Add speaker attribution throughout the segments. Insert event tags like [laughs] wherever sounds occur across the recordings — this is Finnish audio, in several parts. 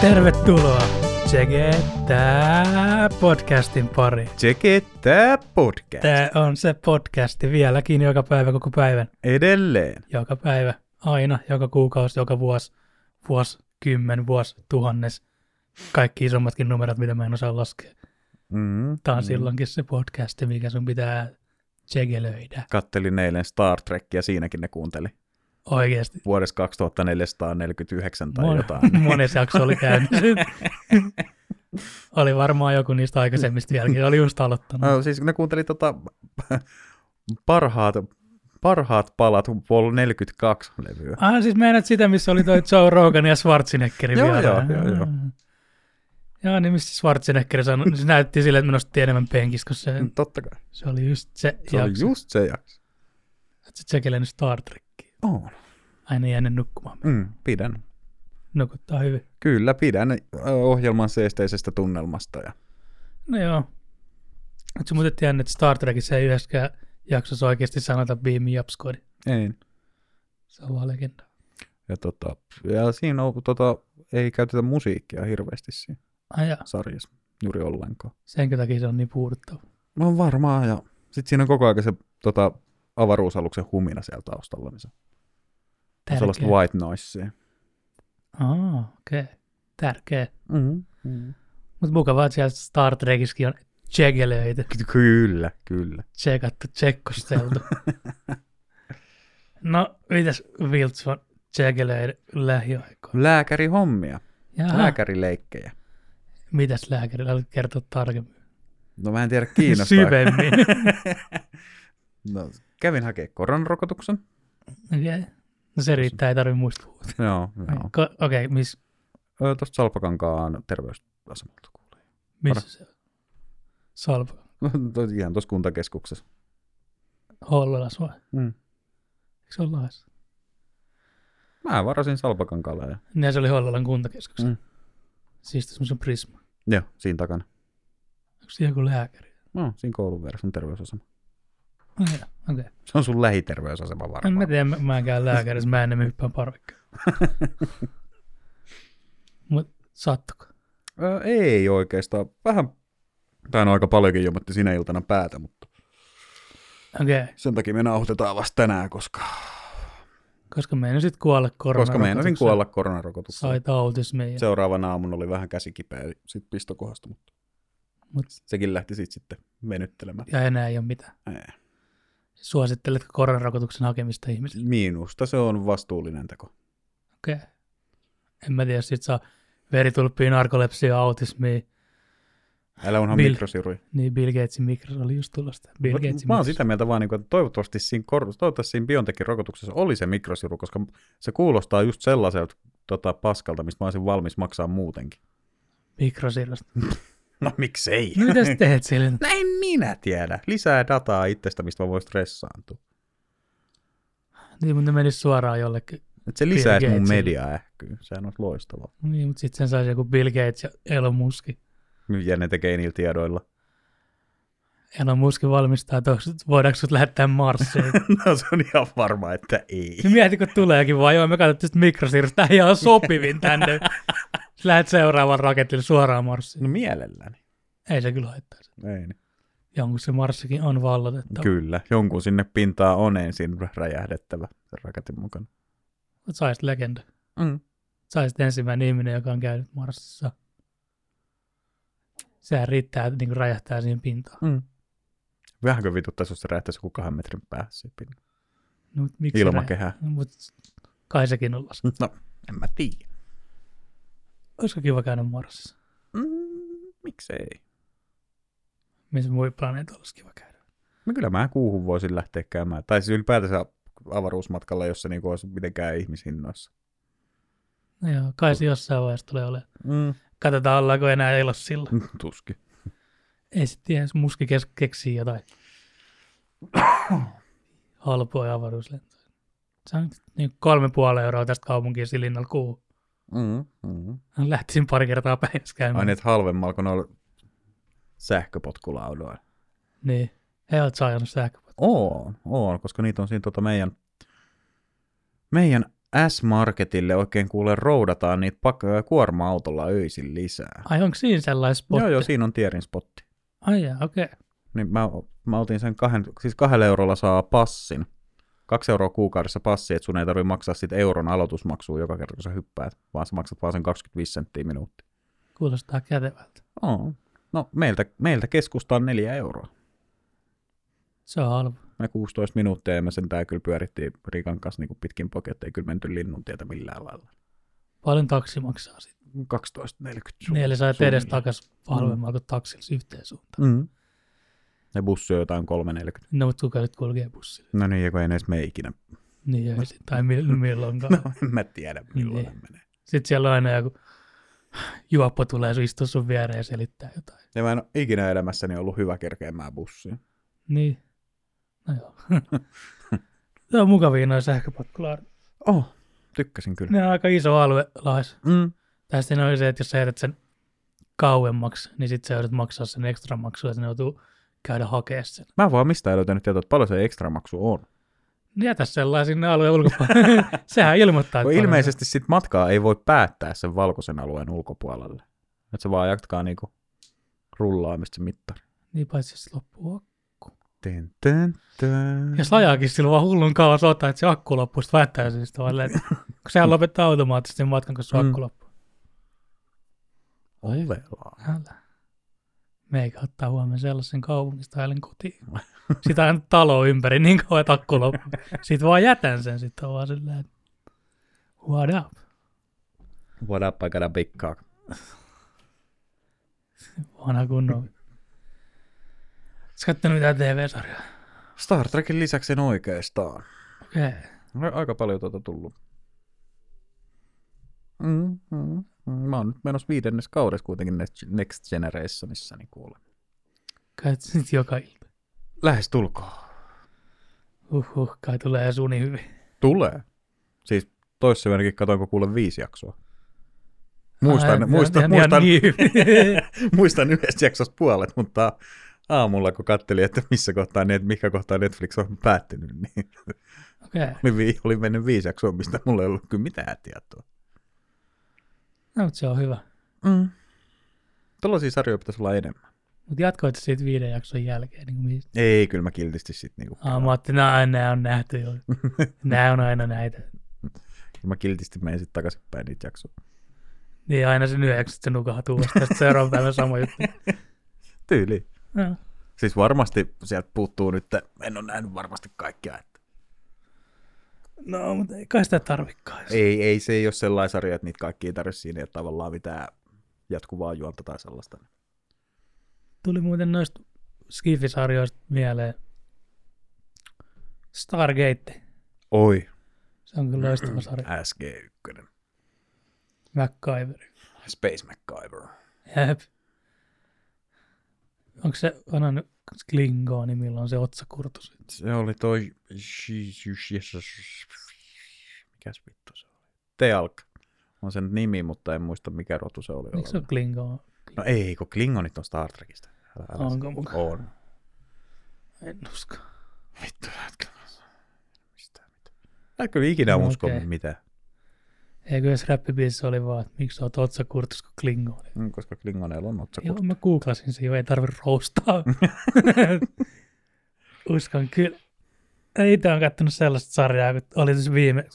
Speaker 1: Tervetuloa Tää podcastin pari.
Speaker 2: Tsekettää podcast.
Speaker 1: Tää on se podcasti vieläkin joka päivä, koko päivän.
Speaker 2: Edelleen.
Speaker 1: Joka päivä, aina, joka kuukausi, joka vuosi, vuosi, kymmen, vuosi, tuhannes. Kaikki isommatkin numerot, mitä mä en osaa laskea.
Speaker 2: Mm,
Speaker 1: Tää on silloinkin se podcasti, mikä sun pitää tsekelöidä.
Speaker 2: Mm-hmm. Kattelin eilen Star Trekkiä, siinäkin ne kuunteli.
Speaker 1: Oikeesti.
Speaker 2: Vuodessa 2449 tai
Speaker 1: Mon- [laughs]
Speaker 2: jotain.
Speaker 1: Mones jakso oli
Speaker 2: [laughs]
Speaker 1: käynyt. oli varmaan joku niistä aikaisemmista vieläkin. Oli just aloittanut.
Speaker 2: No, siis ne kuunteli tota parhaat, parhaat palat Vol 42 levyä.
Speaker 1: Ah, siis meinaat sitä, missä oli toi Joe Rogan ja Schwarzenegger
Speaker 2: Joo,
Speaker 1: vielä.
Speaker 2: joo, joo, joo.
Speaker 1: Joo, niin mistä Schwarzenegger sanoi, se näytti sille, että me nostettiin enemmän penkistä, kun se,
Speaker 2: Mm, Totta kai.
Speaker 1: se oli just se,
Speaker 2: Se oli
Speaker 1: jakso. Ju-
Speaker 2: just se jakso.
Speaker 1: Oletko tsekellänyt Star Trekkiä?
Speaker 2: On.
Speaker 1: Aina ei ennen nukkumaan.
Speaker 2: Mm, pidän.
Speaker 1: Nukuttaa hyvin.
Speaker 2: Kyllä, pidän ö, ohjelman seesteisestä tunnelmasta. Ja...
Speaker 1: No joo. Oletko muuten tiennyt, että Star Trekissa ei yhdessäkään jaksossa oikeasti sanota Beam Me Up Squad?
Speaker 2: Ei.
Speaker 1: Niin. Se on vaan legenda.
Speaker 2: Ja, tota, ja siinä on, tota, ei käytetä musiikkia hirveästi siinä.
Speaker 1: Ai Ah, jaa,
Speaker 2: sarjassa juuri ollenkaan.
Speaker 1: senkö takia se on niin puuduttava.
Speaker 2: No varmaan, ja sitten siinä on koko ajan se tota, avaruusaluksen humina siellä taustalla, niin se on sellaista
Speaker 1: Tärkeä.
Speaker 2: white noisea.
Speaker 1: Aa, okei. Okay. Tärkeä.
Speaker 2: Mm-hmm. Mm-hmm.
Speaker 1: Mutta mukavaa, että siellä Star Trekissäkin on tsekelöitä.
Speaker 2: Kyllä, kyllä.
Speaker 1: tsekattu, tsekkosteltu. no, mitäs Vilts on tsekelöiden lähiaikoina?
Speaker 2: Lääkärihommia,
Speaker 1: Jaha,
Speaker 2: lääkärileikkejä.
Speaker 1: mitäs lääkärillä? Haluatko kertoa tarkemmin?
Speaker 2: No mä en tiedä, [laughs] kiinnostaa. [laughs]
Speaker 1: Syvemmin.
Speaker 2: no, kävin hakemaan koronarokotuksen.
Speaker 1: [laughs] Okei. Okay. No se riittää, ei tarvitse muista puhua.
Speaker 2: joo, joo.
Speaker 1: Ko- Okei, okay, miss,
Speaker 2: Niin. Ö, Tuosta Salpakankaan terveysasemalta kuulee.
Speaker 1: missä se on? Salpa.
Speaker 2: [laughs] To- Ihan tuossa kuntakeskuksessa.
Speaker 1: Hollolas vai?
Speaker 2: Mm.
Speaker 1: Eikö se ole lahdessa?
Speaker 2: Mä varasin Salpakankaalla ja
Speaker 1: Niin se oli Hollolan kuntakeskus. Mm.
Speaker 2: Mm.
Speaker 1: Siis semmoisen prisma.
Speaker 2: joo, siinä takana.
Speaker 1: Onko se joku lääkäri?
Speaker 2: No, siinä koulun vieressä on terveysasema.
Speaker 1: Okei, okei.
Speaker 2: Se on sun lähiterveysasema
Speaker 1: En
Speaker 2: varmaan.
Speaker 1: mä tiedä, mä, mä en käy lääkärissä, mä en enemmän hyppään parvekkeen. [laughs] Mut sattuko?
Speaker 2: Ö, ei oikeastaan. Vähän, tai no aika paljonkin jomotti sinä iltana päätä, mutta
Speaker 1: Okei,
Speaker 2: sen takia me nauhoitetaan vasta tänään, koska,
Speaker 1: koska meinasit kuolla korona.
Speaker 2: koska meinasin kuolla koronarokotukseen.
Speaker 1: Sait autismiin. ja-
Speaker 2: Seuraavana aamuna oli vähän käsikipeä sit pistokohdasta, mutta
Speaker 1: Mut,
Speaker 2: sekin lähti sit sitten venyttelemään.
Speaker 1: ja enää ei ole mitään.
Speaker 2: Ää,
Speaker 1: Suositteletko koronarokotuksen hakemista ihmisille?
Speaker 2: Minusta se on vastuullinen teko.
Speaker 1: Okei. En mä tiedä, sit saa veritulppiin, narkolepsia, autismiin.
Speaker 2: Älä onhan
Speaker 1: Bill-
Speaker 2: mikrosirui.
Speaker 1: Niin Bill Gatesin mikros oli just tulosta. Bill
Speaker 2: Mä,
Speaker 1: Gatesin
Speaker 2: mä oon
Speaker 1: mikros.
Speaker 2: sitä mieltä vaan, niinku, että toivottavasti siinä, kor- toivottavasti siinä Biontechin rokotuksessa oli se mikrosiru, koska se kuulostaa just sellaiselta tota, paskalta, mistä mä olisin valmis maksaa muutenkin.
Speaker 1: mikrosirrosta.
Speaker 2: No miksei?
Speaker 1: No mitä sä teet
Speaker 2: [laughs]
Speaker 1: sille?
Speaker 2: No en minä tiedä. Lisää dataa itsestä, mistä mä voin stressaantua.
Speaker 1: Niin, mutta ne menis suoraan jollekin
Speaker 2: Et se lisäisi
Speaker 1: Bill
Speaker 2: mun
Speaker 1: Gatesille.
Speaker 2: mediaähkyyn. Sehän olisi loistavaa.
Speaker 1: Niin, mutta sitten sen saisi joku Bill Gates ja Elon Musk.
Speaker 2: Ja ne tekee niillä tiedoilla. [laughs]
Speaker 1: Elon Musk valmistaa, että onko sut- voidaanko sut lähettää Marsiin. [laughs]
Speaker 2: No se on ihan varma, että ei.
Speaker 1: Se mieti, kun tuleekin vaan, joo, me katsottiin sitä mikrosiirrosta, tämä ihan on sopivin tänne. [laughs] Sä lähet seuraavan raketille suoraan Marsiin.
Speaker 2: No mielelläni.
Speaker 1: Ei se kyllä haittaisi.
Speaker 2: Ei niin.
Speaker 1: Jonkun se Marsikin on vallotettu.
Speaker 2: Kyllä, jonkun sinne pintaa on ensin räjähdettävä sen raketin mukana.
Speaker 1: Mutta saisit legenda.
Speaker 2: Mm.
Speaker 1: Saisit ensimmäinen ihminen, joka on käynyt Marsissa. Sehän riittää, että niinku räjähtää siihen pintaan.
Speaker 2: Mm. Vähänkö vituttaisi, jos se räjähtäisi joku kahden metrin päässä pin-
Speaker 1: No, mut miksi se
Speaker 2: ilmakehää?
Speaker 1: räjä- Mut kai sekin on lasku.
Speaker 2: No, en mä tiedä.
Speaker 1: Olisiko kiva käydä Marsissa?
Speaker 2: Mm, miksei?
Speaker 1: Missä muilla planeetoilla olisi kiva käydä?
Speaker 2: No kyllä mä kuuhun voisin lähteä käymään. Tai siis ylipäätänsä avaruusmatkalla, jos se niinku olisi mitenkään ihmishinnoissa.
Speaker 1: No joo, kai se jossain vaiheessa tulee olemaan.
Speaker 2: Mm.
Speaker 1: Katsotaan, ollaanko enää elossa silloin.
Speaker 2: Tuski.
Speaker 1: Ei sitten tiedä, jos muski kes- keksii
Speaker 2: [coughs]
Speaker 1: jotain halpoja avaruuslentoja. Se on niin kolme puoli euroa tästä kaupunkiin silinnalla kuu.
Speaker 2: Mm, mm.
Speaker 1: Lähtisin pari kertaa päivässä käymään.
Speaker 2: Aina niin, et halvemmalla, kun noilla sähköpotkulaudoilla.
Speaker 1: Niin. He oot saanut sähköpotku.
Speaker 2: Oon, oon, koska niitä on siinä tota meidän, meidän S-Marketille oikein kuule roudataan niitä pak- kuorma-autolla öisin lisää.
Speaker 1: Ai onko siinä sellainen spotti?
Speaker 2: Joo, joo, siinä on tierin spotti.
Speaker 1: Ai jaa, okei. Okay.
Speaker 2: Niin mä, mä otin sen kahden, siis kahdella eurolla saa passin. Kaksi euroa kuukaudessa passi, että sun ei tarvitse maksaa sit euron aloitusmaksua joka kerta, kun sä hyppäät, vaan sä maksat vaan sen 25 senttiä minuutti.
Speaker 1: Kuulostaa kätevältä.
Speaker 2: Oo. No, meiltä, meiltä keskusta on neljä euroa.
Speaker 1: Se on halva.
Speaker 2: Me 16 minuuttia ja me sentään kyllä pyörittiin Riikan kanssa niin pitkin poket, ei kyllä menty linnun tietä millään lailla.
Speaker 1: Paljon taksi maksaa sitten.
Speaker 2: 12.40. su-
Speaker 1: Neljä sä et
Speaker 2: suunnilleen.
Speaker 1: edes takas halvemmaa kuin taksilla yhteen suuntaan.
Speaker 2: Mm. Ja bussi on jotain 3.40.
Speaker 1: No, mutta kuka nyt kulkee bussilla?
Speaker 2: No niin, ja kun ei ne edes mene ikinä.
Speaker 1: Niin ei sit, tai mil- milloinkaan.
Speaker 2: No, [laughs] en mä tiedä, milloin
Speaker 1: Niin.
Speaker 2: ne menee.
Speaker 1: Sitten siellä on aina joku juoppo tulee sun istua sun viereen ja selittää jotain.
Speaker 2: Ja mä en ole ikinä elämässäni ollut hyvä kerkeämään bussiin.
Speaker 1: Niin. No
Speaker 2: [laughs]
Speaker 1: joo. Tämä on mukavia noin sähköpotkulaar.
Speaker 2: Oh, tykkäsin kyllä.
Speaker 1: Ne on aika iso alue lahes.
Speaker 2: Mm.
Speaker 1: Tästä on se, että jos sä jätät sen kauemmaksi, niin sit sä joudut maksaa sen ekstra maksua, että ne joutuu käydä hakea sen.
Speaker 2: Mä vaan mistä en löytänyt tietoa, että paljon se ekstra maksu on.
Speaker 1: Niin Jätä sellainen sinne alueen ulkopuolelle.
Speaker 2: [laughs]
Speaker 1: Sehän ilmoittaa.
Speaker 2: Kun
Speaker 1: että paljon-
Speaker 2: ilmeisesti sit matkaa ei voi päättää sen valkoisen alueen ulkopuolelle. Että se vaan jatkaa niinku rullaamista se mittari.
Speaker 1: Niin paitsi jos loppuu akku.
Speaker 2: Tän, tän, tän.
Speaker 1: Jos ajaakin sillä vaan hullun kauan soittaa, että se akku loppuu, sitten väittää syystä vaan että kun sehän lopettaa automaattisesti matkan, kun sun
Speaker 2: Mm.
Speaker 1: akku loppuu.
Speaker 2: Ovelaa.
Speaker 1: Älä. Meikä ottaa huomenna sellaisen kaupungista ajan kotiin. Sitä on talo ympäri niin kauan, että akku loppuu. Sitten vaan jätän sen, sitten on vaan silleen, että what up?
Speaker 2: What up, I got a big cock.
Speaker 1: Vanha kunnon. Sä kattonut mitään TV-sarjaa?
Speaker 2: Star Trekin lisäksi en oikeastaan.
Speaker 1: Okei.
Speaker 2: No, Aika paljon tuota tullut. Mm, mm, mm. Mä oon nyt menossa viidennes kaudessa kuitenkin Next- Next Generationissa, niin kuule.
Speaker 1: Käyt sä nyt joka ilta.
Speaker 2: Lähes tulkoon.
Speaker 1: Uhuh, kai tulee suni hyvin.
Speaker 2: Tulee. Siis toissapäivänäkin katoinko kuule viisi jaksoa.
Speaker 1: Ai,
Speaker 2: Muistan,
Speaker 1: ihan-
Speaker 2: muistan,
Speaker 1: ihan- ihan
Speaker 2: muistan,
Speaker 1: niin hyvin. [laughs]
Speaker 2: muistan yhdestä jaksosta puolet, mutta aamulla kun kattelin, että missä kohtaa, net, mikä kohtaa Netflix on päättynyt, niin
Speaker 1: Okei.
Speaker 2: oli, vi- oli mennyt viisi jaksoa, mistä mulla ei ollut kyllä mitään tietoa.
Speaker 1: No, mutta se on hyvä.
Speaker 2: Mm. Tällaisia sarjoja pitäisi olla enemmän.
Speaker 1: Mutta jatkoit sä siitä viiden jakson jälkeen. Niin kuin
Speaker 2: Ei, kyllä mä kiltisti sitten niinku,
Speaker 1: Ah, mä ajattelin, että nämä on nähty
Speaker 2: [laughs]
Speaker 1: jo. nämä on aina näitä.
Speaker 2: mä kiltisti menen sitten takaisinpäin niitä jaksoja.
Speaker 1: Niin aina sen yhden jakson se nukahtuu vasta, sitten seuraavan päivän sama juttu.
Speaker 2: Tyyli.
Speaker 1: No,
Speaker 2: Siis varmasti sieltä puuttuu nyt, en ole nähnyt varmasti kaikkea. Että...
Speaker 1: no mutta ei kai sitä tarvikaan. Ei.
Speaker 2: Ei, ei, se ei ole sellainen sarja, että niitä kaikki ei tarvitse siinä, että tavallaan mitään jatkuvaa juonta tai sellaista.
Speaker 1: Tuli muuten noista skifisarjoista mieleen. Stargate.
Speaker 2: Oi.
Speaker 1: Se on kyllä
Speaker 2: [clears throat]
Speaker 1: loistava sarja.
Speaker 2: SG1.
Speaker 1: MacGyver.
Speaker 2: Space MacGyver.
Speaker 1: Jep. Onko se aina nyt Klingoni, milloin se otsakurtus?
Speaker 2: Se oli toi... Mikäs vittu se oli? Tealk. On sen nimi, mutta en muista mikä rotu se oli.
Speaker 1: Miksi se on
Speaker 2: oleva.
Speaker 1: Klingon?
Speaker 2: No ei, kun Klingonit on Star Trekistä. Älä, älä
Speaker 1: Onko
Speaker 2: sano.
Speaker 1: muka?
Speaker 2: On.
Speaker 1: En usko.
Speaker 2: Vittu, jätkä. Mistä, mitä? Mä en kyllä ikinä
Speaker 1: No
Speaker 2: okay. usko
Speaker 1: okei.
Speaker 2: mitään.
Speaker 1: Eikö jos räppibiisissä oli vaan, että miksi sä oot otsakurtus kuin Klingon?
Speaker 2: Mm, Koska Klingoneilla on otsa.
Speaker 1: Joo, mä googlasin sen jo, ei tarvi roustaa. Uskon kyllä. Itse olen katsonut sellaista sarjaa, kun oli tässä viime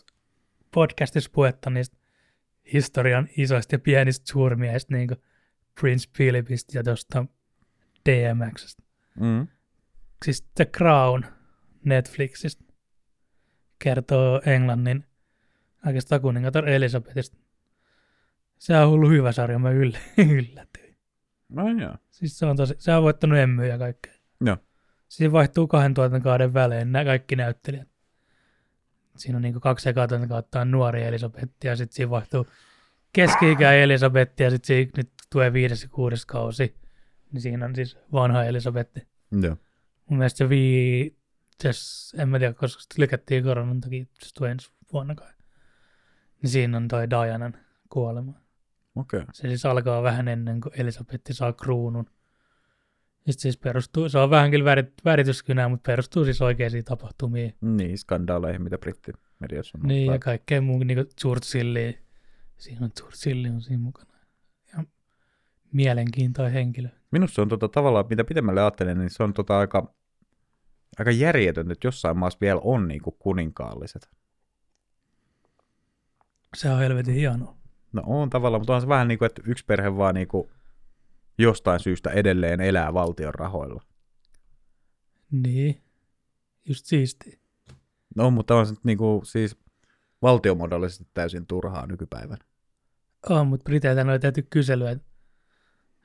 Speaker 1: podcastissa puhetta niistä historian isoista ja pienistä suurmiehistä, niin kuin Prince Philipistä ja tuosta DMXstä.
Speaker 2: Mm.
Speaker 1: Siis The Crown Netflixistä kertoo Englannin oikeastaan kuningatar Elisabetista. Se on ollut hyvä sarja, mä yll- [laughs] yllätyin.
Speaker 2: No joo.
Speaker 1: Siis se on tosi, se on voittanut emmyjä ja kaikkea.
Speaker 2: Joo.
Speaker 1: Siinä vaihtuu kahden tuotantokauden välein nämä kaikki näyttelijät. Siinä on niinku kaksi ekaa tuotantokautta on nuori Elisabetti ja sitten siinä vaihtuu keski-ikäinen Elisabetti ja sitten siinä nyt tulee viides ja kuudes kausi. Niin siinä on siis vanha Elisabetti.
Speaker 2: Joo.
Speaker 1: Mun mielestä se viides, en mä tiedä, koska sitä lykättiin koronan takia, se tulee ensi vuonna kai. Niin siinä on toi Dianan kuolema.
Speaker 2: Okei. Okay.
Speaker 1: Se siis alkaa vähän ennen kuin Elisabetti saa kruunun. Ja sit siis perustuu, se on vähän kyllä värit, värityskynää, mutta perustuu siis oikeisiin tapahtumiin.
Speaker 2: Niin, skandaaleihin, mitä britti mediassa on
Speaker 1: Niin, ja
Speaker 2: ollut.
Speaker 1: kaikkea muu, niin kuin Churchillia. Siinä on Churchill on siinä mukana. Ja mielenkiintoinen henkilö.
Speaker 2: Minusta se on tota, tavallaan, mitä pitemmälle ajattelen, niin se on tota, aika, aika järjetöntä, että jossain maassa vielä on niin kuin kuninkaalliset.
Speaker 1: Se on helvetin hienoa.
Speaker 2: No on tavallaan, mutta onhan se vähän niin kuin, että yksi perhe vaan niin kuin jostain syystä edelleen elää valtion rahoilla.
Speaker 1: Niin. Just siisti.
Speaker 2: No, mutta on se nyt niin kuin, siis valtiomuodollisesti täysin turhaa nykypäivän.
Speaker 1: On, mutta Briteiltä on tehty kyselyä, että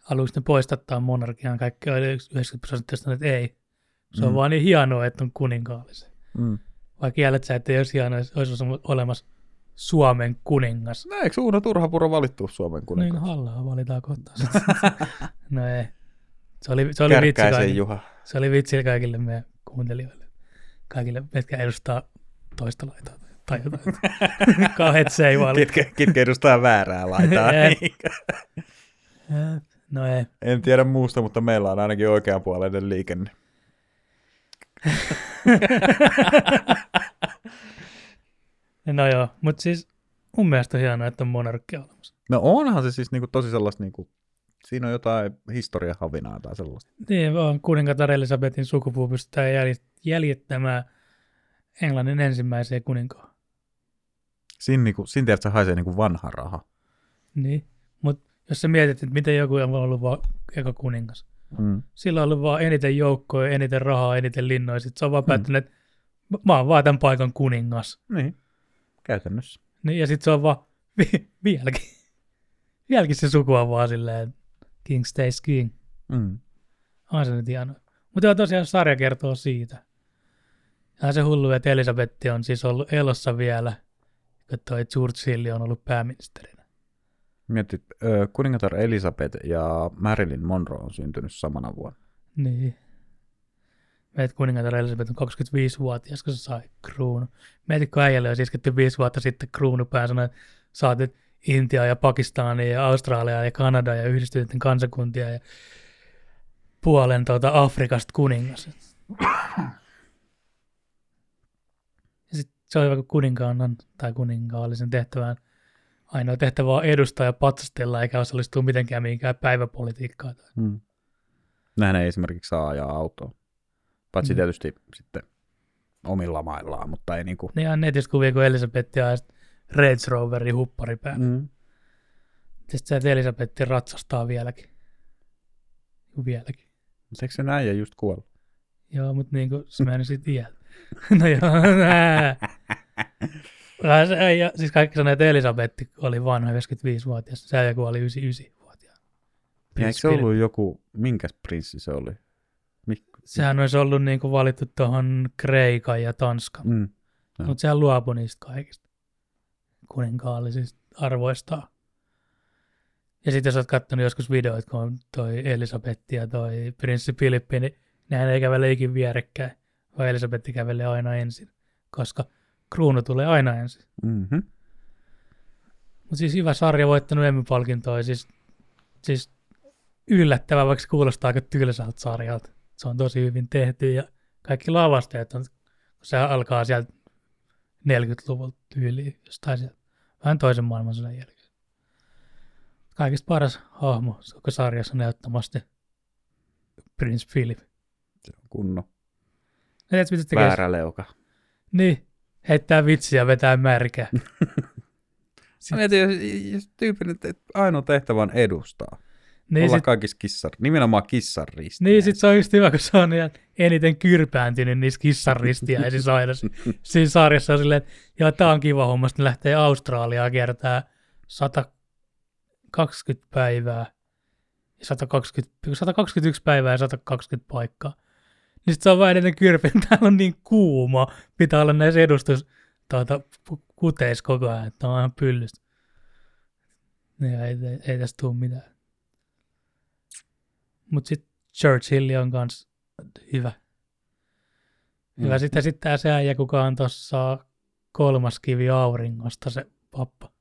Speaker 1: haluaisi ne poistattaa monarkian. Kaikki oli 90 prosenttia sanoi, että ei. Se on
Speaker 2: Mm.
Speaker 1: mm. vaan niin hienoa, että on kuninkaallisen.
Speaker 2: Mm.
Speaker 1: Vaikka jäljet sä, että jos hienoa, jos olisi olemassa Suomen kuningas.
Speaker 2: No, eikö Uuno Turhapuro valittu Suomen
Speaker 1: Kuningas. Niin
Speaker 2: kuninkaaksi?
Speaker 1: hallaa valitaan kohta. [laughs] no ei. Se oli, se oli vitsi
Speaker 2: Kärkkäisen
Speaker 1: kaikille,
Speaker 2: Juha.
Speaker 1: se oli vitsi kaikille meidän kuuntelijoille. Kaikille, ketkä edustaa toista laitaa tai- tai jotain. Kauheet seivaali.
Speaker 2: Kitke, kitke edustaa väärää laitaa.
Speaker 1: [laughs]
Speaker 2: Niin.
Speaker 1: Jep. No ei.
Speaker 2: en tiedä muusta, mutta meillä on ainakin oikeanpuoleinen liikenne.
Speaker 1: No joo, mutta siis mun mielestä on hienoa, että on monarkkia olemassa.
Speaker 2: No onhan se siis niinku tosi sellaista, niinku, siinä on jotain historiahavinaa tai sellaista.
Speaker 1: Niin, on kuningatar Elisabetin sukupuu pystytään jälj- jäljittämään Englannin ensimmäiseen kuninkaan.
Speaker 2: Siinä, niinku, siinä tiedät, se haisee niinku vanha raha.
Speaker 1: Niin. Mutta jos sä mietit, että miten joku on ollut vaan eka kuningas.
Speaker 2: Mm.
Speaker 1: Sillä on ollut vaan eniten joukkoja, eniten rahaa, eniten linnoja. Sitten se on vaan päättänyt, että mä- mä oon vaan tämän paikan kuningas.
Speaker 2: Niin, käytännössä.
Speaker 1: Niin, ja sitten se on vaan [laughs] vi- vieläkin. vieläkin se suku on vaan silleen, king stays king.
Speaker 2: Mm.
Speaker 1: On se nyt hienoa. Mutta joo, tosiaan sarja kertoo siitä. Ja se hullu, että Elisabetti on siis ollut elossa vielä, kun toi Churchill on ollut pääministerinä.
Speaker 2: Mietit, ö, kuningatar Elisabeth ja Marilyn Monroe on syntynyt samana vuonna.
Speaker 1: Niin. Meitä kuningatar Elisabeth on 25-vuotias, kun se sai kruunu. Mietitkö äijälle olisi isketty 5 vuotta sitten kruunu päähän sanoa, että saat nyt Intiaa ja Pakistania ja Australiaa ja Kanadaa ja yhdistyneiden kansakuntia ja puolen tuota Afrikasta kuningas. Ja sit se on hyvä, kun kuninkaan on, tai kuninkaallisen tehtävään ainoa tehtävä on edustaa ja patsastella eikä osallistua mitenkään mihinkään päiväpolitiikkaan.
Speaker 2: Mm. Nähän ei esimerkiksi saa ajaa autoa. Paitsi
Speaker 1: Mm.
Speaker 2: mm. tietysti sitten omilla maillaan, mutta ei niinku.
Speaker 1: Ne ihan netissä kuvia, Niin, kun Elisabeth ja Range Roverin huppari päällä. Mm.
Speaker 2: Mm.
Speaker 1: Sitten se, että Elisabeth ratsastaa vieläkin. Juu, Vieläkin.
Speaker 2: Mutta eikö se äijä just kuollut?
Speaker 1: Joo, mutta niin kuin se meni sitten iältä. [laughs] No
Speaker 2: [laughs]
Speaker 1: joo. nää. Vähän se äijä- siis kaikki sanoo, että Elisabeth oli vanha 95-vuotias. Se äijä kuoli 99-vuotiaana.
Speaker 2: Ja eikö se ollut joku, minkäs prinssi se oli? Mikko.
Speaker 1: Sehän olisi ollut niin kuin valittu tuohon Kreikan ja Tanskan.
Speaker 2: Mm. Joo.
Speaker 1: Mutta sehän luopui niistä kaikista kuninkaallisista arvoistaan. Ja sitten jos olet katsonut joskus videoita, kun on toi Elisabetti ja toi prinssi Filippi, niin nehän ei kävele ikin vierekkäin, vaan Elisabetti kävelee aina ensin, koska kruunu tulee aina ensin.
Speaker 2: Mm-hmm.
Speaker 1: Mutta siis hyvä sarja, voittanut Emmy-palkintoa, siis, siis yllättävää, vaikka se kuulostaa aika tylsältä sarjalta. Se on tosi hyvin tehty ja kaikki lavastajat on, kun se alkaa sieltä 40-luvulta tyyliin, jostain sieltä, vähän toisen maailmansodan jälkeen. Kaikista paras hahmo koko sarjassa on ehdottomasti Prince Philip.
Speaker 2: Se on kunnon.
Speaker 1: Ja tiedätkö, mitä se tekee?
Speaker 2: Väärä leuka.
Speaker 1: Niin, heittää vitsiä ja vetää märkää.
Speaker 2: Mä mietin, jos, jos tyypin, että että ainoa tehtävä on edustaa.
Speaker 1: Niin,
Speaker 2: Olla
Speaker 1: sit,
Speaker 2: sit... kaikissa kissar, nimenomaan kissanristi.
Speaker 1: Niin, sit se on just hyvä, kun se on ihan eniten kyrpääntynyt niissä kissanristiä siis aina. si- Siinä sarjassa on silleen, että joo, tää on kiva homma, sitten ne lähtee Australiaa kiertää 120 päivää, ja 120, 121 päivää ja 120 paikkaa. Niin sit se on vähän eniten kyrpä, [laughs] täällä on niin kuuma, pitää olla näissä edustus tuota, pu- kuteissa koko ajan, että on ihan pyllystä. Niin Ja ei, ei, ei tästä tule mitään. Mutta sitten Churchill on kans hyvä. Hyvä.
Speaker 2: Mm.
Speaker 1: Mm. Sitten sitten se äijä, kuka on tuossa kolmas kivi auringosta, se pappa,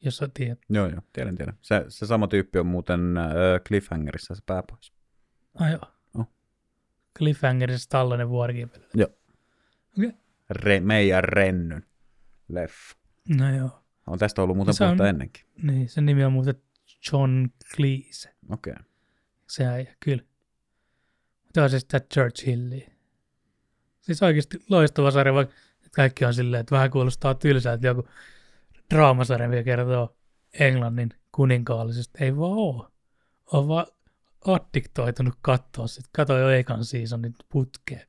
Speaker 1: jos sä tiedät.
Speaker 2: [laughs] Joo, joo, tiedän, tiedän. Se, se sama tyyppi on muuten ö, Cliffhangerissa se pääpois.
Speaker 1: Ai No joo.
Speaker 2: Oh.
Speaker 1: Cliffhangerissa tällainen vuorikin.
Speaker 2: Re, meidän rennyn. leffa.
Speaker 1: No joo.
Speaker 2: On tästä ollut muuten
Speaker 1: Se on-
Speaker 2: puhetta ennenkin.
Speaker 1: Niin, sen nimi on muuten John Cleese.
Speaker 2: Okei.
Speaker 1: Siis-
Speaker 2: Okay.
Speaker 1: Se äijä, kyllä. Mutta siis on se sitä Churchillia. Siis oikeasti loistava sarja, vaikka kaikki on silleen, että vähän kuulostaa tylsältä joku draamasarja, mikä kertoo Englannin kuninkaallisesta. Ei vaan oo. On vaan addiktoitunut katsoa sit. Kato jo ekan seasonin putkeen.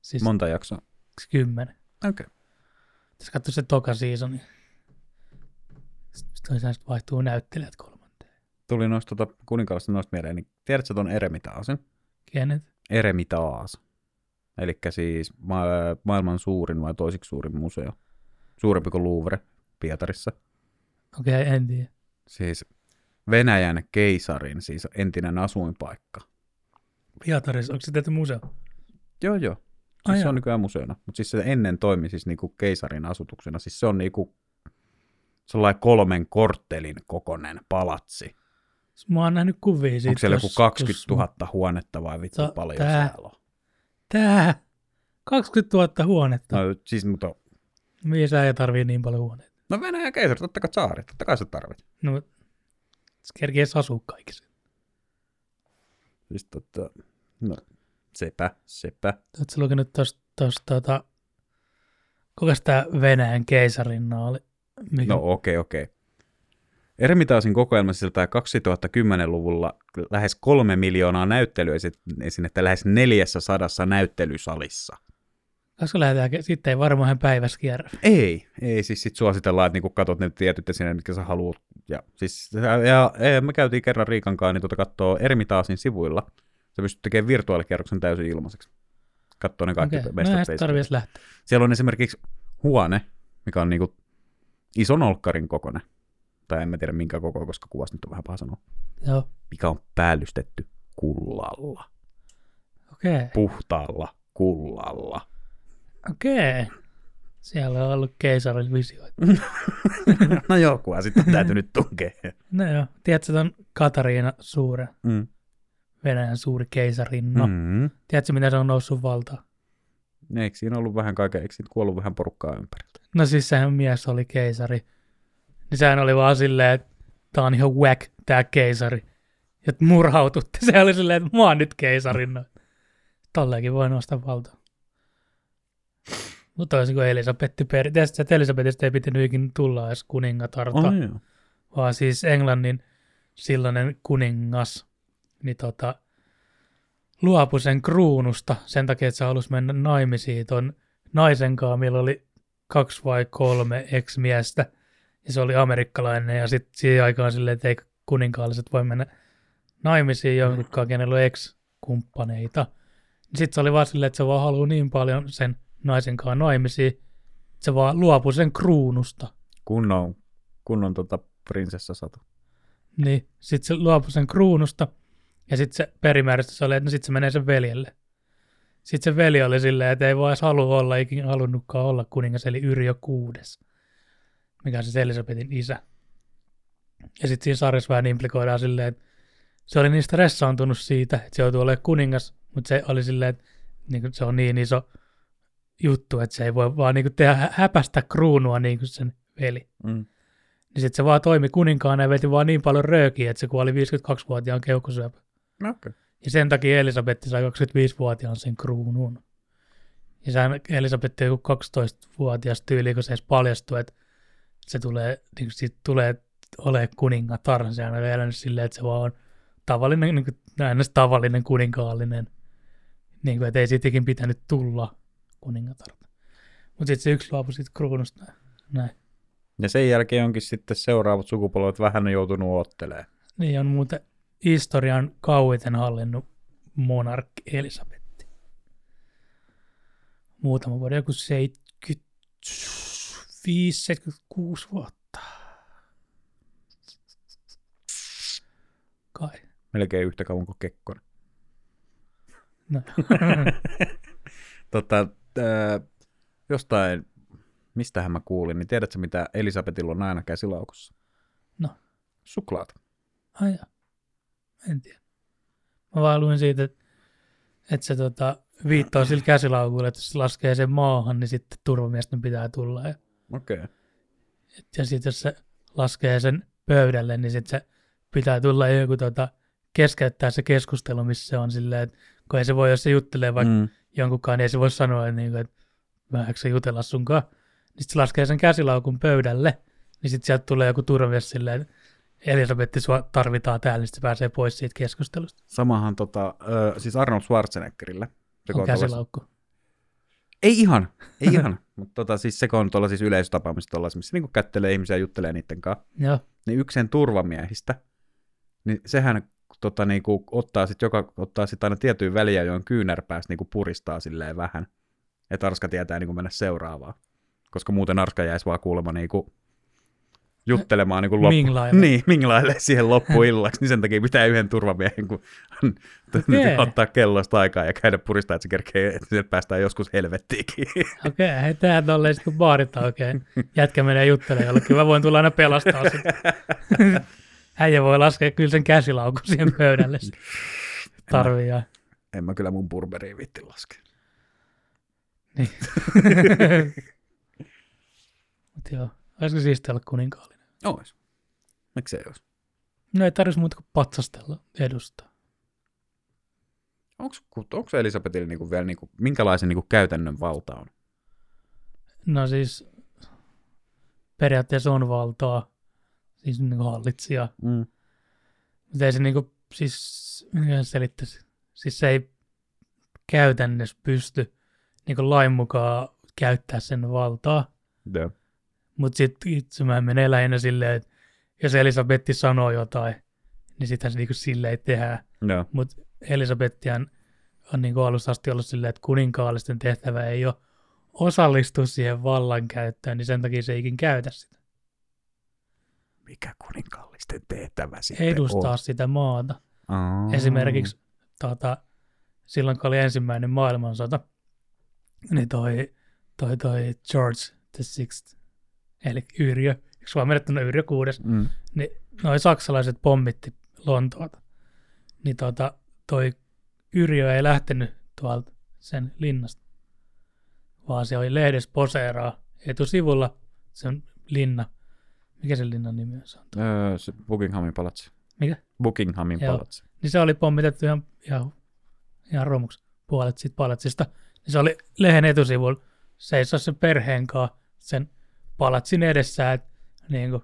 Speaker 1: Siis Mon-
Speaker 2: Monta jaksoa.
Speaker 1: kymmenen.
Speaker 2: Okei.
Speaker 1: Tässä katsoi se toka seasoni. Sitten toisaalta vaihtuu näyttelijät kolmanteen.
Speaker 2: Tuli noista tota, kuninkaallista noista mieleen, niin tiedätkö ton Eremitaasin?
Speaker 1: Kenet?
Speaker 2: Eremitaas. Eli siis ma- maailman suurin vai toisiksi suurin museo. Suurempi kuin Louvre Pietarissa.
Speaker 1: Okei, okay, en tiedä.
Speaker 2: Siis Venäjän keisarin, siis entinen asuinpaikka.
Speaker 1: Pietarissa, onko se tehty museo?
Speaker 2: Joo, joo.
Speaker 1: Ai
Speaker 2: Siis se
Speaker 1: joo.
Speaker 2: on nykyään museona, mutta siis se ennen toimi siis niinku keisarin asutuksena. Siis se on niinku sellainen kolmen korttelin kokoinen palatsi.
Speaker 1: Mä oon nähnyt kuvia siitä.
Speaker 2: Onko siellä joku
Speaker 1: joskus.
Speaker 2: 20 000 huonetta vai vittu
Speaker 1: Sa-
Speaker 2: paljon
Speaker 1: tää.
Speaker 2: siellä on?
Speaker 1: Tää! 20 000 huonetta.
Speaker 2: No
Speaker 1: No.
Speaker 2: siis, mutta
Speaker 1: Mihin sä ei tarvii niin paljon huoneita?
Speaker 2: no Venäjän keisari, totta kai saari, totta kai sä tarvit.
Speaker 1: No, se kerkee edes asua kaikissa.
Speaker 2: Siis tota, no sepä, sepä.
Speaker 1: Oletko lukenut tosta, tosta tota, kuka tää Venäjän keisarinna oli? Mikä?
Speaker 2: No okei, okei. Ermitaasin kokoelma sisältää 2010-luvulla lähes kolme miljoonaa näyttelyesineettä lähes 400 näyttelysalissa.
Speaker 1: Koska lähdetään, ke- sitten ei varmaan ihan päivässä kierrä.
Speaker 2: Ei, ei siis sit suositellaan, että niinku katot ne tietyt esineet, mitkä sä haluat. Ja, siis, ja, ja, ja me käytiin kerran Riikankaan niin tuota kattoo Ermitaasin sivuilla. Sä pystyt tekemään virtuaalikierroksen täysin ilmaiseksi. Kattoo ne kaikki
Speaker 1: Okei,
Speaker 2: okay.
Speaker 1: no eihän sitä tarvii edes lähteä.
Speaker 2: Siellä on esimerkiksi huone, mikä on niinku ison olkkarin kokoinen. Tai en mä tiedä minkä koko, koska kuvasta nyt on vähän paha sanoa.
Speaker 1: Joo,
Speaker 2: Mikä on päällystetty kullalla.
Speaker 1: okei. Okay.
Speaker 2: Puhtaalla kullalla. [laughs]
Speaker 1: Okei. Siellä on ollut keisarin visioita.
Speaker 2: no joo, kuva sitten on täytynyt tunkea.
Speaker 1: No joo, tiedätkö ton Katariina Suuren,
Speaker 2: Mm.
Speaker 1: Venäjän suuri keisarinna?
Speaker 2: No.
Speaker 1: Mm.
Speaker 2: Mm.
Speaker 1: Tiedätkö, mitä se on noussut valtaan?
Speaker 2: Eikö siinä ollut vähän kaikkea, eikö siinä kuollut vähän porukkaa ympäriltä?
Speaker 1: No siis sehän mies oli keisari. Niin sehän oli vaan silleen, että tää on ihan whack, tää keisari. Ja et murhaututte. Se oli silleen, että mä oon nyt keisarinna. Tolleenkin voi nousta valtaan. Mutta toisin kuin Elisabetti Peri. Tästä että Elisabetista ei pitänyt ikinä tulla edes kuningatarta.
Speaker 2: Oh, joo.
Speaker 1: vaan siis Englannin silloinen kuningas niin tota, luopui sen kruunusta sen takia, että se halusi mennä naimisiin ton naisen kanssa, millä oli kaksi vai kolme ex-miestä, ja se oli amerikkalainen, ja sitten siihen aikaan silleen, että ei kuninkaalliset voi mennä naimisiin jonkunkaan, kenellä on ex-kumppaneita. Sitten se oli vaan silleen, että se vaan haluaa niin paljon sen naisen kanssa naimisiin, että se vaan luopui sen kruunusta.
Speaker 2: Kunnon, kunnon tota prinsessasatu.
Speaker 1: Niin, sit se luopui sen kruunusta, ja sit se perimääräistä se oli, että no sit se menee sen veljelle. Sit se veli oli silleen, että ei vaan edes halua olla, ikinä halunnutkaan olla kuningas, eli Yrjö kuudes, mikä on siis Elisabetin isä. Ja sit siinä sarjassa vähän implikoidaan silleen, että se oli niin stressaantunut siitä, että se joutui olemaan kuningas, mutta se oli silleen, että niin se on niin iso juttu, että se ei voi vaan niin tehdä hä- häpästä kruunua niin kuin sen veli.
Speaker 2: Mm.
Speaker 1: Niin sitten se vaan toimi kuninkaana ja veti vaan niin paljon röökiä, että se kuoli 52-vuotiaan keuhkosyöpä.
Speaker 2: No, okay.
Speaker 1: Ja sen takia Elisabetti sai 25-vuotiaan sen kruunun. Ja sehän Elisabetti on joku 12-vuotias tyyli, kun se edes paljastui, että se tulee, niin kuin siitä tulee ole kuningatar. niin Sehän on elänyt silleen, että se vaan on tavallinen, niin kuin, ns. tavallinen kuninkaallinen. Niin kuin, että ei siitä ikin pitänyt tulla kuningatarta. Mutta sitten se yksi luopui siitä kruunusta. Näin.
Speaker 2: Ja sen jälkeen onkin sitten seuraavat sukupolvet vähän on joutunut ottelemaan.
Speaker 1: Niin on muuten historian kauiten hallinnut monarkki Elisabetti. Muutama vuoden, joku 75-76 vuotta. Kai.
Speaker 2: Melkein yhtä kauan kuin Kekkonen.
Speaker 1: No.
Speaker 2: Tota, ää, jostain, mistähän mä kuulin, niin tiedätkö mitä Elisabetilla on aina käsilaukussa?
Speaker 1: No.
Speaker 2: Suklaat.
Speaker 1: Ai jaa. En tiedä. Mä vaan luin siitä, että, että se tota, viittaa sillä käsilaukulla, että jos se laskee sen maahan, niin sitten turvamiesten pitää tulla ja
Speaker 2: Okei. Okay.
Speaker 1: Et, ja sitten jos se laskee sen pöydälle, niin sitten se pitää tulla joku tota, keskeyttää se keskustelu, missä se on silleen, että kun ei se voi, jos se juttelee vaikka
Speaker 2: Mm.
Speaker 1: jonkunkaan, niin ei se voi sanoa, että, niin kuin, että mä eikö jutella sunkaan. Niin sitten se laskee sen käsilaukun pöydälle, niin sitten sieltä tulee joku turve silleen, että Elisabetti, sua tarvitaan täällä, niin sit se pääsee pois siitä keskustelusta.
Speaker 2: Samahan tota, ö, siis Arnold Schwarzeneggerillä. Se
Speaker 1: On
Speaker 2: on tollas-
Speaker 1: käsilaukku.
Speaker 2: Ei ihan, ei ihan. [laughs] Mutta tota, siis se kun on tuolla siis yleisötapaamista, tollaisessa, missä niinku kättelee ihmisiä ja juttelee niiden kanssa,
Speaker 1: Joo,
Speaker 2: niin yksi sen turvamiehistä, niin sehän tota, niinku, ottaa sit joka, ottaa sit aina tiettyyn väliä, johon kyynärpäästä niinku puristaa silleen vähän, että Arska tietää niinku mennä seuraavaan. Koska muuten Arska jäisi vaan kuulemma niinku juttelemaan niinku loppu.
Speaker 1: minglailla.
Speaker 2: Niin, minglailee siihen loppuillaksi, niin sen takia pitää yhden turvamiehen, kun
Speaker 1: Okei.
Speaker 2: ottaa kellosta aikaa ja käydä puristaa, että se kerkee, että sieltä päästään joskus helvettiinkin. [laughs]
Speaker 1: Okei, okay, tehdään tolleen sitten kun baarit oikein. Jätkä menee juttelemaan jollekin. Mä voin tulla aina pelastaa sen. Äijä voi laskea kyllä sen käsilaukun siihen pöydälle. sit. Tarvii ja.
Speaker 2: en mä kyllä mun burberiin vitti laske.
Speaker 1: Niin. Mut joo, olisiko siistiä olla kuninkaallinen?
Speaker 2: Ois. Miksi ei ois?
Speaker 1: No ei tarvitsisi muuta kuin patsastella edustaa.
Speaker 2: Onks, onks Elisabetilla niinku vielä, niinku, minkälaisen niinku käytännön valta on?
Speaker 1: No siis periaatteessa on valtaa, siis niin kuin hallitsija.
Speaker 2: Mm.
Speaker 1: Mutta ei se niinku, siis, miten se selittäisi? Siis se ei käytännössä pysty niinku lain mukaan käyttää sen valtaa.
Speaker 2: Yeah.
Speaker 1: Mutta sitten itse mä menee lähinnä silleen, että jos Elisabetti sanoo jotain, niin sittenhän se niinku silleen tehdään.
Speaker 2: No.
Speaker 1: Mutta Elisabettihan on niinku alusta asti ollut silleen, että kuninkaallisten tehtävä ei ole osallistua siihen vallankäyttöön, niin sen takia se ei ikin käytä sitä.
Speaker 2: Mikä kuninkaallisten tehtävä sitten
Speaker 1: Edustaa
Speaker 2: on?
Speaker 1: sitä maata.
Speaker 2: Aa.
Speaker 1: Esimerkiksi tota, silloin, kun oli ensimmäinen maailmansota, niin toi, toi, toi George the Sixth, eli Yrjö, suomennettuna Yrjö kuudes,
Speaker 2: Mm.
Speaker 1: niin noi saksalaiset pommitti Lontoota. Niin tota, toi Yrjö ei lähtenyt tuolta sen linnasta, vaan se oli lehdessä poseeraa etusivulla sen linna. Mikä sen linnan nimi on? Se on tuo-
Speaker 2: Öö, se Buckinghamin palatsi.
Speaker 1: Mikä?
Speaker 2: Buckinghamin
Speaker 1: Joo.
Speaker 2: palatsi. Mm,
Speaker 1: niin se oli pommitettu ihan, ihan, ihan romuksi puolet siitä palatsista. Niin se oli lehen etusivulla seisoa sen perheen kanssa sen palatsin edessä, että niin kuin,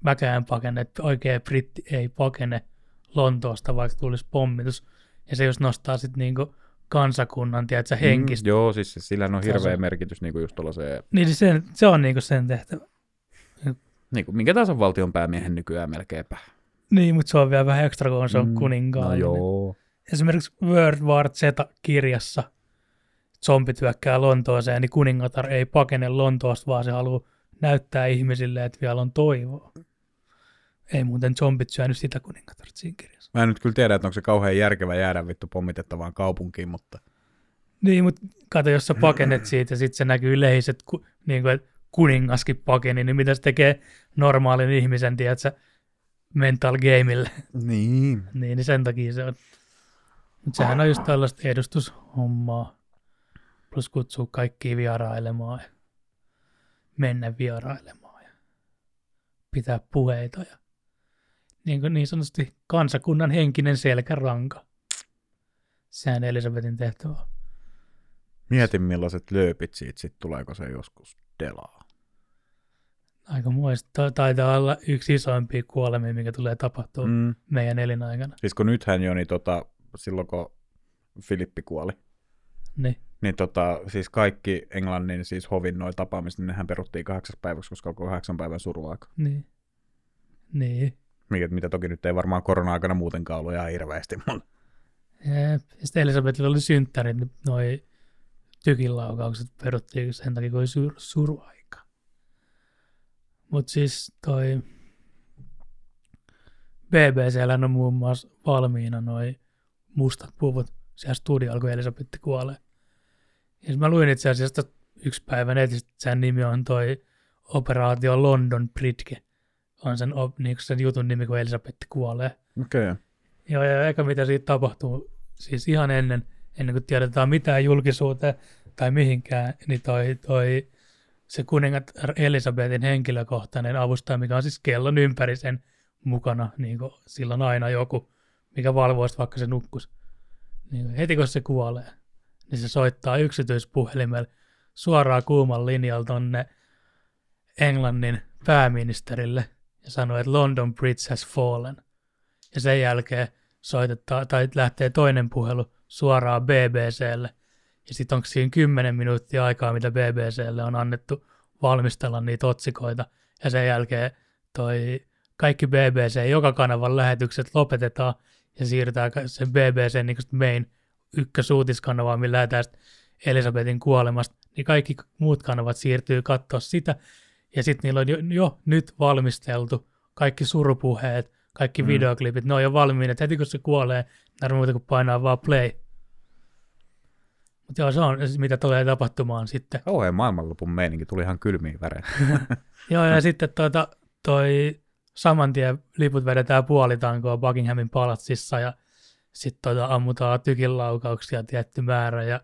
Speaker 1: mäkään pakene, että oikea britti ei pakene Lontoosta, vaikka tulisi pommitus. Ja se just nostaa sitten niin kansakunnan, tiedätkö, henkistä.
Speaker 2: Mm, joo, siis se- sillä on
Speaker 1: Se on
Speaker 2: hirveä
Speaker 1: se-
Speaker 2: merkitys niinku just tuollaiseen,
Speaker 1: Mm. Niin siis se, se on niin sen tehtävä.
Speaker 2: niinku, minkä taas on valtion päämiehen nykyään melkeinpä.
Speaker 1: Niin, mutta se on vielä vähän ekstra, kun se on
Speaker 2: Mm,
Speaker 1: mm.
Speaker 2: No
Speaker 1: kuninkaallinen.
Speaker 2: joo.
Speaker 1: esimerkiksi World War Z-kirjassa zombit hyökkää Lontooseen, niin kuningatar ei pakene Lontoosta, vaan se haluaa näyttää ihmisille, että vielä on toivoa. Ei muuten zombit syönyt sitä kuningatarta siinä kirjassa.
Speaker 2: Mä en nyt kyllä tiedä, että onko se kauhean järkevä jäädä vittu pommitettavaan kaupunkiin, mutta
Speaker 1: Niin, mutta kato, jos sä pakenet siitä, sit se näkyy lehiset, ku, niin kuin, että kuningaskin pakeni, niin mitä se tekee normaalin ihmisen, tiedätkö, mental gameille.
Speaker 2: Niin.
Speaker 1: Niin, niin sen takia se on. Mutta sehän on just tällaista edustushommaa. Plus kutsuu kaikki vierailemaan ja mennä vierailemaan ja pitää puheita ja niin, kuin niin sanotusti kansakunnan henkinen selkäranka. Sehän Elisabetin tehtävä on.
Speaker 2: Mietin millaiset lööpit siitä, sit tuleeko se joskus delaa.
Speaker 1: Aika muista. Taitaa olla yksi isoimpia kuolemia, mikä tulee tapahtua mm.
Speaker 2: Mm.
Speaker 1: meidän elinaikana.
Speaker 2: Siis kun nythän jo, niin tota, silloin kun Filippi kuoli,
Speaker 1: Niin.
Speaker 2: niin tota, siis kaikki Englannin siis hovin noin tapaamiset, niin nehän peruttiin kahdeksas päiväksi, koska alkoi kahdeksan päivän suruaika.
Speaker 1: Niin. Niin.
Speaker 2: Mikä, mitä toki nyt ei varmaan korona-aikana muutenkaan ollut ihan hirveästi, mutta
Speaker 1: Jep. Ja sitten Elisabetilla oli synttärit, niin noi tykinlaukaukset peruttiin sen takia, kun oli sur- suruaika. Mutta siis toi BBCllä on muun muassa valmiina noi mustat puvut siellä studiolla, kun Elisabetti kuolee. Ja sit mä luin itse asiassa tästä yksi päivä netistä, että sen nimi on toi Operaatio London Bridge. On sen, op- niinku sen jutun nimi, kun Elisabetti kuolee.
Speaker 2: okei. Okay.
Speaker 1: Joo, ja eikä mitä siitä tapahtuu. Siis ihan ennen, ennen kuin tiedetään mitään julkisuuteen tai mihinkään, niin toi, toi se kuningatar Elisabetin henkilökohtainen avustaja, mikä on siis kellon ympäri sen mukana, niin kuin sillä on aina joku, mikä valvoo sitä, vaikka se nukkus. Niin kuin heti kun se kuolee, niin se soittaa yksityispuhelimella suoraan kuuman linjalla tonne Englannin pääministerille ja sanoo, että London Bridge has fallen. Ja sen jälkeen soitetaan, tai lähtee toinen puhelu suoraan BBClle. Ja sitten onko siinä 10 minuuttia aikaa, mitä BBClle on annettu valmistella niitä otsikoita. Ja sen jälkeen toi kaikki BBC, joka kanavan lähetykset lopetetaan ja siirrytään sen BBC niin main ykkösuutiskanavaan, millä lähdetään sit Elisabetin kuolemasta, niin kaikki muut kanavat siirtyy katsoa sitä. Ja sitten niillä on jo, jo nyt valmisteltu kaikki surupuheet, kaikki
Speaker 2: Mm.
Speaker 1: mm. videoklipit, ne on jo valmiina, että heti kun se kuolee, näin muuta kuin painaa vaan play. Mutta joo, se on mitä tulee tapahtumaan sitten.
Speaker 2: Kauhean maailmanlopun meininki tuli ihan kylmiin väreihin.
Speaker 1: Joo, ja sitten tuota, toi saman tien liput vedetään puolitankoa Buckinghamin palatsissa ja sitten tuota, ammutaan tykinlaukauksia tietty määrä ja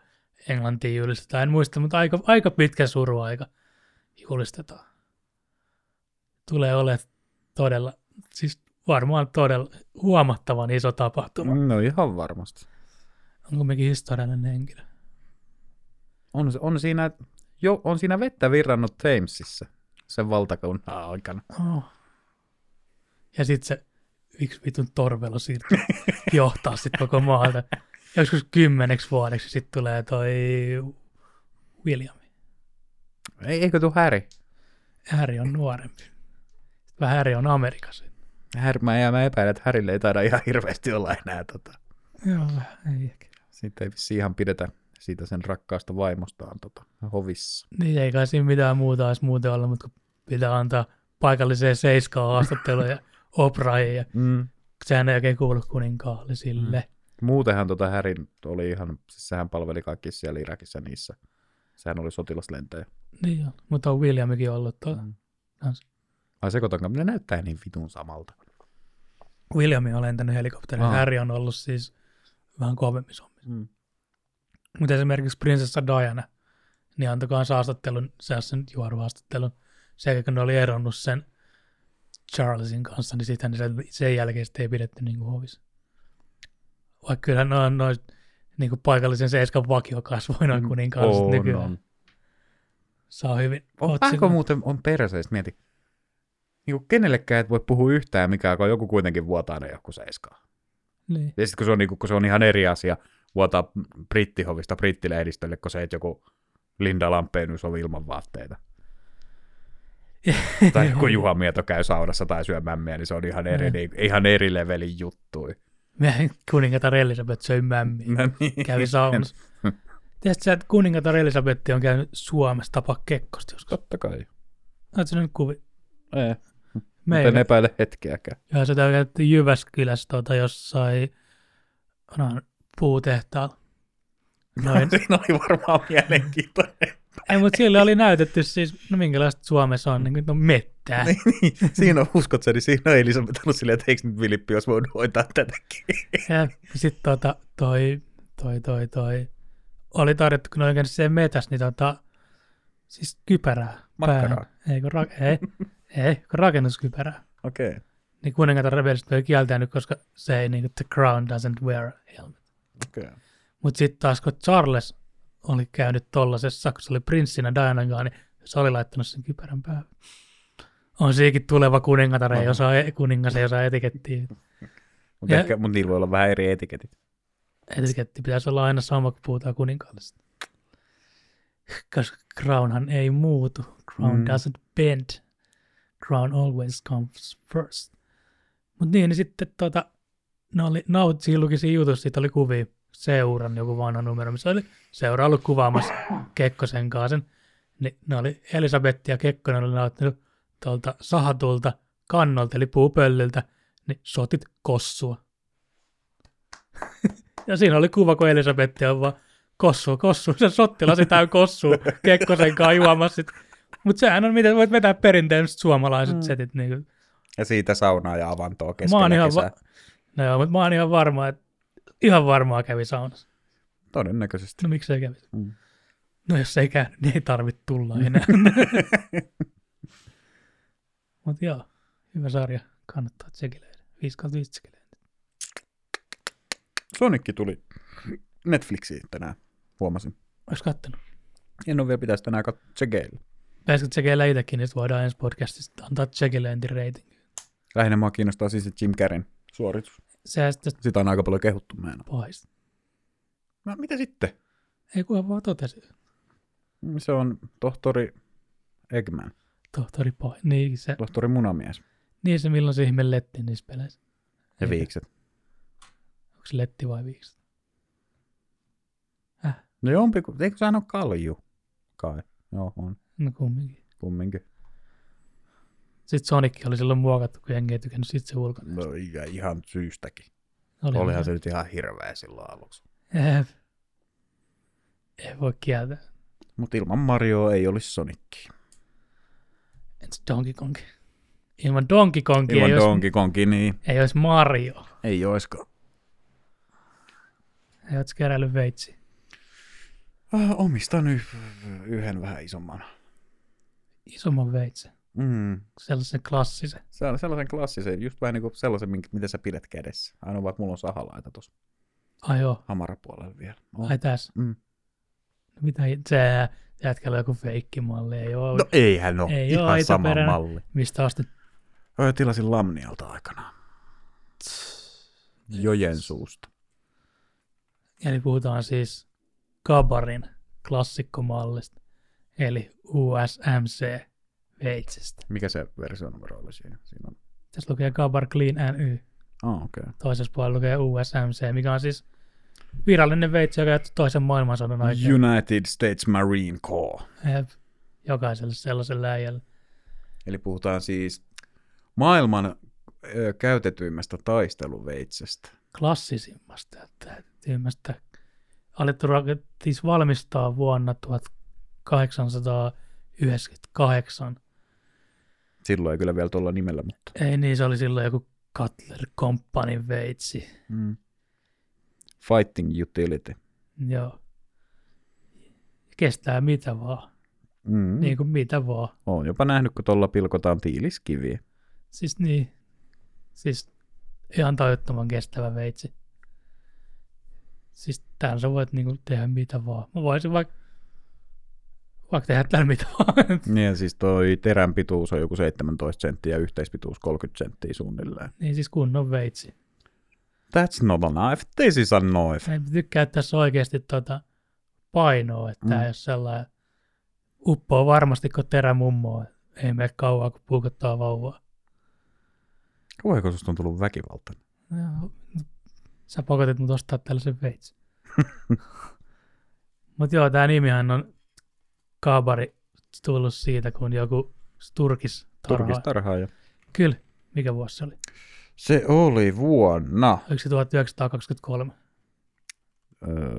Speaker 1: Englantiin julistetaan. En muista, mutta aika, aika pitkä suruaika julistetaan. Tulee olemaan todella, siis varmaan todella huomattavan iso tapahtuma. Mm.
Speaker 2: No ihan varmasti.
Speaker 1: On kumminkin historiallinen henkilö.
Speaker 2: On, se- on, siinä, jo, on siinä vettä virrannut Thamesissa sen valtakunnan aikana.
Speaker 1: Oh. Ja sitten se yksi vitun torvelo siirtyy [laughs] johtaa sitten koko maata. Joskus kymmeneksi vuodeksi sitten tulee toi William.
Speaker 2: Ei, eikö tuo Häri?
Speaker 1: Harry on nuorempi. Sitten Harry on Amerikassa.
Speaker 2: Häri, mä, ja mä epäilen, että Härille ei taida ihan hirveästi olla enää tota.
Speaker 1: Joo, ei ehkä.
Speaker 2: Siitä ei vissiin ihan pidetä siitä sen rakkaasta vaimostaan tota, hovissa.
Speaker 1: Niin ei kai siinä mitään muuta olisi muuten olla, mutta kun pitää antaa paikalliseen seiskaan haastatteluja [laughs] opraajia.
Speaker 2: Mm.
Speaker 1: Sehän ei oikein kuulu kuninkaallisille.
Speaker 2: Muutenhan tota Härin oli ihan, siis sehän palveli kaikki siellä Irakissa niissä. Sehän oli sotilaslentäjä.
Speaker 1: Mm. Niin joo, mutta on Williamikin ollut tuo.
Speaker 2: Mm.
Speaker 1: Kans.
Speaker 2: Ai se kotonkaan, ne näyttää niin vitun samalta.
Speaker 1: Williami on lentänyt helikopterilla.
Speaker 2: Aa.
Speaker 1: Harry on ollut siis vähän kovemmissa hommissa.
Speaker 2: Mm.
Speaker 1: Mutta esimerkiksi prinsessa Diana, niin antoi kanssa haastattelun, seassa nyt juoruhaastattelun, sekä kun ne oli eronnut sen Charlesin kanssa, niin sitten sen, sen jälkeen sitten ei pidetty niin kuin hovissa. Vaikka kyllähän ne on noin niin kuin paikallisen seiskan vakio kasvoi noin kuninkaalliset
Speaker 2: Mm. On,
Speaker 1: nykyään.
Speaker 2: on.
Speaker 1: Saa hyvin
Speaker 2: On
Speaker 1: otsikon.
Speaker 2: pakko muuten on perseistä, mieti. Niin kuin kenellekään et voi puhua yhtään mikään, kun joku kuitenkin vuotaa aina joku seiskaa.
Speaker 1: Niin. [laughs]
Speaker 2: Ja sitten kun, se on niinku- kun se on ihan eri asia vuotaa brittihovista brittilehdistölle, kun se, että joku Linda Lampeenys on ilman
Speaker 1: [laughs]
Speaker 2: vaatteita. tai joku Juha Mieto käy saunassa tai syö mämmiä, niin se on ihan eri,
Speaker 1: Mm.
Speaker 2: niin, ihan eri levelin juttui.
Speaker 1: Meidän kuningatar Elisabeth söi mämmiä.
Speaker 2: No niin. [laughs]
Speaker 1: kävi saunassa. Tiedätkö sä, että kuningatar Elisabetti on käynyt Suomessa tapaa Kekkosta joskus?
Speaker 2: Totta kai.
Speaker 1: Oletko sä nyt kuvi?
Speaker 2: Ei, en
Speaker 1: Meillä.
Speaker 2: epäile hetkeäkään.
Speaker 1: Ja se käytettiin Jyväskylässä tuota, jossain no, puutehtaalla.
Speaker 2: [laughs]
Speaker 1: Noin.
Speaker 2: Siinä oli varmaan mielenkiintoinen.
Speaker 1: [laughs] Ei, mutta siellä oli näytetty siis, no minkälaista Suomessa on, niin kuin, no mettää.
Speaker 2: Niin, niin. Siinä on, uskot sen, niin siinä on Elisabeth ollut silleen, että eikö nyt Vilippi olisi voinut hoitaa tätäkin. [laughs]
Speaker 1: Ja sitten tota, toi, toi, toi, toi, oli tarjottu, kun ne oli käynyt siellä metässä, niin tota, siis kypärää.
Speaker 2: Makkaraa.
Speaker 1: päähän. Ei, kun, ra- ei, ei, kun rakennuskypärää.
Speaker 2: Okei. Okay.
Speaker 1: niin kuningatar rebellistä oli kieltänyt, koska se ei niin kuin, the crown doesn't wear a helmet.
Speaker 2: Okay.
Speaker 1: Mutta sitten taas kun Charles oli käynyt tollasessa, kun se oli prinssinä Dianan kanssa, niin se oli laittanut sen kypärän päähän. On siikin tuleva kuningatar, ei
Speaker 2: Aha.
Speaker 1: osaa, e-, kuningas ei osaa etikettiä.
Speaker 2: Mutta
Speaker 1: Ja-
Speaker 2: ehkä, mut niillä voi olla vähän eri etiketit.
Speaker 1: Etiketti pitäisi olla aina sama, kun puhutaan kuninkaallisesta. Koska crownhan ei muutu. Crown
Speaker 2: Mm.
Speaker 1: mm. doesn't bend. Crown always comes first. Mutta niin, niin sitten tota, ne oli, naut, siinä luki siinä jutussa, siitä oli kuvia, seuran joku vanha numero, missä oli seura ollut kuvaamassa Kekkosen kanssa sen. Niin ne oli Elisabetti ja Kekkonen oli nauttinut tuolta sahatulta kannolta, eli puupöllyltä, niin sotit kossua. ja siinä oli kuva, kun Elisabetti on vaan kossu, kossu, se sottilasi täynnä kossua Kekkosen kanssa juomassa. Mutta sehän on, miten voit vetää perinteiset suomalaiset
Speaker 2: Mm.
Speaker 1: mm. setit. Niin kuin.
Speaker 2: Ja siitä saunaa ja avantoa
Speaker 1: Mä oon,
Speaker 2: keskellä
Speaker 1: ihan
Speaker 2: kesää.
Speaker 1: va- no joo, mut mä oon ihan varma, että ihan varmaa kävi saunassa.
Speaker 2: Todennäköisesti.
Speaker 1: No miksi se kävi?
Speaker 2: Mm.
Speaker 1: Mm. No jos ei käy, niin ei tarvitse tulla
Speaker 2: [laughs]
Speaker 1: enää. Mutta joo, hyvä sarja. Kannattaa tsekiläinen. 5 kautta 5 tsekiläinen.
Speaker 2: Sonicki tuli Netflixiin tänään, huomasin.
Speaker 1: Olis kattonut?
Speaker 2: En ole vielä pitäisi tänään katsoa tsekeillä.
Speaker 1: Pääsitkö tsekeillä itsekin, niin sit voidaan ensi podcastista antaa tsekilöinti rating.
Speaker 2: Lähinnä mua kiinnostaa siis se Jim Carreyn suoritus.
Speaker 1: Sehän sitten
Speaker 2: Sitä on aika paljon kehuttu meidän.
Speaker 1: pahis.
Speaker 2: No, mitä sitten?
Speaker 1: Ei kunhan vaan totesi.
Speaker 2: Mm, Se on tohtori Eggman,
Speaker 1: Tohtori pahis. Niin se,
Speaker 2: tohtori Munamies
Speaker 1: niin se milloin se ihme letti niissä peleissä.
Speaker 2: ja
Speaker 1: Ei.
Speaker 2: viikset.
Speaker 1: Onko se letti vai viiksi?
Speaker 2: No jompi, ku- eikö sehän ole kalju? Kai. Joo, on
Speaker 1: No kumminkin.
Speaker 2: kumminkin.
Speaker 1: Sitten Sonic oli silloin muokattu, kun jengi ei tykännyt sit se ulkona.
Speaker 2: No ja ihan syystäkin. Olihan se nyt ihan hirveä silloin aluksi.
Speaker 1: Ei, Eh, ei voi kieltää.
Speaker 2: Mutta ilman Marioa ei olisi Sonicki.
Speaker 1: Entäs Donkey Kong? Ilman Donkey Kongia
Speaker 2: Ilman
Speaker 1: ei, olisi,
Speaker 2: Donkey Kongi, niin
Speaker 1: ei olisi Mario.
Speaker 2: ei oiskaan.
Speaker 1: Ei olisi keräillyt veitsi.
Speaker 2: Äh, omistan y- yhden vähän isomman.
Speaker 1: Isomman veitsen.
Speaker 2: Mm.
Speaker 1: Sellaisen klassisen.
Speaker 2: Se on sellaisen klassisen, just vähän niin kuin sellaisen, minkä- mitä sä pidät kädessä. Ainoa vaan, että mulla on sahalaita tuossa
Speaker 1: Ai joo.
Speaker 2: hamarapuolella vielä. On.
Speaker 1: Ai tässä.
Speaker 2: Mm.
Speaker 1: No Mitä se jätkällä on joku feikkimalli. Ei ole.
Speaker 2: No eihän ole.
Speaker 1: Ei
Speaker 2: Ihan
Speaker 1: oo, ei
Speaker 2: sama
Speaker 1: taperänä.
Speaker 2: malli.
Speaker 1: Mistä asti?
Speaker 2: Öö, tilasin Lamnialta aikanaan. Jojensuusta.
Speaker 1: Eli puhutaan siis Gabarin klassikkomallista. Eli USMC veitsestä.
Speaker 2: Mikä se versionumero oli siinä? siinä on...
Speaker 1: Tässä lukee Gabar Clean NY.
Speaker 2: Ah, okei. Okay.
Speaker 1: toisessa puolella lukee USMC, mikä on siis virallinen veitsi, joka jätti toisen maailmansodan aikaan
Speaker 2: United States Marine Corps.
Speaker 1: Jep. jokaiselle sellaiselle äijälle.
Speaker 2: Eli puhutaan siis maailman ö, käytetyimmästä taisteluveitsestä.
Speaker 1: Klassisimmasta ja täytymmästä. Alettu rak- siis valmistaa vuonna 1898.
Speaker 2: Silloin ei kyllä vielä tuolla nimellä, mutta...
Speaker 1: Ei niin, se oli silloin joku Cutler Company veitsi.
Speaker 2: Mm. Fighting Utility.
Speaker 1: Joo. Kestää mitä vaan.
Speaker 2: Mm.
Speaker 1: Mm. Niin kuin mitä vaan.
Speaker 2: Olen jopa nähnyt, kun tuolla pilkotaan tiiliskiviä.
Speaker 1: Siis niin. Siis ihan tajuttoman kestävä veitsi. Siis tähän sä voit niinku tehdä mitä vaan. Mä voisin vaikka vaikka tehdä täällä mitä [laughs] vaan.
Speaker 2: Niin, ja siis toi terän pituus on joku 17 senttiä ja yhteispituus 30 senttiä suunnilleen.
Speaker 1: niin siis kunnon veitsi.
Speaker 2: That's not a knife, this is a knife.
Speaker 1: Mä en tykkää tässä oikeasti tota painoa, että tää
Speaker 2: Mm.
Speaker 1: ei ole sellainen uppoo varmasti, kun terä mummoa. Ei mene kauan, kun puukottaa vauvaa.
Speaker 2: Kauanko susta on tullut väkivaltainen?
Speaker 1: No, Sä pakotit mut ostaa tällaisen veitsi. [laughs] Mut joo, tää nimihän on kaabari tullut siitä, kun joku turkis tarhaa.
Speaker 2: Turkistarhaaja.
Speaker 1: Kyllä, mikä vuosi se oli?
Speaker 2: Se oli vuonna...
Speaker 1: Oliko se 1923?
Speaker 2: Öö,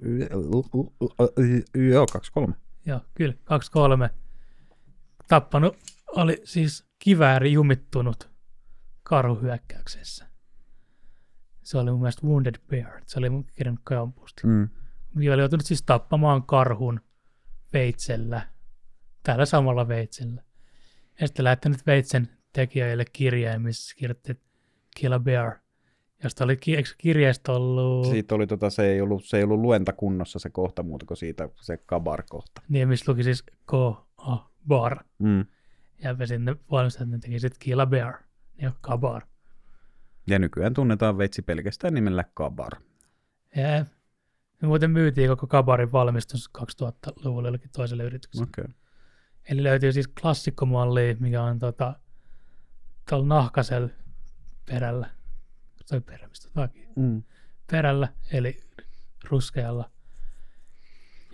Speaker 2: y- y- y- Joo, 23.
Speaker 1: Joo, kyllä, 23. Tappanut oli siis kivääri jumittunut karhuhyökkäyksessä. Se oli mun mielestä Wounded Bear. Se oli mun kirjannut kampusta.
Speaker 2: Mm.
Speaker 1: Mikä oli joutunut siis tappamaan karhun veitsellä, tällä samalla veitsellä. Ja sitten lähettänyt veitsen tekijöille kirjeen, missä kirjoitti että Kill a Bear, josta oli ki- eikö kirjeestä ollut, Siit.
Speaker 2: Siitä oli tota, se ei ollut, se ei ollut luenta kunnossa se kohta muuta kuin siitä se kabar-kohta.
Speaker 1: niin missä luki siis k a bar
Speaker 2: Mm.
Speaker 1: Ja sinne valmistajat ne teki sitten Kill a Bear, niin on kabar.
Speaker 2: Ja nykyään tunnetaan veitsi pelkästään nimellä kabar.
Speaker 1: Ja me muuten myytiin koko kabarin valmistus 2000-luvulla jollekin toiselle yritykselle.
Speaker 2: Okei. Okay.
Speaker 1: Eli löytyy siis klassikkomalli, mikä on tota, tuolla nahkasella perällä, tai perä, mistä takia,
Speaker 2: Mm.
Speaker 1: perällä, eli ruskealla.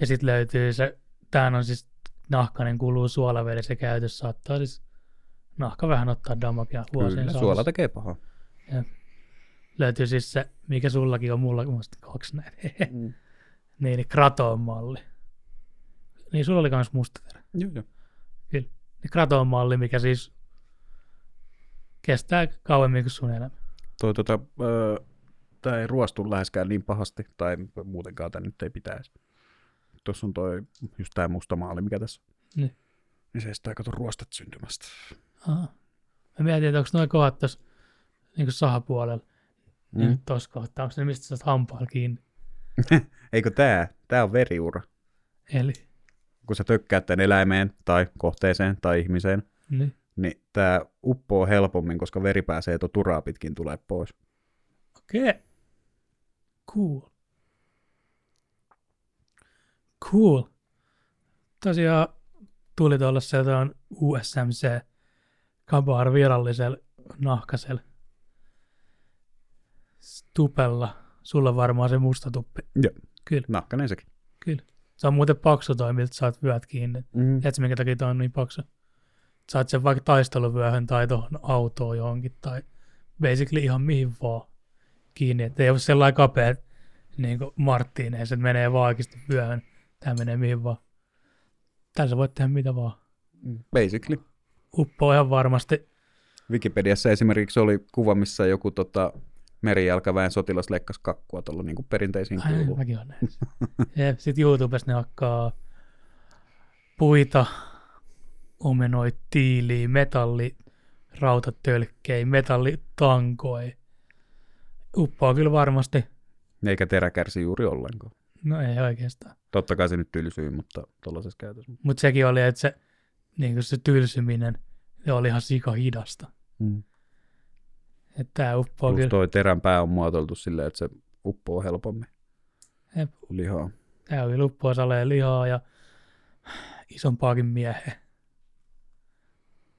Speaker 1: Ja sitten löytyy se, tämähän on siis nahkainen kuluu suolaveli, se käytös saattaa siis nahka vähän ottaa damakia vuosien
Speaker 2: Kyllä,
Speaker 1: saatossa.
Speaker 2: suola tekee pahaa.
Speaker 1: Löytyy siis se, mikä sullakin on, mulla on kaksi näin.
Speaker 2: Mm.
Speaker 1: [laughs] niin, eli kraton malli. Niin sulla oli myös musta terä.
Speaker 2: Joo, joo.
Speaker 1: niin Kraton malli, mikä siis kestää kauemmin kuin sun elämä.
Speaker 2: Toi, tota, öö, tämä ei ruostu läheskään niin pahasti, tai muutenkaan tämä nyt ei pitäisi. tuossa on toi, just tää musta maali, mikä tässä on.
Speaker 1: Niin.
Speaker 2: Niin se estää kato ruostet syntymästä.
Speaker 1: Aha. Mä mietin, että onko noin kohdat tuossa niin sahapuolella, mm.
Speaker 2: Mm.
Speaker 1: niin tuossa kohtaa, onko ne mistä sä saat hampaalla kiinni.
Speaker 2: Eikö tää? Tää on veriura.
Speaker 1: Eli,
Speaker 2: Kun sä tökkäät tämän eläimeen tai kohteeseen tai ihmiseen,
Speaker 1: niin.
Speaker 2: niin tää uppoo helpommin, koska veri pääsee tuo turaa pitkin tulee pois.
Speaker 1: Okei. Okay. Cool. Cool. Tosiaan tuli tuolla se on USMC Kabar virallisella nahkasel tupella. Sulla on varmaan se musta tuppi.
Speaker 2: Joo.
Speaker 1: Kyllä.
Speaker 2: Nahkanen sekin.
Speaker 1: Kyllä. Se on muuten paksu toi, miltä saat vyöt kiinni.
Speaker 2: Mm.
Speaker 1: Tiedätkö, minkä takia toi on niin paksu? Saat sen vaikka taisteluvyöhön tai tuohon autoon johonkin tai basically ihan mihin vaan kiinni. Että ei ole sellainen kapea niin kuin Marttiineen, että menee vaan oikeasti vyöhön. Tämä menee mihin vaan. Tällä sä voit tehdä mitä vaan.
Speaker 2: Basically.
Speaker 1: Uppoo ihan varmasti.
Speaker 2: Wikipediassa esimerkiksi oli kuva, missä joku tota, merijalkaväen sotilas leikkasi kakkua tuolla niin perinteisiin
Speaker 1: Ai,
Speaker 2: kuuluu.
Speaker 1: mäkin on näin. Jep, Sitten YouTubessa ne hakkaa puita, omenoi tiiliä, metalli, rautatölkkejä, metallitankoja. Uppoaa kyllä varmasti.
Speaker 2: Eikä terä kärsi juuri ollenkaan.
Speaker 1: No ei oikeastaan.
Speaker 2: Totta kai se nyt tylsyy, mutta tuollaisessa käytössä.
Speaker 1: Mutta sekin oli, että se, niin se tylsyminen se oli ihan sika hidasta.
Speaker 2: Mm.
Speaker 1: Että tää uppoaa
Speaker 2: Plus
Speaker 1: kyllä.
Speaker 2: toi terän pää on muotoiltu silleen, että se uppoo helpommin
Speaker 1: Jep.
Speaker 2: lihaa.
Speaker 1: Tää oli uppoa saleen lihaa ja isompaakin mieheen.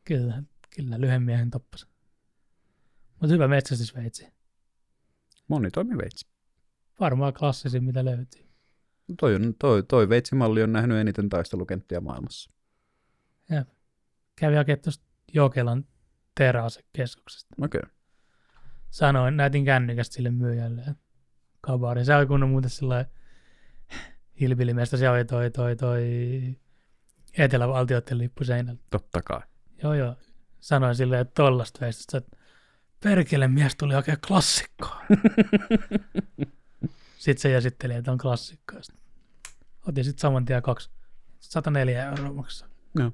Speaker 1: Kyllä, kyllä lyhyen miehen tappas. Mutta hyvä metsästysveitsi.
Speaker 2: Moni toimi veitsi.
Speaker 1: Varmaan klassisin, mitä löytyy.
Speaker 2: No Toi, on, toi, toi veitsimalli on nähnyt eniten taistelukenttiä maailmassa.
Speaker 1: Kävi hakemaan tuosta Jokelan teräasekeskuksesta.
Speaker 2: Okei. Okay.
Speaker 1: Sanoin, näytin kännykästä sille myyjälle. että Kabari. Se oli kunnon muuten sillä hilpilimestä. Se oli toi, toi, toi etelävaltioiden lippu seinällä.
Speaker 2: Totta kai.
Speaker 1: Joo, joo. Sanoin silleen, että tollasta veistöstä, että perkele mies tuli hakea klassikkoa. sitten se esitteli, että on klassikkoa. Sitten Otin sitten saman tien kaksi. 104 euroa maksaa.
Speaker 2: Joo.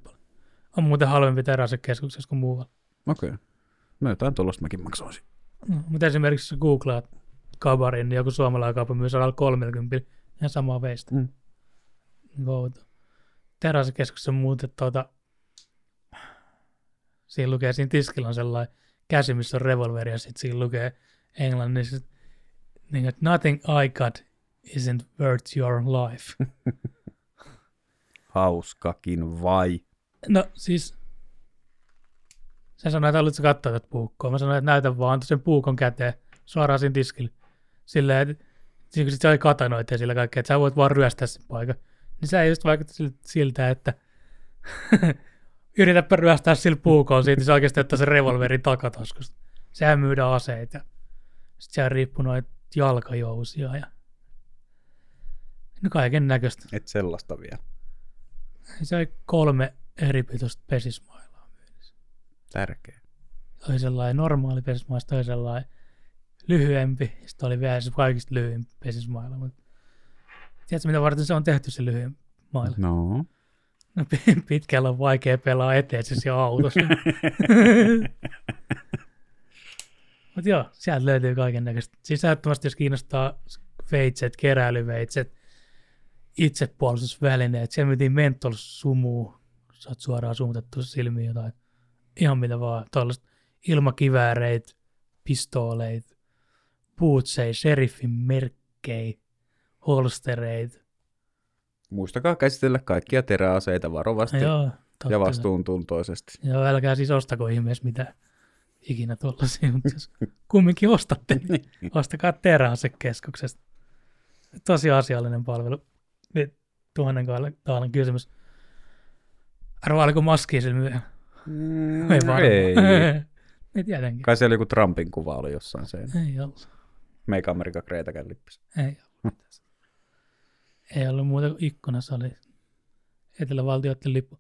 Speaker 1: On muuten halvempi teräsekeskuksessa kuin muualla.
Speaker 2: Okei. Okay. No jotain tuollaista mäkin maksoisin.
Speaker 1: No, mutta esimerkiksi jos googlaat kabarin, niin joku suomalainen kauppa myy 130 ihan samaa veistä.
Speaker 2: Mm.
Speaker 1: Voutu. Teräsekeskuksessa muuten tuota, siinä lukee, siinä tiskillä on sellainen käsi, missä on revolveri, ja sitten siinä lukee englanniksi, niin, että nothing I got isn't worth your life.
Speaker 2: Hauskakin vai?
Speaker 1: No siis, sä sanoit, että haluatko katsoa tätä puukkoa. Mä sanoin, että näytä vaan, antoi sen puukon käteen suoraan siinä tiskille. Sillä että siinä kun sit sä oli katanoita ja sillä kaikkea, että sä voit vaan ryöstää sen paikan. Niin sä ei just vaikuta sil- siltä, että [laughs] yritäpä ryöstää sillä puukolla siitä, niin se oikeasti ottaa sen revolverin takataskusta. Sehän myydään aseita. Sitten sehän riippuu noita jalkajousia ja no kaiken näköistä.
Speaker 2: Et sellaista vielä.
Speaker 1: Se oli kolme eri pituista pesismailaa.
Speaker 2: Tärkeä.
Speaker 1: oli sellainen normaali pesismailla, sitten oli sellainen lyhyempi, sitten oli vielä se kaikista lyhyin pesismailla. Mutta tiedätkö, mitä varten se on tehty se lyhyin mailla?
Speaker 2: No.
Speaker 1: No, pi- pitkällä on vaikea pelaa eteen siis jo autossa. Mutta joo, sieltä löytyy kaiken näköistä. Sisältömästi, jos kiinnostaa veitset, keräilyveitset, itsepuolustusvälineet, siellä myytiin mentolsumua, saat suoraan sumutettu silmiin jotain, ihan mitä vaan, tuollaiset ilmakivääreit, pistooleita, puutsei, sheriffin merkkejä, holstereita.
Speaker 2: Muistakaa käsitellä kaikkia teräaseita varovasti
Speaker 1: No joo, totta
Speaker 2: ja
Speaker 1: se.
Speaker 2: vastuuntuntoisesti.
Speaker 1: Joo, älkää siis ostako ihmeessä mitä ikinä tuollaisia, mutta jos kumminkin ostatte, niin ostakaa teräasekeskuksesta. Tosi asiallinen palvelu. Nyt Tuhannen taalan kysymys. Arvaa, oliko maski sillä myöhään?
Speaker 2: Mm,
Speaker 1: Ei varmaan. [laughs]
Speaker 2: ei.
Speaker 1: ei tietenkin.
Speaker 2: Kai siellä joku Trumpin kuva oli jossain sen.
Speaker 1: Ei ollut.
Speaker 2: Make America Great lippissä.
Speaker 1: Ei ollut. ei ollut muuta kuin ikkunassa oli etelävaltioiden lippu.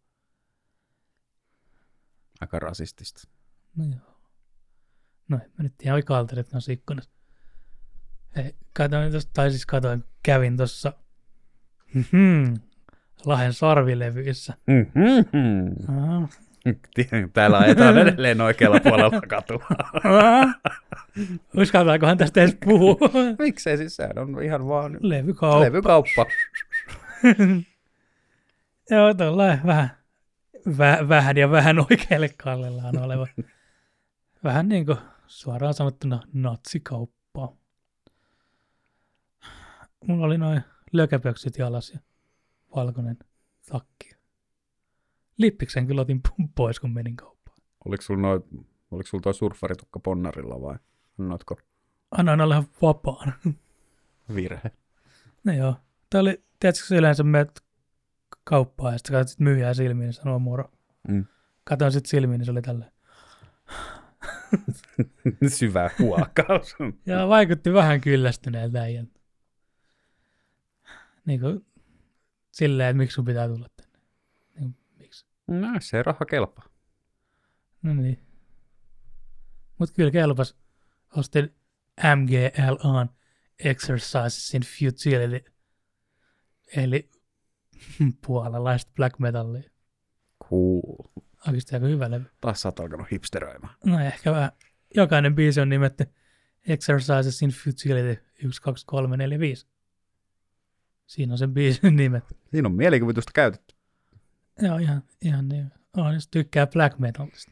Speaker 2: Aika rasistista.
Speaker 1: No joo. No en mä nyt tiedä, oli kalterit noissa ikkunassa. Hei, katoin tosta, tai siis katoin, kävin tuossa Mhm. Lahden sarvilevyissä.
Speaker 2: Mm-hmm.
Speaker 1: Aha.
Speaker 2: [laughs] Täällä
Speaker 1: [laughs]
Speaker 2: ajetaan edelleen oikealla puolella katua.
Speaker 1: Ah. Uskaltaakohan tästä edes puhua?
Speaker 2: [laughs] [laughs] Miksei siis sehän on ihan vaan
Speaker 1: Levykauppa.
Speaker 2: levykauppa.
Speaker 1: Joo, tuollainen vähän, vä, vähän ja vähän oikealle kallellaan oleva. vähän niin kuin suoraan sanottuna natsikauppa. Mulla oli noin lökäpöksyt jalas ja valkoinen takki. Lippiksen kyllä otin pu- pois, kun menin kauppaan.
Speaker 2: Oliko sulla noit, oliko sulla toi surffaritukka ponnarilla vai annoitko
Speaker 1: Annoin olla vapaan.
Speaker 2: [laughs] virhe?
Speaker 1: No joo. Tämä oli, tiedätkö, kun yleensä menet kauppaan ja sitten katsot myyjää silmiin ja sanoo moro.
Speaker 2: Mm.
Speaker 1: Katoin sitten silmiin, niin se oli tälleen.
Speaker 2: Syvä huokaus.
Speaker 1: Ja vaikutti vähän kyllästyneeltä äijän. Niin kuin silleen, että miksi sun pitää tulla tänne. Niin, miksi?
Speaker 2: [laughs] no, se raha kelpaa.
Speaker 1: No niin. Mut kyllä kelpas. Ostin MGL on Exercises in Futility. Eli [laughs] puolalaista black metallia.
Speaker 2: Cool.
Speaker 1: Oikeasti aika hyvä levy.
Speaker 2: Taas sä oot alkanut hipsteröimään.
Speaker 1: No ehkä vähän. Jokainen biisi on nimetty Exercises in Futility 1, 2, 3, 4, 5. Siinä on sen biisin [laughs] nimet.
Speaker 2: Siinä on mielikuvitusta käytetty.
Speaker 1: Joo, ihan, ihan niin. Oh, jos tykkää black metalista.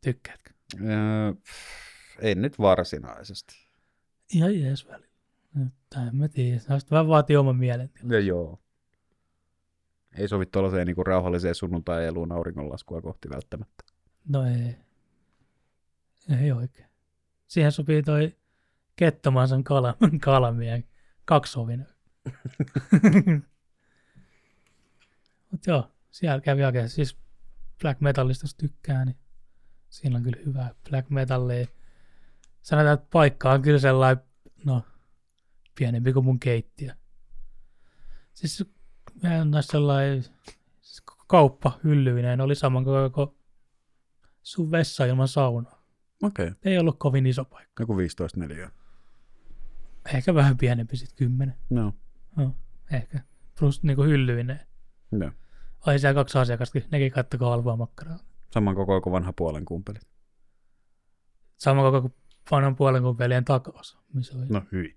Speaker 1: Tykkäätkö?
Speaker 2: Öö, pff, ei nyt varsinaisesti.
Speaker 1: Ihan jees välillä. Tai en mä tiedä. Se olisi vähän vaatii oman mielen.
Speaker 2: No joo. Ei sovi tuollaiseen niin rauhalliseen sunnuntai-eluun auringonlaskua kohti välttämättä.
Speaker 1: No ei. Ei oikein. Siihen sopii toi kettomansan kala, [laughs] kalamien kaksovinen. Mut joo, siellä kävi hakea. Siis black metallista jos tykkää, niin siinä on kyllä hyvää black metallia. Sanotaan, että paikka on kyllä sellainen, no, pienempi kuin mun keittiö. Siis mä en ole sellainen siis kauppa hyllyinen, oli saman kuin koko sun vessa ilman saunaa.
Speaker 2: Okei, okay.
Speaker 1: Ei ollut kovin iso paikka.
Speaker 2: joku 15 neliöä.
Speaker 1: Ehkä vähän pienempi sitten kymmenen.
Speaker 2: No.
Speaker 1: No, ehkä. Plus niinku hyllyinen.
Speaker 2: no.
Speaker 1: Ai siellä kaksi asiakastakin, nekin kattokaa halvaa makkaraa.
Speaker 2: Saman koko kuin vanha puolen kumpeli.
Speaker 1: Sama koko kuin vanhan puolen kuin pelien takaosa. Missä oli. No.
Speaker 2: No hyi.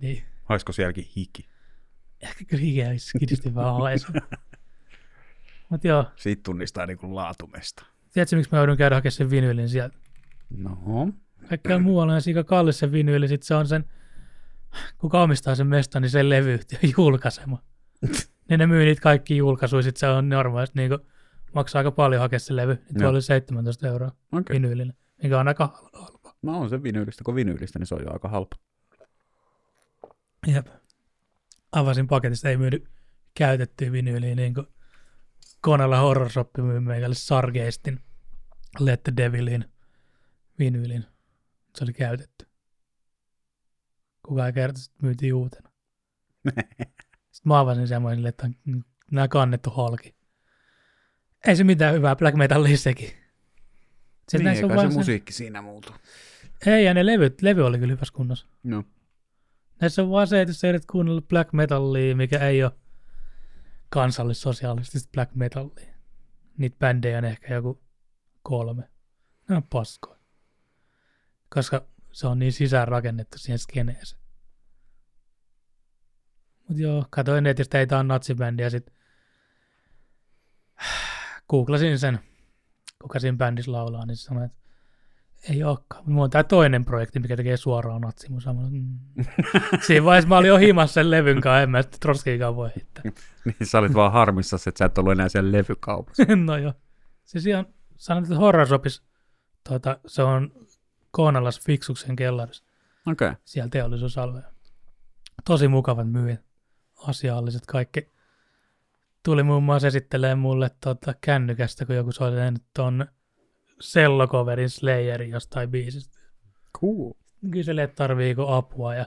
Speaker 1: Niin.
Speaker 2: Haisko sielläkin hiki?
Speaker 1: Ehkä kyllä ikään kidisti vähän haesu. Mut joo,
Speaker 2: Siitä tunnistaa niinku laatumesta.
Speaker 1: tiedätkö miksi mä joudun käydä hakemaan sen vinylin sieltä?
Speaker 2: No.
Speaker 1: Kaikkea muualla on sika kallis se vinyli, sit se on sen, kuka omistaa sen mestan, niin sen levyyhtiö [laughs] julkaisema. niin ne myy niitä kaikki julkaisuja, sit se on normaalisti niin maksaa aika paljon hakea se levy. Nyt
Speaker 2: Joo.
Speaker 1: oli 17 euroa
Speaker 2: Okei. Okay.
Speaker 1: vinyylinä, mikä on aika hal- halpa.
Speaker 2: No on se vinyylistä, kun vinyylistä, niin se on jo aika halpa.
Speaker 1: Jep. Avasin paketista, ei myydy käytettyä vinyyliä, niin kuin Konalla Horror Shop myy meikälle Sargeistin Let the Devilin vinyylin. Se oli käytetty. Kuka ei kerta, että myytiin uutena. Sitten mä avasin semmoisen, että nämä kannettu halki. Ei se mitään hyvää black metallia sekin. Sitten näissä on vaan
Speaker 2: Niin, musiikki siinä muutu.
Speaker 1: Ei, ja ne levyt, levy oli kyllä hyvässä kunnossa.
Speaker 2: No.
Speaker 1: Näissä on vaan se, että jos sä yrität kuunnella black metallia, mikä ei ole kansallissosialistista black metallia. Niitä bändejä on ehkä joku kolme. Ne on paskoja. Koska se on niin sisäänrakennettu siihen skeneeseen. Mut joo, katsoin netistä, ei tää on natsibändi ja sit googlasin sen, kuka siinä bändissä laulaa, niin se sanoi, että ei olekaan. Mulla on tää toinen projekti, mikä tekee suoraan natsimusaa. Mä olin, mm. Siinä vaiheessa mä olin jo himassa sen levyn kanssa, en mä sitten troskiikaan voi heittää.
Speaker 2: [laughs] Niin sä olit vaan harmissa, että sä et ollut enää siellä levykaupassa.
Speaker 1: [laughs] no joo. Siis ihan sanotaan, että Horror Shopis, tuota, se on Koonalas Fiksuksen kellarissa,
Speaker 2: Okei. Okay.
Speaker 1: siellä teollisuusalueella. Tosi mukavat myyjät, asialliset kaikki. Tuli muun muassa esittelemään mulle tuota, kännykästä, kun joku soi tehnyt ton sellokoverin Slayerin jostain biisistä.
Speaker 2: Cool.
Speaker 1: kyseli, että tarviiko apua ja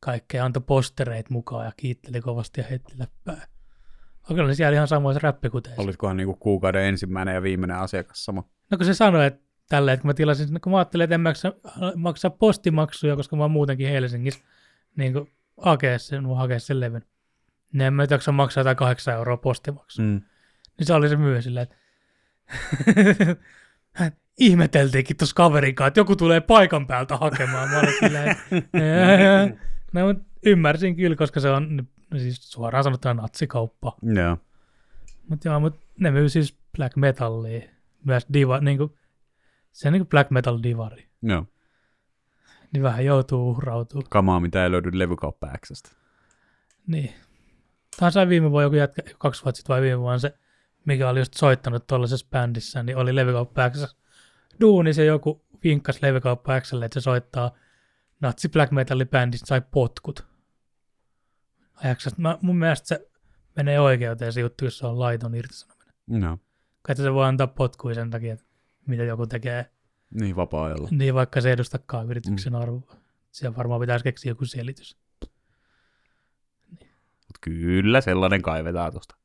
Speaker 1: kaikkea, antoi postereit mukaan ja kiitteli kovasti ja heitti läppää. Onko ne siellä ihan samoissa räppikuteissa?
Speaker 2: Olitkohan niinku kuukauden ensimmäinen ja viimeinen asiakas sama?
Speaker 1: No kun se sanoi, että tällä, että kun mä tilasin, sen, kun mä ajattelin, että en maksa, maksa postimaksuja, koska mä oon muutenkin Helsingissä, niin kuin hakea sen, mun hakea sen levyn. Ne en mä tiedä, onko maksaa jotain kahdeksan euroa postimaksu. Mm.
Speaker 2: Mm.
Speaker 1: Niin se oli se myö sillä, että [laughs] hän ihmeteltiinkin tuossa kaverin kanssa, että joku tulee paikan päältä hakemaan. Mä olin sillä, että, no, mut ymmärsin kyllä, koska se on no siis suoraan sanottuna natsikauppa.
Speaker 2: Joo.
Speaker 1: Mutta joo, mut ne myy siis black metallia. Myös diva, niinku, se on niinku black metal divari.
Speaker 2: Joo.
Speaker 1: Niin vähän joutuu uhrautuu.
Speaker 2: Kamaa, mitä ei löydy levykauppa Xstä.
Speaker 1: Niin. Tähän sai viime vuonna joku jätkä, kaksi vuotta sitten vai viime vuonna se, mikä oli just soittanut tuollaisessa bändissä, niin oli levykauppa X. Duuni se joku vinkkasi levykauppa Xlle, että se soittaa natsi black metal bändistä sai potkut. Ajaksas, mä, mun mielestä se menee oikeuteen se juttu, jos se on laiton irtisanominen.
Speaker 2: No.
Speaker 1: Kai se voi antaa potkuja sen takia, että mitä joku tekee.
Speaker 2: Niin vapaa-ajalla.
Speaker 1: Niin, vaikka se ei edustakaan yrityksen mm. arvoa. Siellä varmaan pitäisi keksiä joku selitys.
Speaker 2: Mut kyllä sellainen kaivetaan tosta.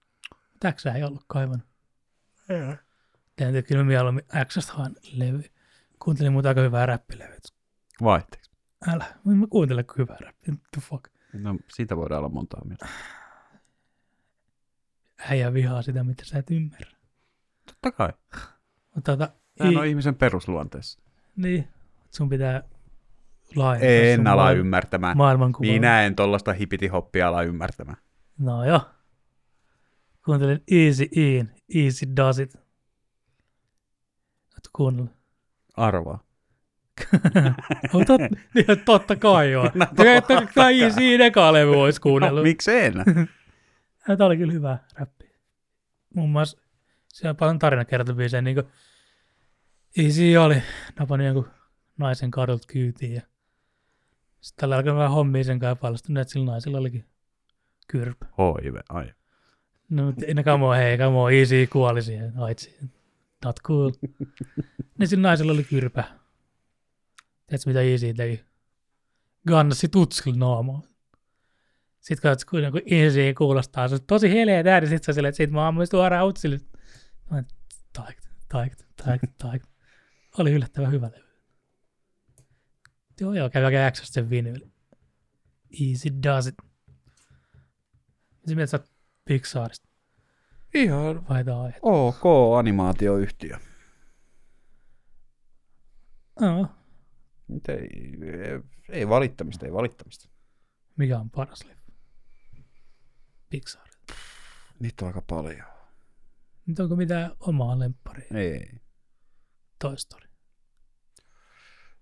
Speaker 1: Täksä ei ollut kaivannut. Tehän tykkää kyllä mieluummin X-stä haen levy. Kuuntelin muuta aika hyvää räppilevyä.
Speaker 2: Vaihteeksi.
Speaker 1: Älä, en mä kuuntele kuin hyvää räppiä. What The fuck.
Speaker 2: No, siitä voidaan olla montaa mieltä.
Speaker 1: Äijä vihaa sitä, mitä sä et ymmärrä.
Speaker 2: Totta kai.
Speaker 1: Mutta tota,
Speaker 2: Näin
Speaker 1: i-
Speaker 2: on ihmisen perusluonteessa.
Speaker 1: niin, sun pitää laajentaa
Speaker 2: En
Speaker 1: sun
Speaker 2: ala
Speaker 1: maailma-
Speaker 2: ymmärtämään.
Speaker 1: maailmankuvaa.
Speaker 2: Minä en tollasta hipitihoppia ala ymmärtämään.
Speaker 1: No joo. Kuuntelin Easy In, Easy Does It. Oletko kuunnellut?
Speaker 2: [laughs] Arvaa.
Speaker 1: Oh, tot, niin, totta kai joo.
Speaker 2: No,
Speaker 1: No,
Speaker 2: totta
Speaker 1: totta kai. Siinä eka levy olisi
Speaker 2: No,
Speaker 1: kuunnellut.
Speaker 2: miksi [laughs] en?
Speaker 1: No, Tämä oli kyllä hyvä räppi. Muun muassa siellä on paljon tarinakertobiisejä. Niin kuin Easy oli napannut jonkun naisen kadulta kyytiin. Ja sitten tällä alkoi vähän hommia sen kanssa paljastunut, että sillä naisella olikin kyrpä.
Speaker 2: HIV, ai.
Speaker 1: No, mutta ei ne kamo, hei, kamo, easy, kuoli siihen, aitsi. Not cool. niin sillä naisella oli kyrpä. Tiedätkö, mitä easy teki? Gannasi tutskilla naamaa. Sitten katsot, kun joku easy kuulostaa, se on tosi heleä ääni, sit se on silleen, että sit mä ammuin suoraan utsille. Mä oon, taik, taik, taik, taik. Oli yllättävän hyvä levy. Joo, joo, kävi oikein X sen vinyyli. Easy does it. Mitä mieltä sä oot Pixarista?
Speaker 2: Ihan
Speaker 1: vai tai.
Speaker 2: OK animaatioyhtiö.
Speaker 1: No,
Speaker 2: Nyt Ei, ei, ei valittamista, ei valittamista.
Speaker 1: mikä on paras leffa? Pixar.
Speaker 2: Niitä on aika paljon.
Speaker 1: Nyt onko mitään omaa lempparia?
Speaker 2: Ei.
Speaker 1: Toy Story.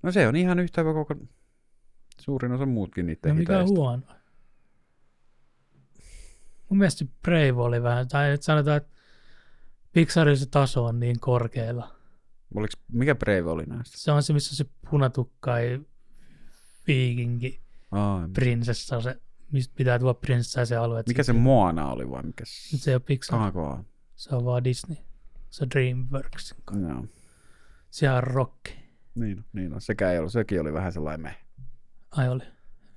Speaker 2: No se on ihan yhtä hyvä koko suurin osa muutkin niitä
Speaker 1: No, mikä on huono? Mun mielestä se Brave oli vähän, tai nyt sanotaan, että Pixarin se taso on niin korkealla.
Speaker 2: Oliks, mikä Brave oli näistä?
Speaker 1: Se on se, missä se punatukkai viikinki
Speaker 2: Aa,
Speaker 1: prinsessa, on se, mistä pitää tuoda prinsessa ja se alue. että
Speaker 2: mikä se Moana oli vai mikä?
Speaker 1: se- Se ei ole Pixar,
Speaker 2: Ah, kova.
Speaker 1: se on vaan Disney. Se on DreamWorks.
Speaker 2: Joo.
Speaker 1: Siellä on Rocky.
Speaker 2: Niin, on, niin on. Sekä ei ollut, sekin oli vähän sellainen meh.
Speaker 1: Ai oli.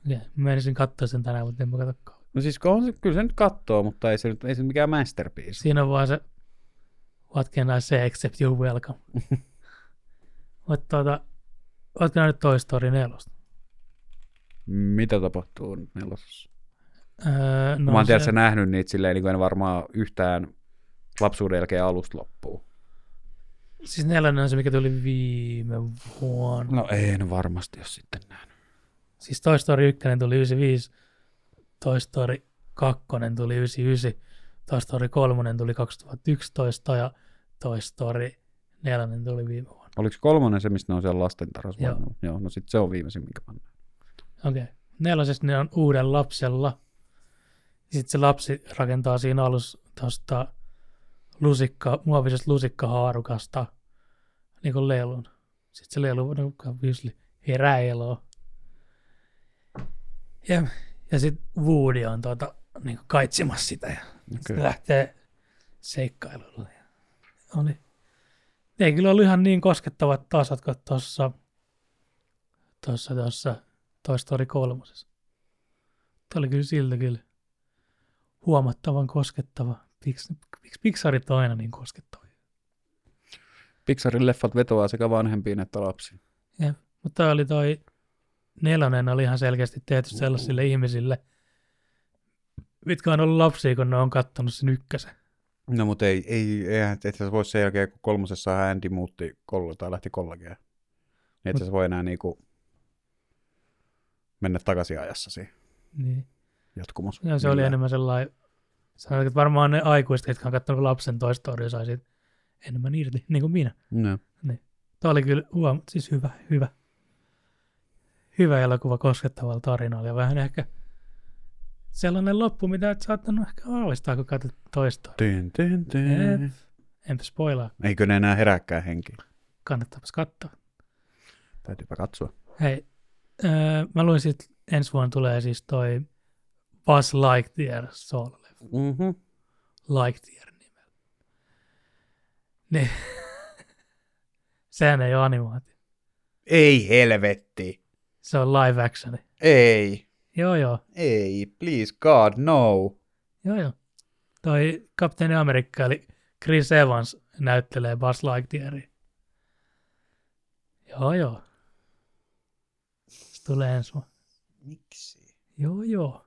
Speaker 1: Okei, okay. mä menisin katsoa sen tänään, mutta en mä katsokaan.
Speaker 2: No siis kun on se, kyllä se nyt kattoo, mutta ei se nyt ei se mikään masterpiece.
Speaker 1: Siinä on vaan se What can I say except you're
Speaker 2: [laughs]
Speaker 1: welcome. mutta tuota, ootko nähnyt Toy Story 4?
Speaker 2: Mitä tapahtuu nelosessa?
Speaker 1: Öö,
Speaker 2: No, mä oon
Speaker 1: se-
Speaker 2: tiedätkö nähnyt niitä silleen, niin kuin en varmaan yhtään lapsuuden jälkeen alusta loppuun.
Speaker 1: Siis neljännen on se, mikä tuli viime vuonna.
Speaker 2: No ei, no varmasti jos sitten nähnyt.
Speaker 1: Siis Toy Story 1 tuli 95, Toy Story 2 tuli 99, Toy Story 3 tuli 2011 ja Toy Story 4 tuli viime vuonna.
Speaker 2: Oliko kolmonen se, mistä ne on siellä lastentarhassa?
Speaker 1: Joo.
Speaker 2: Joo. Joo. no sitten se on viimeisin, minkä mä oon nähnyt.
Speaker 1: Okei. Okay. Nelosessa ne on uuden lapsella. Sitten se lapsi rakentaa siinä alussa tuosta lusikka, muovisesta lusikkahaarukasta niin kuin leilun. Sitten se leilu no, obviously, herää eloon. Ja, ja sitten Woody on tuota, niin kuin kaitsimassa sitä ja sitten
Speaker 2: Okei.
Speaker 1: lähtee seikkailulle. Oli. Ei kyllä ollut ihan niin koskettavat tasot kuin tuossa tuossa, tuossa Toy Story kolmosessa. Tämä oli kyllä siltä kyllä huomattavan koskettava. Miksi miksi Pixarit on aina niin koskettavia?
Speaker 2: Pixarin leffat vetoaa sekä vanhempiin että lapsiin.
Speaker 1: Ja, mutta toi oli toi nelonen oli ihan selkeästi tehty sellaisille ihmisille, mitkä on ollut lapsia, kun ne on kattonut sen ykkösen.
Speaker 2: No mutta ei, ei, ei et sä voi sen jälkeen, kun kolmosessa Andy muutti kolle tai lähti kollegeen. Niin et sä voi enää niinku mennä takaisin ajassa siihen
Speaker 1: Niin.
Speaker 2: jatkumus.
Speaker 1: Ja se oli enemmän sellainen, sanotaan, että varmaan ne aikuiset, jotka on katsonut lapsen Toy Storya, sai siitä enemmän irti, niin kuin minä.
Speaker 2: No.
Speaker 1: Tämä oli kyllä huom... siis hyvä, hyvä. Hyvä elokuva koskettavalla tarinalla ja vähän ehkä sellainen loppu, mitä et saattanut ehkä aavistaa, kun katsot toista.
Speaker 2: Tyn, tyn, tyn.
Speaker 1: Enpä spoilaa,
Speaker 2: Eikö ne enää herääkään henkiin?
Speaker 1: kannattaisi katsoa.
Speaker 2: Täytyypä katsoa.
Speaker 1: Hei, öö, mä luin sit, ensi vuonna tulee siis toi Buzz Lightyear solo
Speaker 2: Mm-hmm.
Speaker 1: Lightyear nimellä. Niin. [laughs] Sehän ei ole animaatio.
Speaker 2: Ei helvetti.
Speaker 1: Se on live actioni.
Speaker 2: Ei.
Speaker 1: Joo joo,
Speaker 2: Ei. Please God, no.
Speaker 1: joo joo. Toi Kapteeni Amerikka eli Chris Evans näyttelee Buzz Lightyearia. Joo joo. Se tulee ensi vuonna.
Speaker 2: Miksi?
Speaker 1: Joo joo.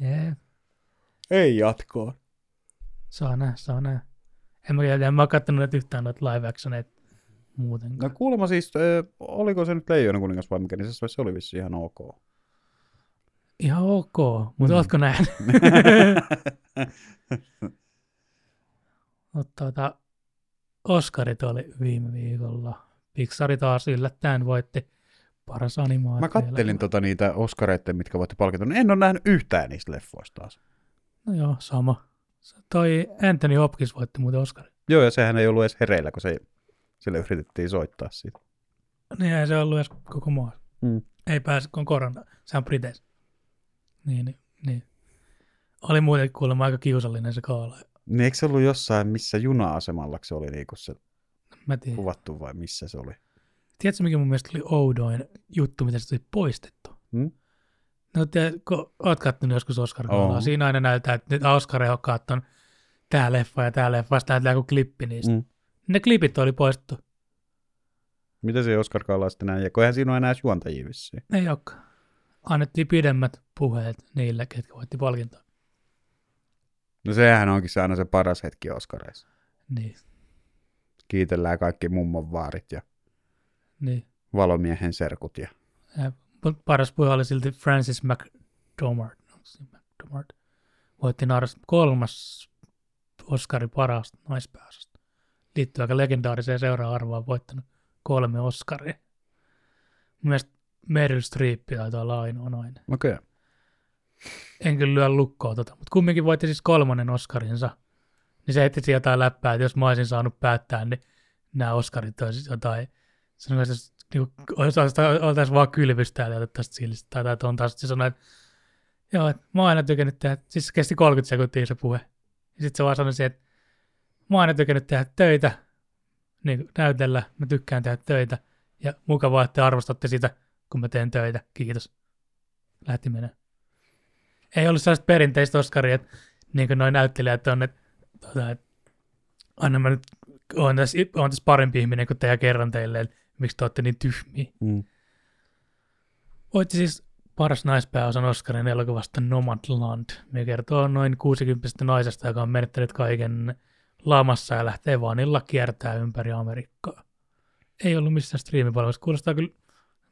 Speaker 1: Jee. Yeah.
Speaker 2: Ei jatkoa.
Speaker 1: Saa nähdä, saa nähdä. En mä, tiedä, en mä oo kattonut näitä yhtään noita live actioneita
Speaker 2: No
Speaker 1: muutenkaan. No.
Speaker 2: kuulemma siis, ö, oliko se nyt Leijonan kuningas vai mikä, niin se, se oli vissi ihan ok.
Speaker 1: Ihan ok, mutta
Speaker 2: Mm.
Speaker 1: mm. ootko nähnyt? Mutta tuota, Oscarit oli viime viikolla. Pixar taas yllättäen voitti paras animaatio.
Speaker 2: Mä kattelin tota niitä oskareitten, mitkä voitte palkita. No En ole nähnyt yhtään niistä leffoista taas.
Speaker 1: No joo, sama. Se- Toi Anthony Hopkins voitti muuten Oscarin.
Speaker 2: Joo, ja sehän ei ollut edes hereillä, kun se, sille yritettiin soittaa siitä.
Speaker 1: Niin ei se ollut edes koko maa.
Speaker 2: Mm.
Speaker 1: Ei pääse, kun on korona. Se on Briteissä. Niin, niin, niin. Oli muuten kuulemma aika kiusallinen se kaala.
Speaker 2: Niin eikö se ollut jossain, missä juna-asemalla se oli niinku se
Speaker 1: Mä tiedän.
Speaker 2: kuvattu vai missä se oli?
Speaker 1: Tiedätkö, mikä mun mielestä oli oudoin juttu, mitä se tuli poistettu?
Speaker 2: Hmm?
Speaker 1: No, te, kun oot kattonut joskus oscar
Speaker 2: Oon.
Speaker 1: siinä aina näyttää, että nyt oscar ehokkaat on tää leffa ja tää leffa, sitten näytetään joku klippi niistä.
Speaker 2: Mm.
Speaker 1: Ne klipit oli poistettu.
Speaker 2: Mitä se Oscar Kaala sitten näin? Ja kun eihän siinä ole enää edes juontajia vissiin.
Speaker 1: Ei olekaan. Annettiin pidemmät puheet niille, ketkä voitti palkintoa.
Speaker 2: No sehän onkin se aina se paras hetki Oscareissa.
Speaker 1: Niin,
Speaker 2: Kiitellään kaikki mummon vaarit ja
Speaker 1: niin.
Speaker 2: valomiehen serkut ja
Speaker 1: Mut paras puhe oli silti Francis McDormand. Onks se McDormand? Voitti naaras kolmas Oscarin paras naispääosasta. Liittyy aika legendaariseen seura-arvoon voittanut kolme Oscaria. Mun mielestä Meryl Streep taitaa olla ainoa nainen.
Speaker 2: Okei. Okay.
Speaker 1: En kyllä lyö lukkoa tota, mutta kumminkin voitti siis kolmannen Oscarinsa. Niin se heitti siinä jotain läppää, että jos mä olisin saanut päättää, niin nämä Oscarit olisi jotain, sanotaan, että jos niinku, oltaisiin vaan kylvystä ja otettaisiin sillistä tai jotain tuon taas. Se sanoi, että joo, että mä oon aina tykännyt tehdä, siis se kesti 30 sekuntia se puhe. Ja sitten se vaan sanoi siihen, että mä oon aina tykännyt tehdä töitä, niin kuin näytellä, mä tykkään tehdä töitä. Ja mukavaa, että te arvostatte sitä, kun mä teen töitä. Kiitos. Lähti menemään ei ollut sellaista perinteistä Oscaria, että niin kuin noi näyttelijät on, että, tota, että anna mä nyt, on tässä, on tässä parempi ihminen kuin te ja kerran teille, että miksi te olette niin tyhmiä.
Speaker 2: Mm.
Speaker 1: Voitti siis paras naispääosan Oscarin elokuvasta Nomadland, mikä kertoo noin 60 naisesta, joka on menettänyt kaiken lamassa ja lähtee vanilla kiertää ympäri Amerikkaa. Ei ollut missään striimipalvelussa. Kuulostaa kyllä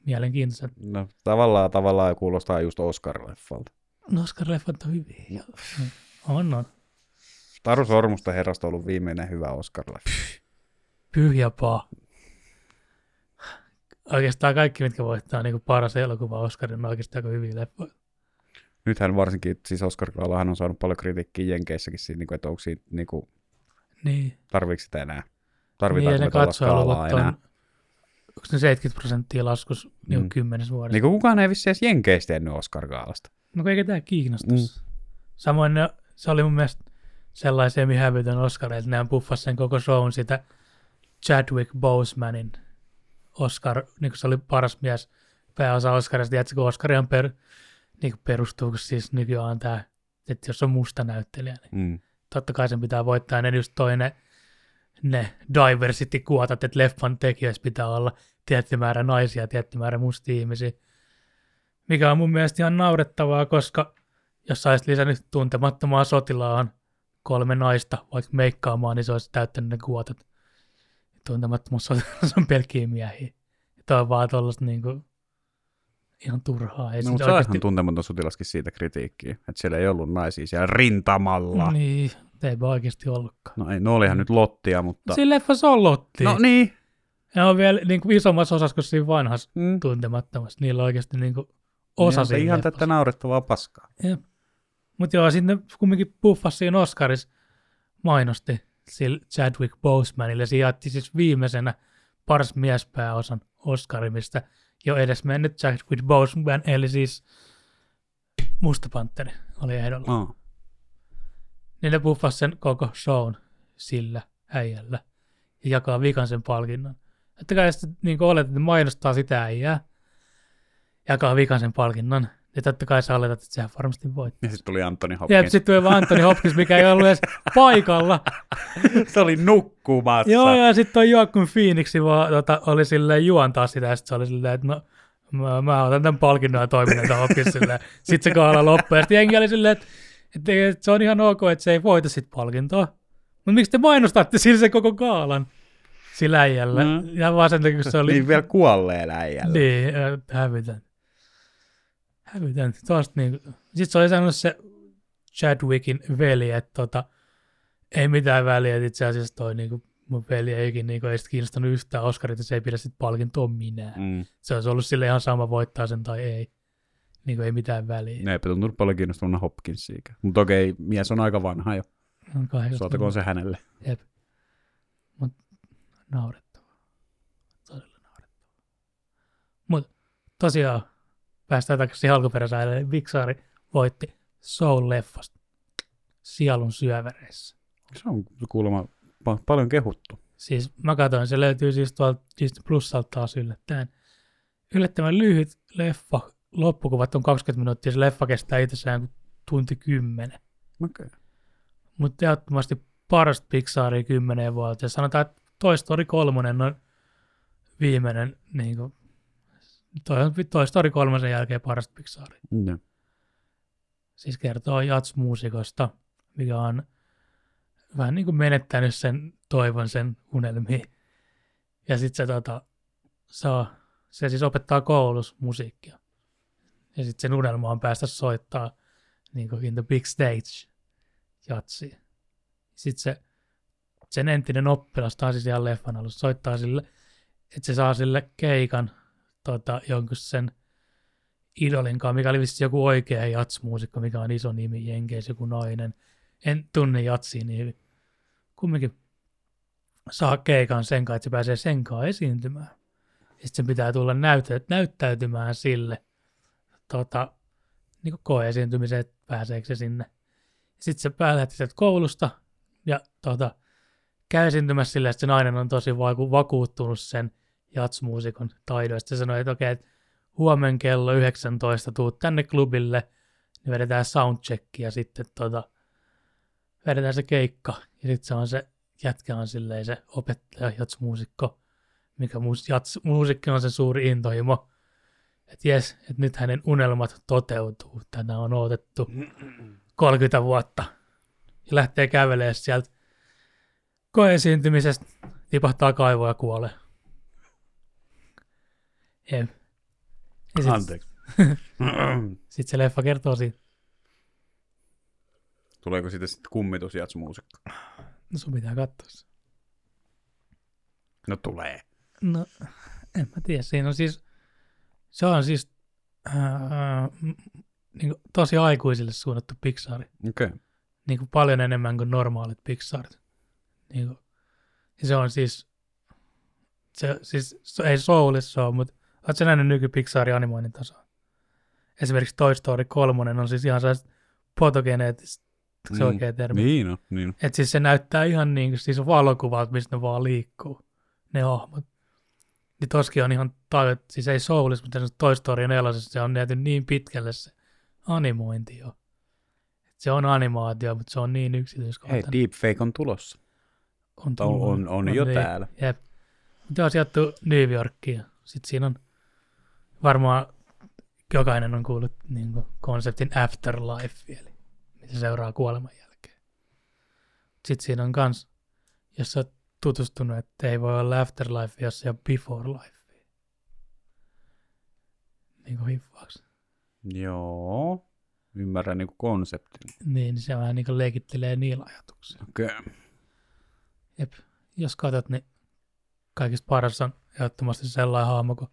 Speaker 1: mielenkiintoiselta.
Speaker 2: No tavallaan, tavallaan kuulostaa just Oscar-leffalta.
Speaker 1: No Oscar-leffat on hyviä. ja- On, on.
Speaker 2: Taru Sormusta herrasta on ollut viimeinen hyvä Oscar-leffa.
Speaker 1: Pyhiä paa. Oikeastaan kaikki, mitkä voittaa niin kuin paras elokuva Oscarin, on oikeastaan aika hyviä leffoja.
Speaker 2: Nythän varsinkin, siis Oscar Kaalahan on saanut paljon kritiikkiä Jenkeissäkin siitä, niinku, että onko siitä, niinku,
Speaker 1: Niin.
Speaker 2: tarviiko sitä enää?
Speaker 1: niin, ja
Speaker 2: Tarvitaanko
Speaker 1: ne
Speaker 2: me tuolla skaalaa
Speaker 1: katsojaluvut on,
Speaker 2: enää? On...
Speaker 1: onko ne 70 prosenttia laskus niin
Speaker 2: Mm.
Speaker 1: mm. kymmenes vuodessa?
Speaker 2: Niinku kukaan ei vissi edes Jenkeistä ennen Oscar Kaalasta.
Speaker 1: No kun eikä tämä kiinnostaisi. Mm. Samoin ne, se oli mun mielestä sellaisia, mihin hävytön Oscar, että nehän puffasi sen koko shown sitä Chadwick Bosemanin Oscar, niin kuin se oli paras mies pääosa Oscarista. Tiedätkö, kun Oscarihan per, niin kuin perustuu, kun siis nykyään tämä, että jos on musta näyttelijä, niin
Speaker 2: Mm.
Speaker 1: totta kai sen pitää voittaa. Ja Ne just toi ne, ne diversity-kuotat, että leffan tekijöissä pitää olla tietty määrä naisia, tietty määrä mustia ihmisiä. Mikä on mun mielestä ihan naurettavaa, koska jos sä olisit lisännyt tuntemattomaan sotilaan kolme naista vaikka meikkaamaan, niin se olisi täyttänyt ne kuotat. Tuntemattomuus sotilas on pelkkiä miehiä. Tämä on vaan tuollaista niinku ihan turhaa. Ei
Speaker 2: No,
Speaker 1: sitä
Speaker 2: mutta oikeasti...
Speaker 1: oikeasti-
Speaker 2: tuntematon sotilaskin siitä kritiikkiä, että siellä ei ollut naisia siellä rintamalla. Niin.
Speaker 1: Niin, eipä oikeasti ollutkaan.
Speaker 2: No ei, no olihan nyt lottia, mutta...
Speaker 1: No, Siinä leffassa on Lotti.
Speaker 2: No niin.
Speaker 1: Ja on vielä niin kuin isommassa osassa kuin siinä vanhassa
Speaker 2: Mm.
Speaker 1: tuntemattomassa. Niillä on oikeasti niin kuin osa
Speaker 2: Niin,
Speaker 1: niin,
Speaker 2: mutta
Speaker 1: siinä
Speaker 2: ihan tätä naurettavaa paskaa.
Speaker 1: Mutta joo, sitten ne kumminkin puffasi siinä Oscarissa mainosti sillä Chadwick Bosemanille. Se jaetti siis viimeisenä paras miespääosan Oscari, mistä jo edes mennyt Chadwick Boseman, eli siis Mustapantteri oli ehdolla.
Speaker 2: Oh.
Speaker 1: Niin ne puffas sen koko shown sillä äijällä ja jakaa vikan sen palkinnon. Että kai sitten niin olet, että ne mainostaa sitä äijää, jakaa vikan sen palkinnon, niin totta kai sä oletat, että sehän varmasti voit.
Speaker 2: Ja sitten tuli Anthony
Speaker 1: Jep,
Speaker 2: Hopkins.
Speaker 1: sitten tuli vaan Anthony Hopkins, mikä ei ollut edes paikalla.
Speaker 2: se oli nukkumassa.
Speaker 1: Joo, ja sitten toi Joaquin Phoenix vaan, tota, oli silleen juontaa sitä, ja sitten se oli silleen, että no, mä, mä otan tämän palkinnon ja toiminnan [laughs] tähän Hopkinsille. Sitten se kaala loppui, ja sitten jengi oli silleen, että, että, että, se on ihan ok, että se ei voita sit palkintoa. Mutta miksi te mainostatte sillä sen koko kaalan? Sillä äijällä.
Speaker 2: Mm.
Speaker 1: Mm. Ja vaan sen takia, kun se oli...
Speaker 2: Niin vielä kuolleella äijällä. Niin.
Speaker 1: Niin, äh, hävytön. Hävytön. Tuosta niin. Sitten se oli sanonut se Chadwickin veli, että tota, ei mitään väliä, että itse asiassa toi niin kuin, mun veli ei ikinä niin ei sit kiinnostanut yhtään Oscarit, ja se ei pidä sit palkintoa minä. Mm.
Speaker 2: Mm.
Speaker 1: Se olisi ollut sille ihan sama voittaa sen tai ei. Niin kuin, ei mitään väliä.
Speaker 2: Ne eipä tuntunut paljon kiinnostavana Hopkinsiikä. Mutta okei, mies on aika vanha jo.
Speaker 1: On kahdeksan-
Speaker 2: Saatakoon se hänelle.
Speaker 1: Jep. Mut naurettavaa. Todella naurettavaa. Mut tosiaan päästään takaisin alkuperäiselle. Eli Vixari voitti Soul-leffasta Sielun syövereissä.
Speaker 2: Se on kuulemma pa- paljon kehuttu.
Speaker 1: Siis mä katsoin, se löytyy siis tuolta Disney Plusalta taas yllättäen. Yllättävän lyhyt leffa. Loppukuvat on 20 minuuttia, se leffa kestää itsessään kuin tunti kymmenen.
Speaker 2: Okei.
Speaker 1: mutta ehdottomasti parasta Pixaria kymmeneen vuotta. Ja sanotaan, että Toy Story 3 on viimeinen, niin kuin, toi on Toy Story 3 jälkeen parasta Pixaria.
Speaker 2: No.
Speaker 1: Siis kertoo jatsmuusikosta, mikä on vähän niin kuin menettänyt sen toivon sen unelmiin. Ja sitten se, tota, saa, se siis opettaa koulussa musiikkia. Ja sitten sen unelma on päästä soittaa niin kuin in the big stage jatsi. Sitten se, sen entinen oppilas, taas siis ihan leffan alussa, soittaa sille, että se saa sille keikan tota, jonkun sen idolinkaan, mikä oli vissi joku oikea jatsmuusikko, mikä on iso nimi Jenkeissä, joku nainen. En tunne jatsia niin hyvin. Kumminkin saa keikan sen kanssa, että se pääsee sen kanssa esiintymään. Sitten sen pitää tulla näytä, näyttäytymään sille tota, niin koe-esiintymiseen, että pääseekö se sinne. Sitten se päälähti sieltä koulusta ja tota, käy esiintymässä sille, että se nainen on tosi vaiku- vakuuttunut sen jatsmuusikon taidoista. Se sanoi, että okei, että huomen kello 19 tuut tänne klubille, niin vedetään soundcheck ja sitten tota, vedetään se keikka. Ja sitten se on se, jätkä on silleen se opettaja, jatsmuusikko, mikä muus, jats, muusikki on se suuri intohimo. Että jes, että nyt hänen unelmat toteutuu. Tätä on odotettu 30 vuotta. Ja lähtee kävelemään sieltä koeesiintymisestä, tipahtaa kaivoa ja kuolee. Jep. Ja sit-
Speaker 2: Anteeksi.
Speaker 1: [laughs] sitten se leffa kertoo siitä.
Speaker 2: Tuleeko siitä sitten kummitus jatsmuusikko?
Speaker 1: No sun pitää katsoa se.
Speaker 2: No tulee.
Speaker 1: No, en mä tiedä. Siinä on siis, se on siis ää, niin tosi aikuisille suunnattu Pixar.
Speaker 2: Okei. Okay.
Speaker 1: Niin kuin paljon enemmän kuin normaalit Pixarit. Niin kuin, ja se on siis, se, siis se, ei Soulissa ole, mutta oot sä nähnyt nyky Pixarin animoinnin tasoa? Esimerkiksi Toy Story 3 on siis ihan sellaiset fotogeneettistä, se mm. oikea termi.
Speaker 2: Niin on, niin on.
Speaker 1: Että siis se näyttää ihan niin kuin siis valokuvat, mistä ne vaan liikkuu, ne hahmot. Niin toskin on ihan tajut, siis ei Soulis, mutta se Toy Story 4, se on näyty niin pitkälle se animointi jo. Et se on animaatio, mutta se on niin
Speaker 2: Hei,
Speaker 1: yksityiskohtainen.
Speaker 2: deepfake on tulossa.
Speaker 1: on,
Speaker 2: On,
Speaker 1: tullut.
Speaker 2: on, on jo
Speaker 1: niin.
Speaker 2: täällä.
Speaker 1: Jep. Mutta on sijoittu New Yorkiin. Sitten siinä on varmaan jokainen on kuullut niin kuin, konseptin afterlife, eli mitä seuraa kuoleman jälkeen. Sitten siinä on kans, jos sä oot tutustunut, että ei voi olla afterlife, jos ei ole before life. Niin kuin hiffaaks.
Speaker 2: Joo. Ymmärrän niin konseptin.
Speaker 1: Niin, se vähän niin kuin leikittelee niillä ajatuksilla.
Speaker 2: Okei. Okay.
Speaker 1: Jep. Jos katsot, niin kaikista paras on ehdottomasti sellainen hahmo kuin,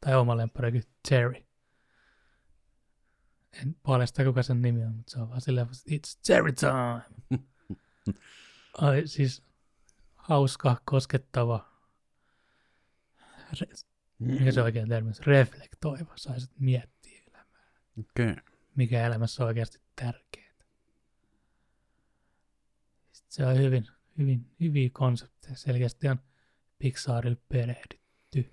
Speaker 1: tai oma lemppari kuin Terry. En paljasta kuka sen nimi on, mutta se on vaan silleen, että it's Terry time. Ai siis hauska, koskettava, re- mikä se oikein termi, on? reflektoiva, saisit miettiä elämää,
Speaker 2: Okei. Okay.
Speaker 1: mikä elämässä on oikeasti tärkeää. Sitten se on hyvin, hyvin, hyviä konsepteja, selkeästi on Pixarille perehdytty.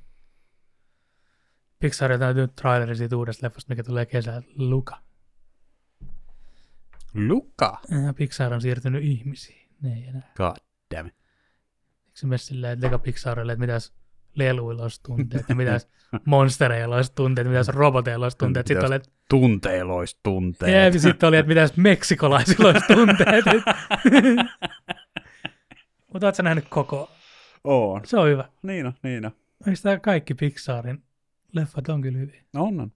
Speaker 1: Pixarilta on nyt traileri siitä uudesta leffasta, mikä tulee kesällä, Luka.
Speaker 2: Luka.
Speaker 1: Ja Äh, Pixar on siirtynyt ihmisiin, ne ei enää.
Speaker 2: God damn. it.
Speaker 1: Eikö se mene silleen, että Lego Pixarille, että mitäs leluilla olisi tunteet, ja mitäs monstereilla olisi tunteet, mitäs roboteilla olisi tunteet. Sitten
Speaker 2: Mitäs
Speaker 1: oli, että,
Speaker 2: Tunteilla olisi tunteet.
Speaker 1: jep, sitten oli, että mitäs meksikolaisilla olisi tunteet. Mutta ootko sä nähnyt koko?
Speaker 2: On.
Speaker 1: Se on hyvä.
Speaker 2: Niin on, niin on.
Speaker 1: Oikeastaan kaikki Pixarin leffat on kyllä hyviä.
Speaker 2: No on, on.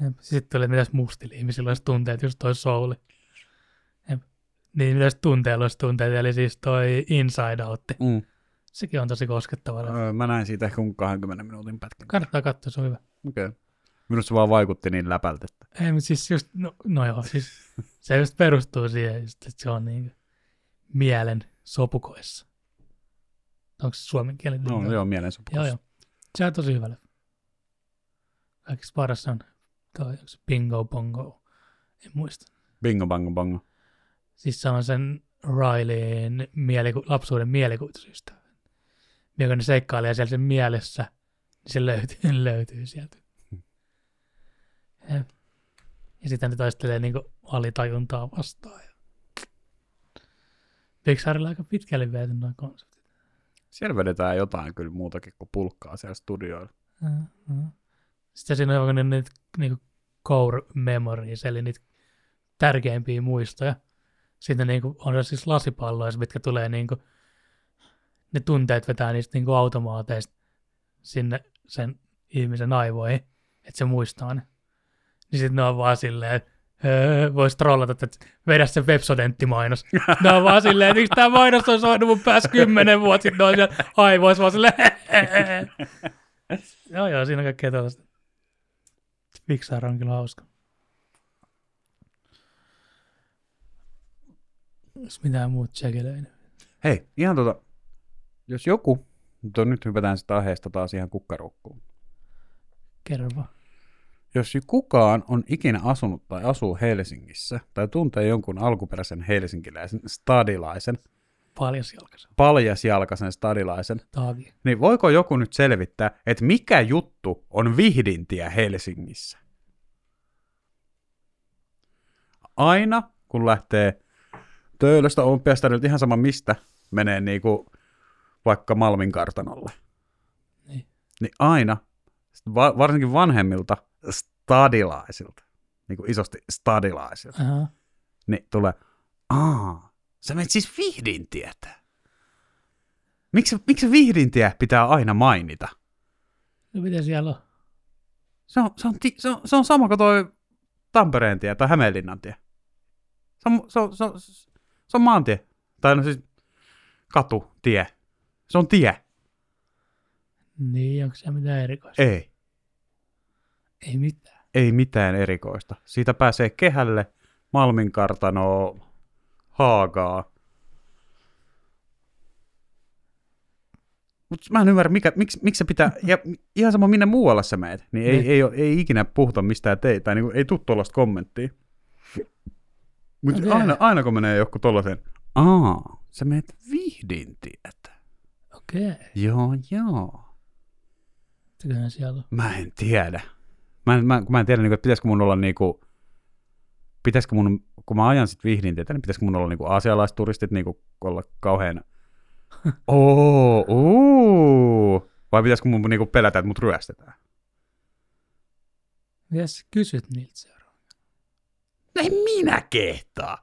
Speaker 1: Jep. Sitten tuli, että mitäs mustilla ihmisillä olisi tunteet, just toi souli. Jep. Niin, mitäs tunteilla olisi tunteet, eli siis toi Inside Out.
Speaker 2: Mm.
Speaker 1: Sekin on tosi koskettava. leffa.
Speaker 2: Öö, Mä näin siitä ehkä kun 20 minuutin pätkän.
Speaker 1: Kannattaa katsoa, se on hyvä.
Speaker 2: Okei. Okay. Minusta se vaan vaikutti niin läpältä, että
Speaker 1: Ei, mutta siis just, no, no joo, siis se just perustuu siihen, just, että se on niin mielen sopukoissa. Onko se suomen kielen?
Speaker 2: no, joo, mielen
Speaker 1: joo, joo. Se on tosi hyvä leffa. Kaikista paras on toi, onko se Bingo Bongo, en muista.
Speaker 2: Bingo bango bango.
Speaker 1: Siis se on sen Rileyn mieliku- lapsuuden mielikuvitusystävä. Ja kun ne seikkailee siellä sen mielessä, niin se löytyy, [laughs] löytyy sieltä. Ja, ja sitten ne taistelee niin alitajuntaa vastaan. Ja... Pixarilla aika pitkälle viety nuo konseptit.
Speaker 2: Siellä vedetään jotain kyllä muutakin kuin pulkkaa siellä studioilla.
Speaker 1: Mm, mm. Sitten siinä on aivan kun ne niitä niinku core memories, eli niitä tärkeimpiä muistoja. Sitten niinku, on se siis lasipalloissa, mitkä tulee niinku, ne tunteet vetää niistä niinku automaateista sinne sen ihmisen aivoihin, että se muistaa ne. Niin sitten ne on vaan silleen, öö, voisi trollata, että vedä se Vepsodenttimainos. Ne on vaan silleen, että miksi tämä mainos on soinut mun päässä kymmenen vuotta sitten, ne on siellä aivoissa vaan [laughs] silleen, Joo, joo, siinä on kaikkea tällaista. Pixar on kyllä hauska. Jos mitään muut tsekelöin.
Speaker 2: Hei, ihan tota, jos joku, mutta nyt hypätään sitä aiheesta taas ihan kukkarukkuun.
Speaker 1: Kerro vaan.
Speaker 2: Jos kukaan on ikinä asunut tai asuu Helsingissä tai tuntee jonkun alkuperäisen helsinkiläisen stadilaisen,
Speaker 1: Paljas jalkansa.
Speaker 2: paljasjalkaisen stadilaisen,
Speaker 1: Taavi.
Speaker 2: niin voiko joku nyt selvittää, että mikä juttu on vihdintiä Helsingissä? Aina, kun lähtee töölöstä olympiastadilta ihan sama mistä, menee niinku vaikka Malmin kartanolle.
Speaker 1: Niin.
Speaker 2: niin aina, va- varsinkin vanhemmilta stadilaisilta, niin kuin isosti stadilaisilta,
Speaker 1: Aha.
Speaker 2: niin tulee, aa, sä menet siis vihdintietä. Miksi, miksi vihdintiä pitää aina mainita?
Speaker 1: No mitä siellä on?
Speaker 2: Se on, se on, ti- se on, se on sama kuin toi Tampereen tie tai Hämeenlinnan tie. Se on, se on, se on, se on maantie. Tai no siis katu, tie. Se on tie.
Speaker 1: Niin, onko siellä mitään erikoista?
Speaker 2: Ei.
Speaker 1: Ei mitään.
Speaker 2: Ei mitään erikoista. Siitä pääsee kehälle, Malminkartanoa, Haagaa. Mutta mä en ymmärrä, mikä, miksi, miksi se pitää, ja ihan sama minne muualla sä meet, niin ei,
Speaker 1: Niin.
Speaker 2: ei, oo- ei ikinä puhuta mistään teitä, tai niinku, ei tuu tuollaista kommenttia. Mutta
Speaker 1: Okei.
Speaker 2: aina, aina kun menee joku tollaisen, aa, sä meet vihdin tietä.
Speaker 1: Okei. Okay.
Speaker 2: Joo, joo.
Speaker 1: Mitäköhän siellä on?
Speaker 2: Mä en tiedä. Mä en, mä, kun mä en tiedä, niin kuin, että pitäisikö mun olla niinku, pitäisikö mun, kun mä ajan sit vihdinteitä, niin pitäisikö mun olla niinku aasialaisturistit niinku olla kauhean, oo, uu, vai pitäisikö mun niinku pelätä, että mut ryöstetään?
Speaker 1: Mitä sä kysyt niiltä seuraavaksi?
Speaker 2: No En minä kehtaa.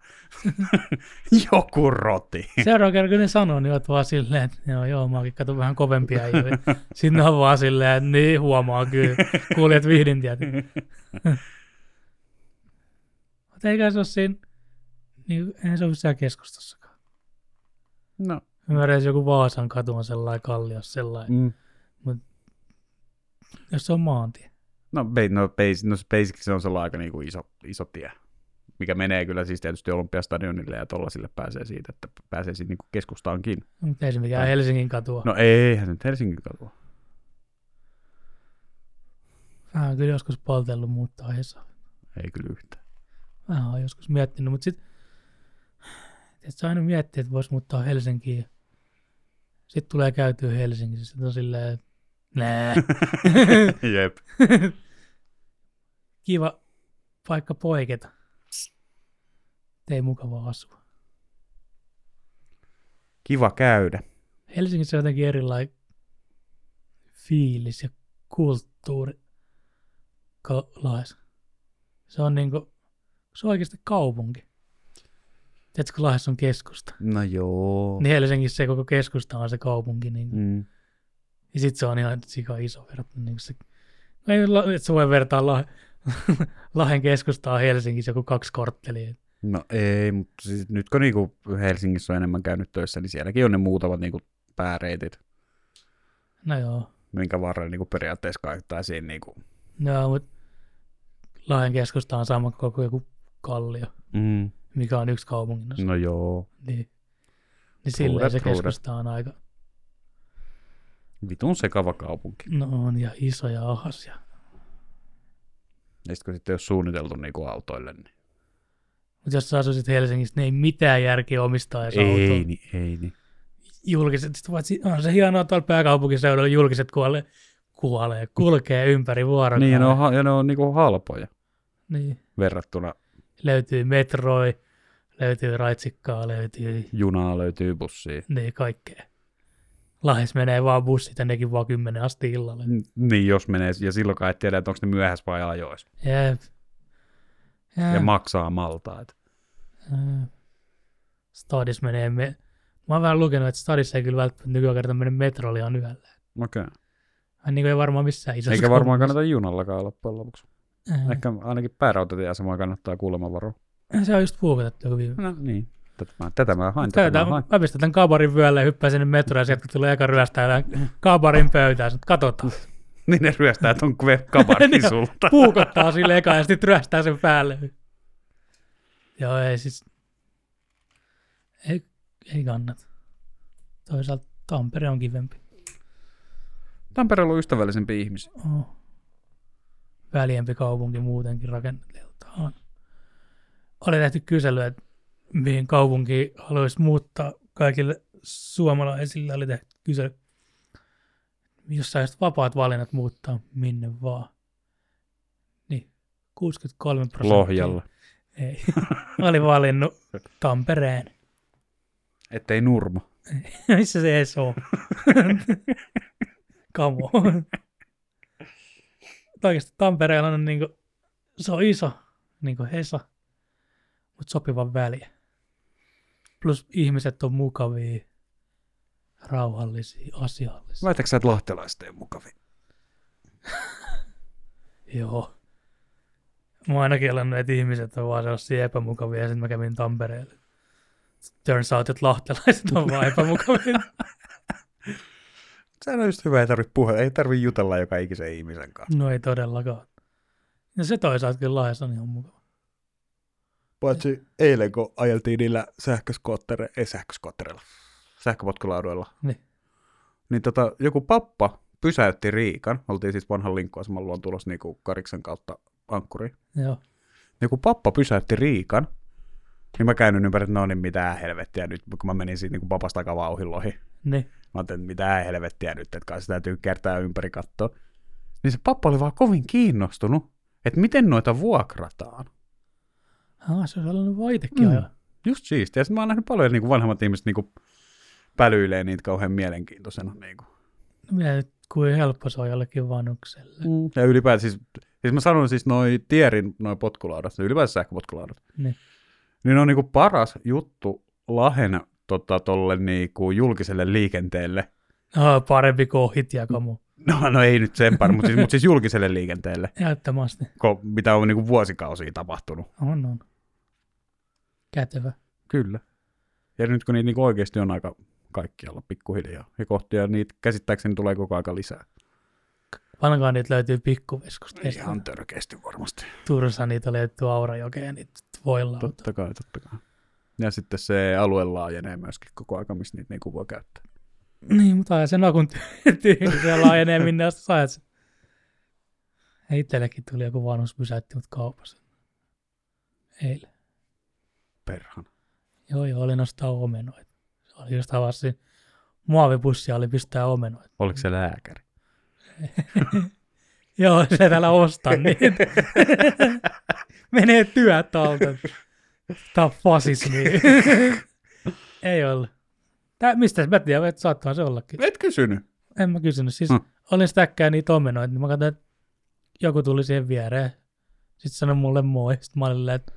Speaker 2: [laughs] Joku roti.
Speaker 1: Seuraava kerran, kun ne sanoo, niin oot vaan silleen, että joo, joo, mä oonkin kato vähän kovempia ajoja. Sitten ne on vaan silleen, että niin huomaa kyllä, kuulijat vihdintiä. Mutta eikä se ole siinä, niin eihän se ole siellä keskustassakaan.
Speaker 2: No.
Speaker 1: Ymmärrän, jos joku Vaasan katu on sellainen kallios sellainen,
Speaker 2: Mm.
Speaker 1: jos se on maantie.
Speaker 2: No, be, no, base, no se basically se on sellainen aika niinku iso, iso tie, mikä menee kyllä siis tietysti Olympiastadionille ja tollasille pääsee siitä, että pääsee siitä niinku keskustaankin.
Speaker 1: Mutta No, ei se mikään Helsingin katua. No.
Speaker 2: No eihän se nyt Helsingin katua.
Speaker 1: Mä oon kyllä joskus poltellut muutta aiheessa.
Speaker 2: Ei kyllä yhtään.
Speaker 1: Mä oon joskus miettinyt, mutta sitten sä aina miettii, että vois muuttaa Helsinkiin. Sitten tulee käytyä Helsingissä. Sitten on silleen, että nää.
Speaker 2: Jep.
Speaker 1: Kiva paikka poiketa. Ei mukavaa asua.
Speaker 2: Kiva käydä.
Speaker 1: Helsingissä on jotenkin erilainen fiilis ja kulttuuri kalais. Se on niinku, se on oikeasti kaupunki. Tiedätkö, kun Lahdessa on keskusta.
Speaker 2: No joo.
Speaker 1: Niin Helsingissä se koko keskusta on se kaupunki. Niin
Speaker 2: Mm.
Speaker 1: Ja sit se on ihan sika iso verrattuna. Niin se, no ei, la- et sä voi vertaa lah, [laughs] Lahden keskustaa Helsingissä joku kaksi korttelia.
Speaker 2: No ei, mutta siis nyt kun niinku Helsingissä on enemmän käynyt töissä, niin sielläkin on ne muutamat niinku pääreitit,
Speaker 1: No joo,
Speaker 2: minkä varrella niinku periaatteessa kaihtaisiin niinku.
Speaker 1: no, mutta Lahden keskusta on sama koko joku kallio,
Speaker 2: Mm.
Speaker 1: mikä on yksi kaupungin osa.
Speaker 2: No joo.
Speaker 1: Niin, niin silleen se
Speaker 2: pruude.
Speaker 1: keskusta on aika,
Speaker 2: Vitun sekava kaupunki.
Speaker 1: no on ja iso ja ahas. Ja.
Speaker 2: Ja sitten kun sitten ei ole suunniteltu niinku autoille, niin...
Speaker 1: Mutta jos sä asuisit Helsingissä, niin ei mitään järkeä omistaa edes autoa.
Speaker 2: niin, ei niin.
Speaker 1: julkiset, sit vaan, että on se hienoa tuolla pääkaupunkiseudulla, julkiset kuolee, kuolee, kulkee ympäri vuorokauden.
Speaker 2: Niin, ja ne on, ha- ja ne on niinku halpoja
Speaker 1: niin.
Speaker 2: verrattuna
Speaker 1: Löytyy metroi, löytyy raitsikkaa, löytyy
Speaker 2: junaa löytyy bussia.
Speaker 1: niin kaikkea. Lahes menee vaan bussit ja nekin vaan 10 asti illalla.
Speaker 2: N- Niin, jos menee, ja silloin et tiedä, että onko ne myöhässä vai ajoissa.
Speaker 1: Jep.
Speaker 2: Ja
Speaker 1: Jep.
Speaker 2: maksaa maltaat.
Speaker 1: Jep. Stadis menee, me... mä oon vähän lukenut, että stadissa ei kyllä välttämättä nykyään mene metroli on yöllä.
Speaker 2: Okei. Okay.
Speaker 1: Ai Niin kuin ei varmaan missään isossa
Speaker 2: Eikä varmaan
Speaker 1: kaupungissa.
Speaker 2: kannata junallakaan loppujen lopuksi.
Speaker 1: Jep.
Speaker 2: Ehkä ainakin päärautatieasemaa kannattaa kuulemma varoa.
Speaker 1: Se on just puukotettu joku viime
Speaker 2: No niin. Tätä mä, tätä mä hain, tätä,
Speaker 1: Pöytä,
Speaker 2: mä hain.
Speaker 1: mä pistän tämän kaabarin vyölle ja hyppään sinne metroon ja sieltä kun tulee eka ryöstää
Speaker 2: Mm.
Speaker 1: kaabarin pöytään. Sitten katsotaan.
Speaker 2: Niin ne ryöstää ton kve- kabarkin
Speaker 1: Niin.
Speaker 2: sulta.
Speaker 1: Puukottaa sille eka ja sitten ryöstää sen päälle. Joo, ei siis... Ei, ei kannata. Toisaalta Tampere on kivempi.
Speaker 2: Tampereella on ystävällisempi ihmisiä.
Speaker 1: Oh. Väljempi kaupunki muutenkin rakenteeltaan. Oli tehty kysely, että mihin kaupunki haluaisi muuttaa kaikille suomalaisille. Oli tehty kysely, jos saisit vapaat valinnat muuttaa minne vaan. Niin, 63 prosenttia.
Speaker 2: Lohjalla.
Speaker 1: Ei. Oli valinnut Tampereen. [laughs]
Speaker 2: Ettei nurma.
Speaker 1: Missä se edes on? [laughs] Come on. Oikeasti Tampereella on niinku, se on iso, niinku Hesa, mutta sopivan väliä. Plus ihmiset on mukavia, rauhallisia, asiallisia.
Speaker 2: Väitätkö sä, että lahtelaiset ei ole mukavia?
Speaker 1: Joo. Mä oon ainakin ollut, että ihmiset on vaan sellaisia epämukavia, ja sitten mä kävin Tampereelle. Turns out, että lahtelaiset on vaan epämukavia.
Speaker 2: Sehän on just hyvä, ei tarvitse puhua, ei tarvitse jutella joka ikisen ihmisen kanssa.
Speaker 1: No ei todellakaan. Ja se toisaalta kyllä laajassa on ihan mukava.
Speaker 2: Paitsi eilen, kun ajeltiin niillä sähköskoottere, ei sähköskoottereilla, sähköpotkulaudoilla,
Speaker 1: Niin.
Speaker 2: niin tota, joku pappa pysäytti Riikan, oltiin siis vanhan linkkuaseman luon tulossa niinku Kariksen kautta ankkuriin.
Speaker 1: Joo.
Speaker 2: Ja kun pappa pysäytti Riikan, niin mä käännyin ympäri, että no niin mitään helvettiä nyt, kun mä menin siitä niinku papasta takavauhilla ohi.
Speaker 1: Niin.
Speaker 2: Mä ajattelin, että mitään helvettiä nyt, että kai se täytyy kertaa ympäri katsoa. Niin se pappa oli vaan kovin kiinnostunut, että miten noita vuokrataan.
Speaker 1: Ah, se on sellainen vaitekin mm.
Speaker 2: Just siistiä. Ja sit mä oon nähnyt paljon niin vanhemmat ihmiset niin pälyilee niitä kauhean mielenkiintoisena. Niin kuin.
Speaker 1: No
Speaker 2: Mm.
Speaker 1: Mietit, kuin helppo se on jollekin vanhukselle.
Speaker 2: Ja ylipäätään siis Siis mä sanon siis noin tierin noin potkulaudat, ylipäänsä sähköpotkulaudat.
Speaker 1: Niin.
Speaker 2: Niin ne on niinku paras juttu lahen tota, tolle niinku julkiselle liikenteelle.
Speaker 1: Ah, parempi kuin ohit ja kamu.
Speaker 2: No, no ei nyt sen paremmin, mutta siis, mut siis julkiselle liikenteelle,
Speaker 1: Ehdottomasti.
Speaker 2: ko, mitä on niinku vuosikausia tapahtunut.
Speaker 1: On, on. Kätevä.
Speaker 2: Kyllä. Ja nyt kun niitä niinku oikeasti on aika kaikkialla pikkuhiljaa. Ja kohtia niitä käsittääkseni tulee koko aika lisää.
Speaker 1: Vanhaan niitä löytyy pikkuveskosta.
Speaker 2: Ihan törkeästi varmasti.
Speaker 1: Tursa niitä löytyy Aurajokeen, niitä voi lauta.
Speaker 2: Totta kai, totta kai. Ja sitten se alue laajenee myöskin koko aika, missä niitä niinku voi käyttää.
Speaker 1: Niin, mutta ajan sen akun tyhjensä laajenee minne asti saat niin sen. Ja Itsellekin tuli joku vanhus pysäytti mut kaupassa. Eilen.
Speaker 2: Perhan.
Speaker 1: Joo, joo, olin ostaa omenoita. Se oli just avasi siinä muovipussia, oli pistää omenoita.
Speaker 2: Oliko se lääkäri?
Speaker 1: Joo, [laughs] se täällä ostaa niitä. [laughs] Menee työt alta. Tää on fasismi. [laughs] Ei ole. Tää, mistä mä tiedän, että saattaa se ollakin.
Speaker 2: Et kysynyt.
Speaker 1: En mä kysynyt. Siis
Speaker 2: Hmm.
Speaker 1: hmm. olin stäkkää niitä omenoita, niin mä katsoin, että joku tuli siihen viereen. Sitten sanoi mulle moi. Sitten mä olin, silleen, että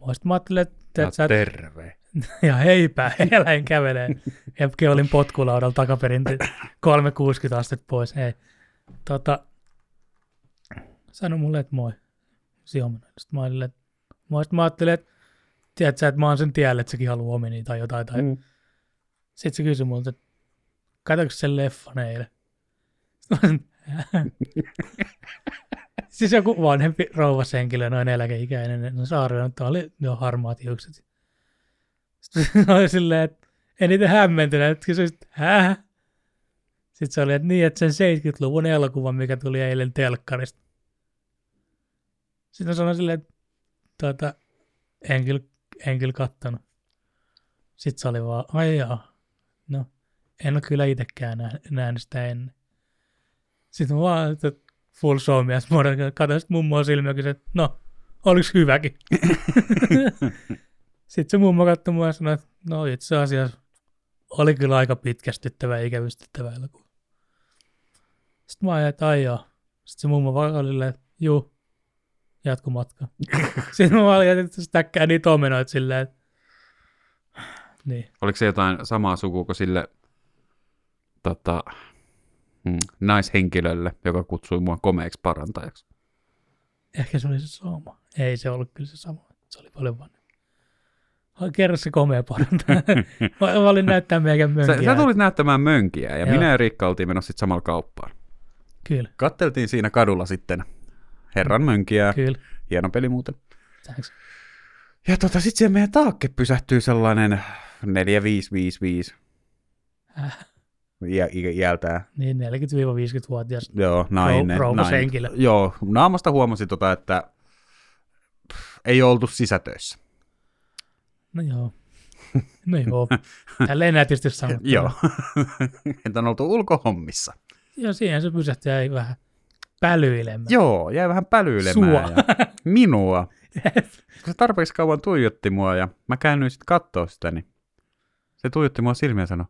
Speaker 1: moi. Sitten mä ajattelin, että, että sä et
Speaker 2: terve.
Speaker 1: [laughs] ja heipää, eläin kävelee. Jepki [laughs] olin potkulaudalla takaperin ty- 360 astetta pois. Ei. Tota, sano mulle, että moi. Siominen. Sitten mä, olin, että, moi. Sitten mä ajattelin, että tiedät sä, että mä oon sen tiellä, että sekin haluaa omenia tai jotain. Tai...
Speaker 2: Mm.
Speaker 1: Sitten se kysyi multa, että katsoinko sen leffan eilen? Sitten mä olin, "Hä?" [laughs] Siis joku vanhempi rouvashenkilö, noin eläkeikäinen, niin se arvioi, että oli jo harmaat hiukset. Sitten se oli silleen, että eniten hämmentynyt, että kysyi, että hä? Sitten se oli, että niin, että sen 70-luvun elokuvan, mikä tuli eilen telkkarista. Sitten mä sanoin silleen, että tuota, en kyllä, en kyllä kattonut. Sitten se oli vaan, ai jaa, no, en ole kyllä itsekään nä- nähnyt sitä ennen. Sitten mä vaan, että full show mies, katsoin sitten mummoa silmiä kysyin, että no, oliks hyväkin? sitten se mummo katsoi mua ja sanoi, että no itse asiassa oli kyllä aika pitkästyttävä ja ikävystyttävä elokuva. Sitten mä ajattelin, että ai jaa. Sitten se mummo vaan oli, silleen, että juu, jatku matka. sitten mä vaan jätin sitäkään niitä omenoita silleen, että niin.
Speaker 3: Oliko se jotain samaa sukua kuin sille tota, mm, naishenkilölle, joka kutsui mua komeeksi parantajaksi?
Speaker 1: Ehkä se oli se sama. Ei se ollut kyllä se sama. Se oli paljon vanhempi. Ai, Kerro se komea
Speaker 2: [laughs]
Speaker 1: parantaa. mä, mä olin näyttää meidän
Speaker 3: Sä,
Speaker 1: mönkiä.
Speaker 3: sä tulit näyttämään mönkiä ja
Speaker 1: Joo.
Speaker 3: Joo. minä ja Riikka oltiin menossa sitten samalla kauppaan.
Speaker 1: Kyllä,
Speaker 2: Katteltiin siinä kadulla sitten Herran mönkiä.
Speaker 1: kyllä.
Speaker 2: Hieno peli muuten.
Speaker 1: Thanks.
Speaker 2: Ja tota, sitten siihen meidän taakke pysähtyy sellainen 4555
Speaker 1: Äh,
Speaker 2: iä, iä, iältään.
Speaker 1: niin 40-50-vuotias.
Speaker 2: Joo, nainen.
Speaker 1: rouvas
Speaker 2: nainen.
Speaker 1: henkilö.
Speaker 2: Joo, naamasta huomasin tota, että pff, ei oltu sisätöissä.
Speaker 1: No joo. No
Speaker 2: [laughs]
Speaker 1: joo. Tälleen nätisti sanottuna.
Speaker 2: Joo. [laughs] Entä on oltu ulkohommissa?
Speaker 1: Joo, siihen se pysähti ja ei vähän pälyilemään.
Speaker 2: Joo, jäi vähän pälyilemään.
Speaker 1: Sua.
Speaker 2: Ja minua. Kun se tarpeeksi kauan tuijotti mua ja mä käännyin sitten kattoo sitä, niin se tuijotti mua silmiä ja sanoi,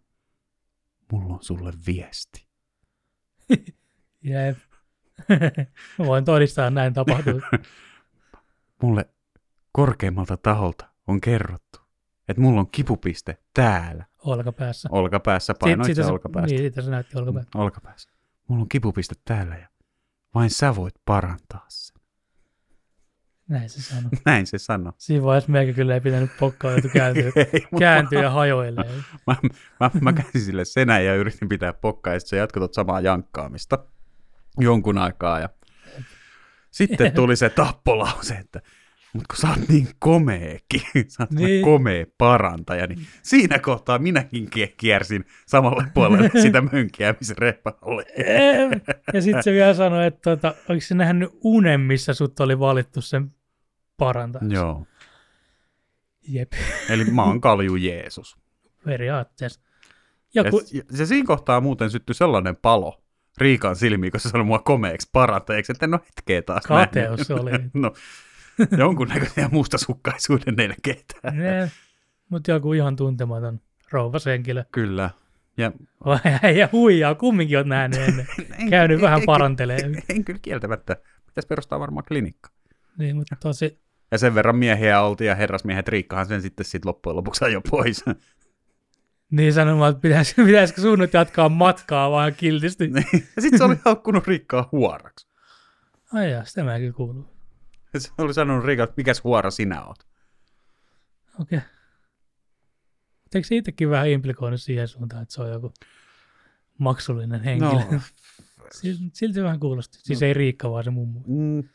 Speaker 2: mulla on sulle viesti.
Speaker 1: Jep. [laughs] Mä voin todistaa, että näin tapahtuu.
Speaker 2: [laughs] Mulle korkeimmalta taholta on kerrottu, että mulla on kipupiste täällä
Speaker 1: Olkapäässä.
Speaker 2: olkapäässä. Painoit
Speaker 1: Siitä- siitä
Speaker 2: sit, sit
Speaker 1: se-
Speaker 2: olkapäästä.
Speaker 1: Niin, siitä se näytti olkapäästä.
Speaker 2: Olkapäässä. Mm, Mulla on kipupiste täällä ja vain sä voit parantaa sen. [laughs]
Speaker 1: Näin se sanoi.
Speaker 2: Näin se sanoi.
Speaker 1: Siinä vaiheessa meikä kyllä ei pitänyt pokkaa, että kääntyy,
Speaker 2: Ei, mut
Speaker 1: kääntyy ja hajoilee.
Speaker 2: [laughs]
Speaker 1: [laughs]
Speaker 2: Mä, mä, mä käsin sille senä ja yritin pitää pokkaa, ja sitten sä jatkoit samaa jankkaamista jonkun aikaa. Ja...
Speaker 1: [laughs]
Speaker 2: Sitten tuli se tappolause, että mutta kun sä oot niin komeekin, [laughs] sä oot niin.
Speaker 1: Niin.
Speaker 2: komea parantaja, niin siinä kohtaa minäkin kie- kiersin samalle
Speaker 1: [laughs]
Speaker 2: puolelle sitä mönkiä, missä reppa oli.
Speaker 1: Ja sitten se vielä sanoi, että tuota, oliko se nähnyt unen, missä sut oli valittu sen parantajaksi.
Speaker 2: Joo,
Speaker 1: Jep, [laughs]
Speaker 2: eli mä oon kalju Jeesus.
Speaker 1: periaatteessa.
Speaker 2: Ja,
Speaker 1: Joku,
Speaker 2: s- ja, ja siinä kohtaa muuten syttyi sellainen palo Riikan silmiin, kun se sanoi mua komeeksi parantajaksi, että en ole hetkeä taas nähnyt.
Speaker 1: Kateus oli.
Speaker 2: [laughs] No, jonkunnäköisiä mustasukkaisuuden nelkeitä.
Speaker 1: Mutta joku ihan tuntematon rouvas [laughs] henkilö.
Speaker 2: Kyllä. Ja
Speaker 1: Vai- Ja huijaa, kumminkin oot nähnyt ennen. Käynyt vähän parantelee.
Speaker 2: En, en, en kyllä kieltämättä. Pitäisi perustaa varmaan klinikka.
Speaker 1: Niin, mutta tosi,
Speaker 2: Ja sen verran miehiä oltiin ja herrasmiehet, Riikkahan sen sitten sit loppujen lopuksi ajoi pois.
Speaker 1: niin sanomaan, että pitäis, pitäisikö sun nyt jatkaa matkaa vaan kiltisti.
Speaker 2: ja sitten
Speaker 1: [laughs]
Speaker 2: se oli haukkunut Riikkaa huoraksi.
Speaker 1: Ai jaa, sitä mä en kyllä kuulu.
Speaker 2: Ja se oli sanonut Riikka, että mikäs huora sinä oot.
Speaker 1: Okei. Okay. Eikö se itsekin vähän implikoinut siihen suuntaan, että se on joku maksullinen henkilö? [laughs] No. Silti se vähän kuulosti. Siis no. ei Riikka, vaan se mummu.
Speaker 2: Mm.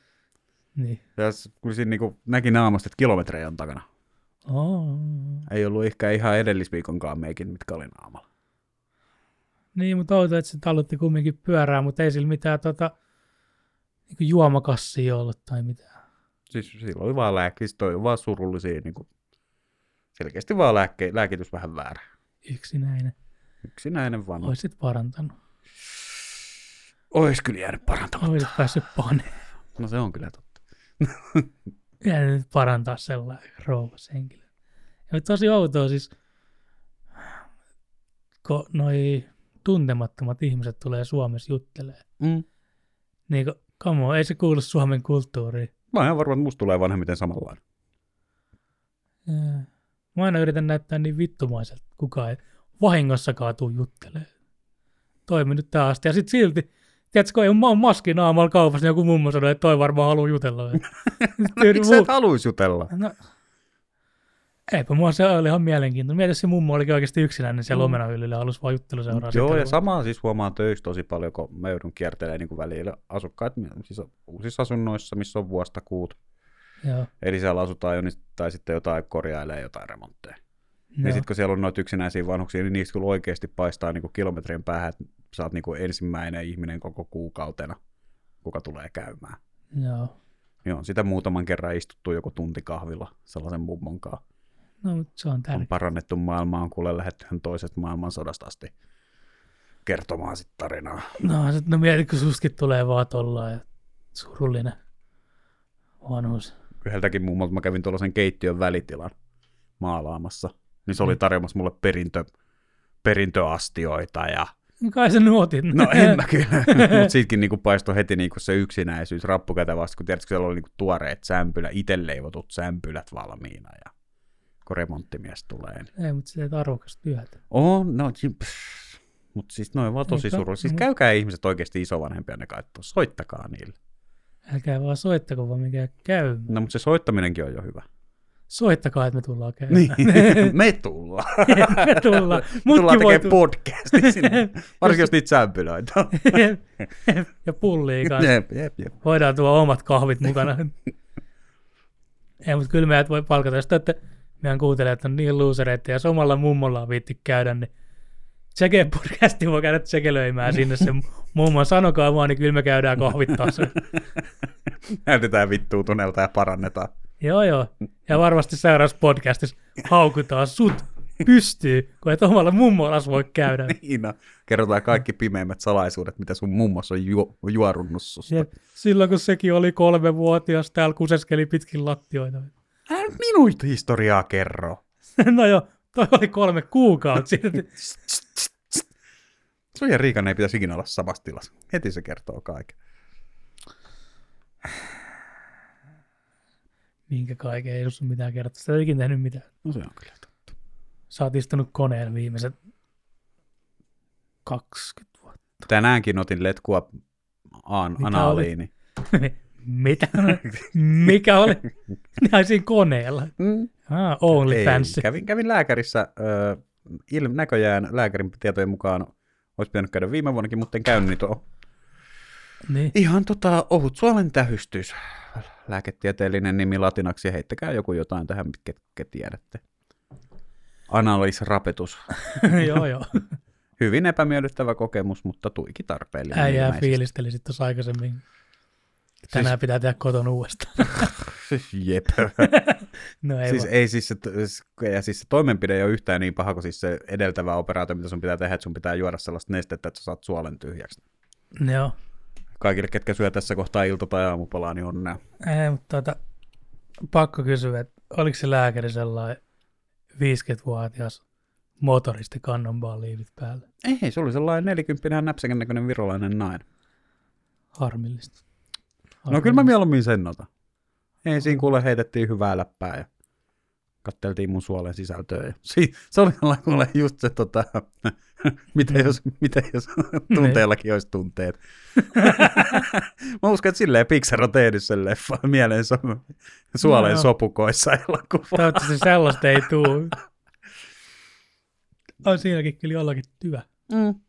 Speaker 1: Niin.
Speaker 2: Ja s- kun siinä niinku näki naamasta, että kilometrejä on takana.
Speaker 1: Oh.
Speaker 2: Ei ollut ehkä ihan edellisviikonkaan meikin, mitkä oli naamalla.
Speaker 1: Niin, mutta outo, että se talutti kumminkin pyörää, mutta ei sillä mitään tota, niin juomakassia ollut tai mitään.
Speaker 2: Siis sillä oli vaan lääkki, siis toi on vaan surullisia. Niinku, selkeästi vaan lääkke, lääkitys vähän väärä.
Speaker 1: Yksinäinen.
Speaker 2: Yksinäinen vanha. Ois,
Speaker 1: Oisit parantanut.
Speaker 2: Ois kyllä jäänyt parantamaan.
Speaker 1: Oisit päässyt paneen.
Speaker 2: No se on kyllä totta.
Speaker 1: Ja nyt parantaa sellainen rouvas henkilö. Ja nyt tosi outoa siis, kun noi tuntemattomat ihmiset tulee Suomessa juttelee.
Speaker 2: Mm.
Speaker 1: Niin kun, come on, ei se kuulu Suomen kulttuuriin.
Speaker 2: Mä oon ihan varma, että musta tulee vanhemmiten samanlainen.
Speaker 1: Ää, Mä aina yritän näyttää niin vittumaiselta, että kukaan ei vahingossakaan tuu juttelee. Toimi nyt tähän asti. Ja sit silti, tiedätkö, kun ei ole maski naamalla kaupassa, niin joku mummo sanoo, että toi varmaan haluaa
Speaker 2: [laughs]
Speaker 1: jutella.
Speaker 2: No, Miksi sä et haluis jutella?
Speaker 1: No, eipä mua se oli ihan mielenkiintoinen. Mietin, jos se mummo olikin oikeasti yksinäinen siellä mm. omenahyllyllä ja halusi vaan juttelu seuraa.
Speaker 2: Mm, Joo, ja samaa siis huomaa töissä tosi paljon, kun mä joudun kiertelemään niin välillä asukkaat siis uusissa asunnoissa, missä on vuostakuut.
Speaker 1: Joo,
Speaker 2: Eli siellä asutaan jo, niin- tai sitten jotain korjailee jotain remontteja. Ja
Speaker 1: joo.
Speaker 2: sitten Niin kun siellä on noita yksinäisiä vanhuksia, niin niistä kyllä oikeasti paistaa niin kilometrien päähän, että sä oot niin ensimmäinen ihminen koko kuukautena, kuka tulee käymään.
Speaker 1: joo.
Speaker 2: Joo, sitä muutaman kerran istuttu joko tunti kahvilla sellaisen mummon kanssa.
Speaker 1: No, mutta se on
Speaker 2: on
Speaker 1: tärkeää.
Speaker 2: parannettu maailmaa, on kuule lähettyhän toisesta maailmansodasta asti kertomaan sit tarinaa.
Speaker 1: No, sit, no mietin, kun suskin tulee vaan tollaan ja surullinen vanhus.
Speaker 2: Yhdeltäkin muun mä kävin tuollaisen keittiön välitilan maalaamassa, niin se oli tarjoamassa mulle perintö, perintöastioita ja
Speaker 1: No Kai sä nuotit.
Speaker 2: No
Speaker 1: [laughs]
Speaker 2: en mä kyllä, mutta siitäkin niinku paistoi heti niinku se yksinäisyys rappukätä vasta, kun tiedätkö, siellä oli niinku tuoreet sämpylä, itse leivotut sämpylät valmiina ja kun remonttimies tulee. Niin.
Speaker 1: Ei, mutta se teet arvokasta työtä.
Speaker 2: On, no, mutta siis noin vaan tosi
Speaker 1: Eipä,
Speaker 2: surullista. Siis
Speaker 1: mut-
Speaker 2: käykää ihmiset oikeasti isovanhempia ne katsoo, soittakaa niille.
Speaker 1: Älkää vaan soittako, vaan mikä käy.
Speaker 2: No mutta se soittaminenkin on jo hyvä.
Speaker 1: Soittakaa, että me tullaan käymään.
Speaker 2: Niin, [laughs] me tullaan.
Speaker 1: [laughs] me tullaan.
Speaker 2: Me tullaan
Speaker 1: Mutkin voi
Speaker 2: tekemään
Speaker 1: tulla. [laughs]
Speaker 2: podcastin sinne. Varsinkin jos niitä sämpylöitä on.
Speaker 1: ja pullia Niin kanssa.
Speaker 2: Jep, jep, [laughs] jep.
Speaker 1: Voidaan tuoda omat kahvit [laughs] mukana. Ei, mutta kyllä meidät voi palkata sitä, että meidän kuuntelijat on niin luusereita ja samalla mummolla on viitti käydä, niin Tseke podcasti voi käydä tsekelöimään sinne se [laughs] mummo. Sanokaa vaan, niin kyllä me [laughs] käydään kahvittaa se.
Speaker 2: Näytetään vittuutuneelta ja parannetaan.
Speaker 1: Joo, joo. Ja varmasti seuraavassa podcastissa haukutaan sut pystyy, kun et omalla mummolas voi [laughs] käydä.
Speaker 2: Iina, kerrotaan kaikki pimeimmät salaisuudet, mitä sun mummos on juo, juorunnut susta.
Speaker 1: Jep. Silloin kun sekin oli kolme vuotias, täällä kuseskeli pitkin lattioita. [laughs]
Speaker 2: Älä nyt minuita historiaa kerro.
Speaker 1: No joo, toi oli kolme kuukautta sitten.
Speaker 2: Sun ja Riikan ei pitäisi ikinä olla samassa tilassa. Heti se kertoo kaiken.
Speaker 1: Minkä kaiken, ei ole mitään kertaa. Sitä ei ikinä tehnyt mitään.
Speaker 2: No se on kyllä totta.
Speaker 1: Sä oot istunut koneella viimeiset 20 vuotta. [laughs]
Speaker 2: Tänäänkin otin letkua aan,
Speaker 1: Mitä
Speaker 2: anaaliini.
Speaker 1: Mitä? Mikä oli? Näin siinä koneella.
Speaker 2: Mm.
Speaker 1: Ah, only
Speaker 2: Ei,
Speaker 1: fancy.
Speaker 2: kävin, kävin lääkärissä. Ö, il, näköjään lääkärin tietojen mukaan olisi pitänyt käydä viime vuonnakin, mutta en käynyt. Niin tuo
Speaker 1: Niin.
Speaker 2: Ihan tota, ohut suolen tähystys. Lääketieteellinen nimi latinaksi ja heittäkää joku jotain tähän, mitkä ketkä tiedätte. Analyys rapetus.
Speaker 1: [laughs] joo, joo.
Speaker 2: Hyvin epämiellyttävä kokemus, mutta tuiki tarpeellinen.
Speaker 1: Äijää
Speaker 2: ilmeisesti.
Speaker 1: fiilisteli sitten tuossa aikaisemmin. Tänään siis... pitää tehdä koton uudestaan.
Speaker 2: [laughs]
Speaker 1: [laughs]
Speaker 2: Jep.
Speaker 1: No ei
Speaker 2: siis
Speaker 1: siis vaan.
Speaker 2: ei siis se, ja siis se toimenpide ei ole yhtään niin paha kuin siis se edeltävä operaatio, mitä sun pitää tehdä, että sun pitää juoda sellaista nestettä, että sä saat suolen tyhjäksi.
Speaker 1: Ei... Joo.
Speaker 2: Kaikille, ketkä syö tässä kohtaa ilta- tai aamupalaa, niin onnea.
Speaker 1: Ei, mutta tuota, pakko kysyä, että oliko se lääkäri sellainen 50-vuotias motoristi kannonbaaliivit päällä?
Speaker 2: Ei, se oli sellainen nelikymppinen näpsäkän näköinen virolainen nainen.
Speaker 1: Harmillista.
Speaker 2: No kyllä mä mieluummin sen otan. Ei siinä kuule heitettiin hyvää läppää ja katteltiin mun suolen sisältöä. Ja [laughs] si- se oli sellainen kuule just se, tota, [laughs] mitä, jos, mitä jos tunteellakin olisi tunteet. [laughs] mä uskon, että silleen Pixar on tehnyt sen leffan mieleen so- suolen
Speaker 1: Joo.
Speaker 2: sopukoissa [laughs]
Speaker 1: [laughs]
Speaker 2: elokuva.
Speaker 1: Toivottavasti sellaista ei tuu. On siinäkin kyllä jollakin hyvä.
Speaker 2: Mm.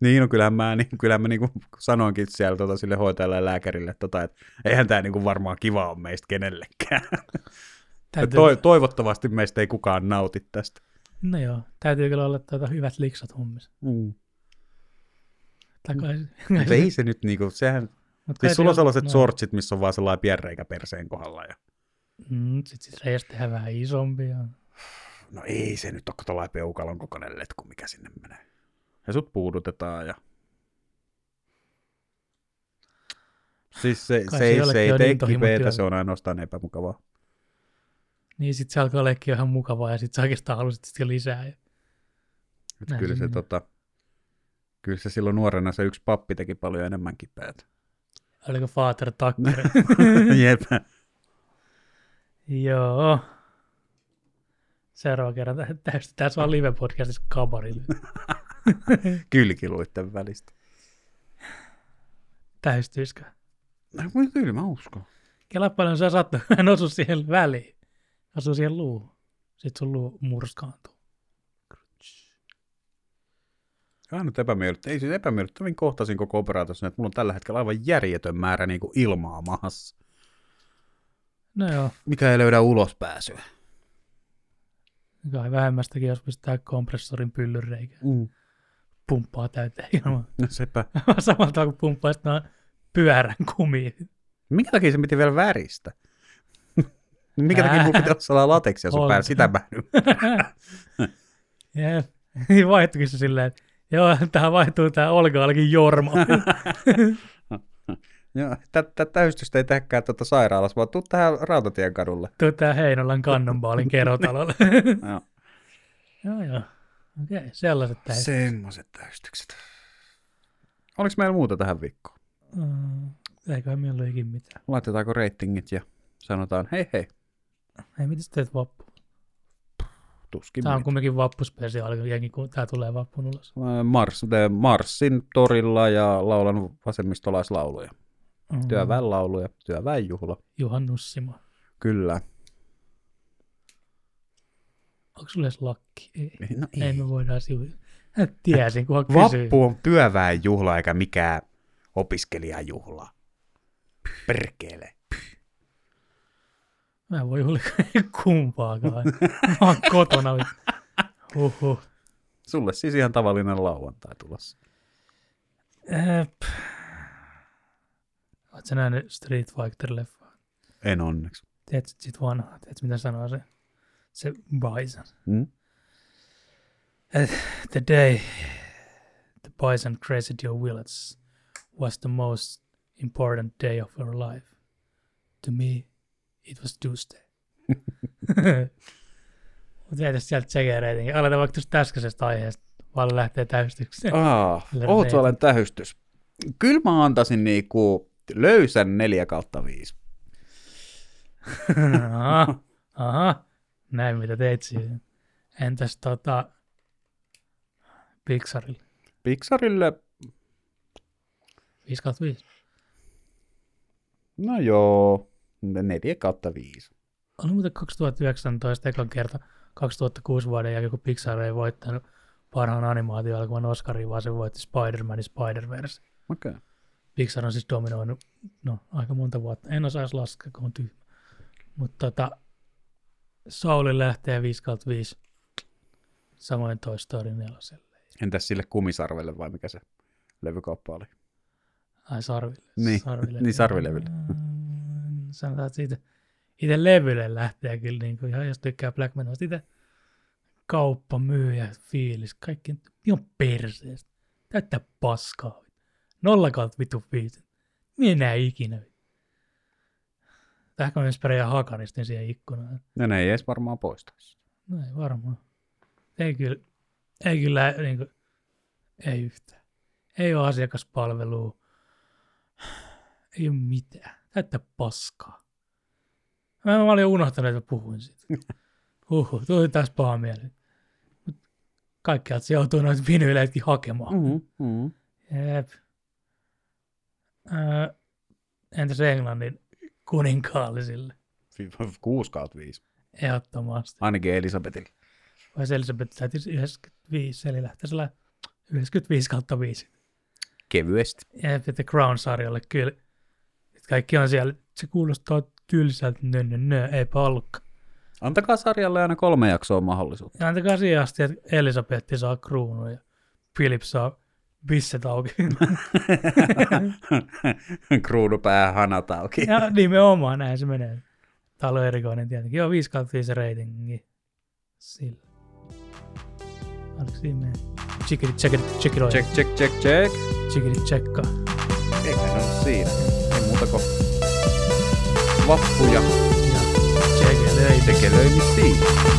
Speaker 2: Niin, no kyllähän mä, niin, kyllähän mä niin kuin sanoinkin siellä tota, sille hoitajalle ja lääkärille, tota, että eihän tämä niin kuin varmaan kiva on meistä kenellekään.
Speaker 1: Täytyy,
Speaker 2: Toi, toivottavasti meistä ei kukaan nauti tästä.
Speaker 1: No joo, täytyy kyllä olla tuota hyvät liksat hommissa.
Speaker 2: Mm.
Speaker 1: Tai kai-
Speaker 2: Mutta ei se nyt niinku, sehän,
Speaker 1: Mut no. kai
Speaker 2: siis sulla on
Speaker 1: se joku-
Speaker 2: sellaiset sortsit, missä on vaan sellainen pienreikä perseen kohdalla. Ja...
Speaker 1: Mm, sit sit reiästä tehdään vähän isompia.
Speaker 2: No ei se nyt ole kun tuollainen peukalon kokoinen letku, mikä sinne menee. Ja sut puudutetaan ja... Siis se,
Speaker 1: Kai se
Speaker 2: se, se, ei,
Speaker 1: jollekin
Speaker 2: se ei
Speaker 1: on
Speaker 2: tee
Speaker 1: intohimo
Speaker 2: kipeätä,
Speaker 1: työllä.
Speaker 2: se on ainoastaan epämukavaa.
Speaker 1: Niin sit se alkaa olekin jo ihan mukavaa ja sit sä oikeastaan halusit sitä lisää. Ja...
Speaker 2: Et
Speaker 1: Näin
Speaker 2: kyllä,
Speaker 1: se
Speaker 2: se,
Speaker 1: menee.
Speaker 2: tota, kyllä se silloin nuorena se yksi pappi teki paljon enemmän [laughs] kipeätä.
Speaker 1: Oliko Father Tucker?
Speaker 2: [laughs] Jep.
Speaker 1: joo. Seuraava kerran tä- täysin tässä on live-podcastissa kabarille.
Speaker 2: Kylkiluitten välistä.
Speaker 1: Täystyisikö?
Speaker 2: No, kyllä mä uskon.
Speaker 1: Kela paljon sä [laughs] sattuu, hän osuu siihen väliin. Asuu siihen luuhun. Sitten sun luu murskaantuu.
Speaker 2: Ainut epämiellyttävä. Ei siis epämiellyttävin kohtasin koko operaatiossa, että mulla on tällä hetkellä aivan järjetön määrä niin kuin ilmaa mahassa,
Speaker 1: No joo,
Speaker 2: mikä ei löydä ulospääsyä.
Speaker 1: kai vähemmästäkin, jos pistää kompressorin pyllyn reikään.
Speaker 2: Mm.
Speaker 1: Pumppaa täyteen ilman. [laughs]
Speaker 2: No sepä.
Speaker 1: Samalla tavalla kuin pumppaa sitten noin pyörän kumiin.
Speaker 2: Minkä takia se piti vielä väristä? [laughs] Minkä takia mulla piti olla sellainen lateksia sun
Speaker 1: Oltu.
Speaker 2: päällä? Sitä mä nyt.
Speaker 1: Jep. [laughs] Niin vaihtuikin se silleen, että joo, tähän vaihtuu tämä Olga olikin [laughs] Jorma.
Speaker 2: [laughs] Joo, Tätä täystystä ei tehdäkään tuota sairaalassa, vaan tuu tähän Rautatien kadulle.
Speaker 1: Tuu tää Heinolan kannonbaalin [laughs] kerrotalolle.
Speaker 2: Joo.
Speaker 1: joo, joo. Okei, sellaiset tähän. Se...
Speaker 2: Semmoiset täystykset. Oliko meillä muuta tähän viikkoon?
Speaker 1: Mm, eiköhän meillä ole ikin mitään.
Speaker 2: Laitetaanko reitingit ja sanotaan hei hei,
Speaker 1: Ei, mitä sä teet vappu?
Speaker 2: tuskin
Speaker 1: Tämä on kumminkin vappuspesiaali, jengi, kun tämä tulee vappun ulos.
Speaker 2: Mars, the Marsin torilla ja laulan vasemmistolaislauluja.
Speaker 1: Mm.
Speaker 2: Työväen lauluja, työväen juhla.
Speaker 1: Juhan Nussimo.
Speaker 2: Kyllä.
Speaker 1: Onko sulla edes lakki? Ei.
Speaker 2: No
Speaker 1: Ei, me voidaan sivu. Mä tiesin, kunhan kysyin.
Speaker 2: Vappu on työväen juhla eikä mikään opiskelijajuhla. Perkele.
Speaker 1: Mä en voi olla [laughs] kumpaakaan. Mä oon kotona. Huhhuh.
Speaker 2: Sulle siis ihan tavallinen lauantai tulossa.
Speaker 1: Öp. Oot sä nähnyt Street Fighter-leffaa?
Speaker 2: En onneksi.
Speaker 1: Tiedätkö sit vanhaa? Tiedätkö mitä sanoo se? Se Bison.
Speaker 2: Hmm?
Speaker 1: The day the Bison crazed your willets was the most important day of your life. To me, it was [laughs] Tuesday. Mutta jätä sieltä tsekereitinkin. Aletaan vaikka tuosta äskeisestä aiheesta. Vaan lähtee täystykseen.
Speaker 2: Ah,
Speaker 1: Lennä
Speaker 2: Outsalen tähystys. Kyllä mä antaisin niinku löysän 4 kautta 5.
Speaker 1: aha, aha, näin mitä teit siinä. Entäs tota Pixarille?
Speaker 2: Pixarille,
Speaker 1: 5 kautta 5.
Speaker 2: no joo, 4 kautta 5.
Speaker 1: Oli muuten 2019 ekan kerta 2006 vuoden jälkeen, kun Pixar ei voittanut parhaan animaatioelokuvan Oscarin, vaan se voitti Spider-Manin Spider-Verse.
Speaker 2: Okei. Okay.
Speaker 1: Pixar on siis dominoinut no, aika monta vuotta. En osaa edes laskea, kun on tyhmä. Mutta tota, Sauli lähtee 5 kautta 5. Samoin Toy Story 4.
Speaker 2: Entäs sille kumisarvelle vai mikä se levykauppa oli?
Speaker 1: Ai sarville.
Speaker 2: Niin, [laughs]
Speaker 1: sarville.
Speaker 2: niin sarvileville.
Speaker 1: Mm, Sanotaan, että siitä itse levylle lähtee kyllä niin kuin, ihan jos tykkää Black Manosta. Itse kauppa, myyjä, fiilis, kaikki ihan perseestä. Täyttää paskaa. Nolla kautta vitu viitin. Minä en ikinä. Tähkö myös perejä hakaristin siihen ikkunaan.
Speaker 2: No ne ei edes varmaan poistaisi.
Speaker 1: No ei varmaan. Ei kyllä, ei kyllä niin kuin, ei yhtään. Ei ole asiakaspalvelua. Ei ole mitään. Täyttä paskaa. Mä, mä olin unohtanut, että puhuin siitä. Huhhuh, tuli taas paha mieli. Mut Kaikkialta se joutuu noita vinyyleitäkin hakemaan.
Speaker 2: Mm.
Speaker 3: Mm-hmm. Mm-hmm.
Speaker 1: Jep. Öö, entäs Englannin kuninkaallisille?
Speaker 2: 6 kautta 5.
Speaker 1: Ehdottomasti.
Speaker 2: Ainakin Elisabetille.
Speaker 1: Vai se Elisabeth täytyisi 95, eli lähtee sellainen 95 kautta 5.
Speaker 2: Kevyesti.
Speaker 1: Jep, ja The Crown-sarjalle kyllä. Et kaikki on siellä, se kuulostaa tylsältä, nö, nö, nö, eipä ollutkaan.
Speaker 2: Antakaa sarjalle aina kolme jaksoa
Speaker 1: [laughs]
Speaker 2: mahdollisuutta.
Speaker 1: Ja antakaa siihen asti, että Elisabetti saa kruunun ja Philip saa bisset auki. [laughs]
Speaker 2: Kruunupää hanat auki.
Speaker 1: ja nimenomaan näin se menee. Tää on erikoinen tietenkin. Joo, 5 kautta 5 ratingi. Sillä. Oliko siinä meidän? Chickity, chickity, chickity,
Speaker 2: Check, check, check, check.
Speaker 1: chickity, checka.
Speaker 2: Eikä ne ole siinä. Ei muuta kuin vappuja
Speaker 1: Ja chickity,
Speaker 2: tekelöimisiin.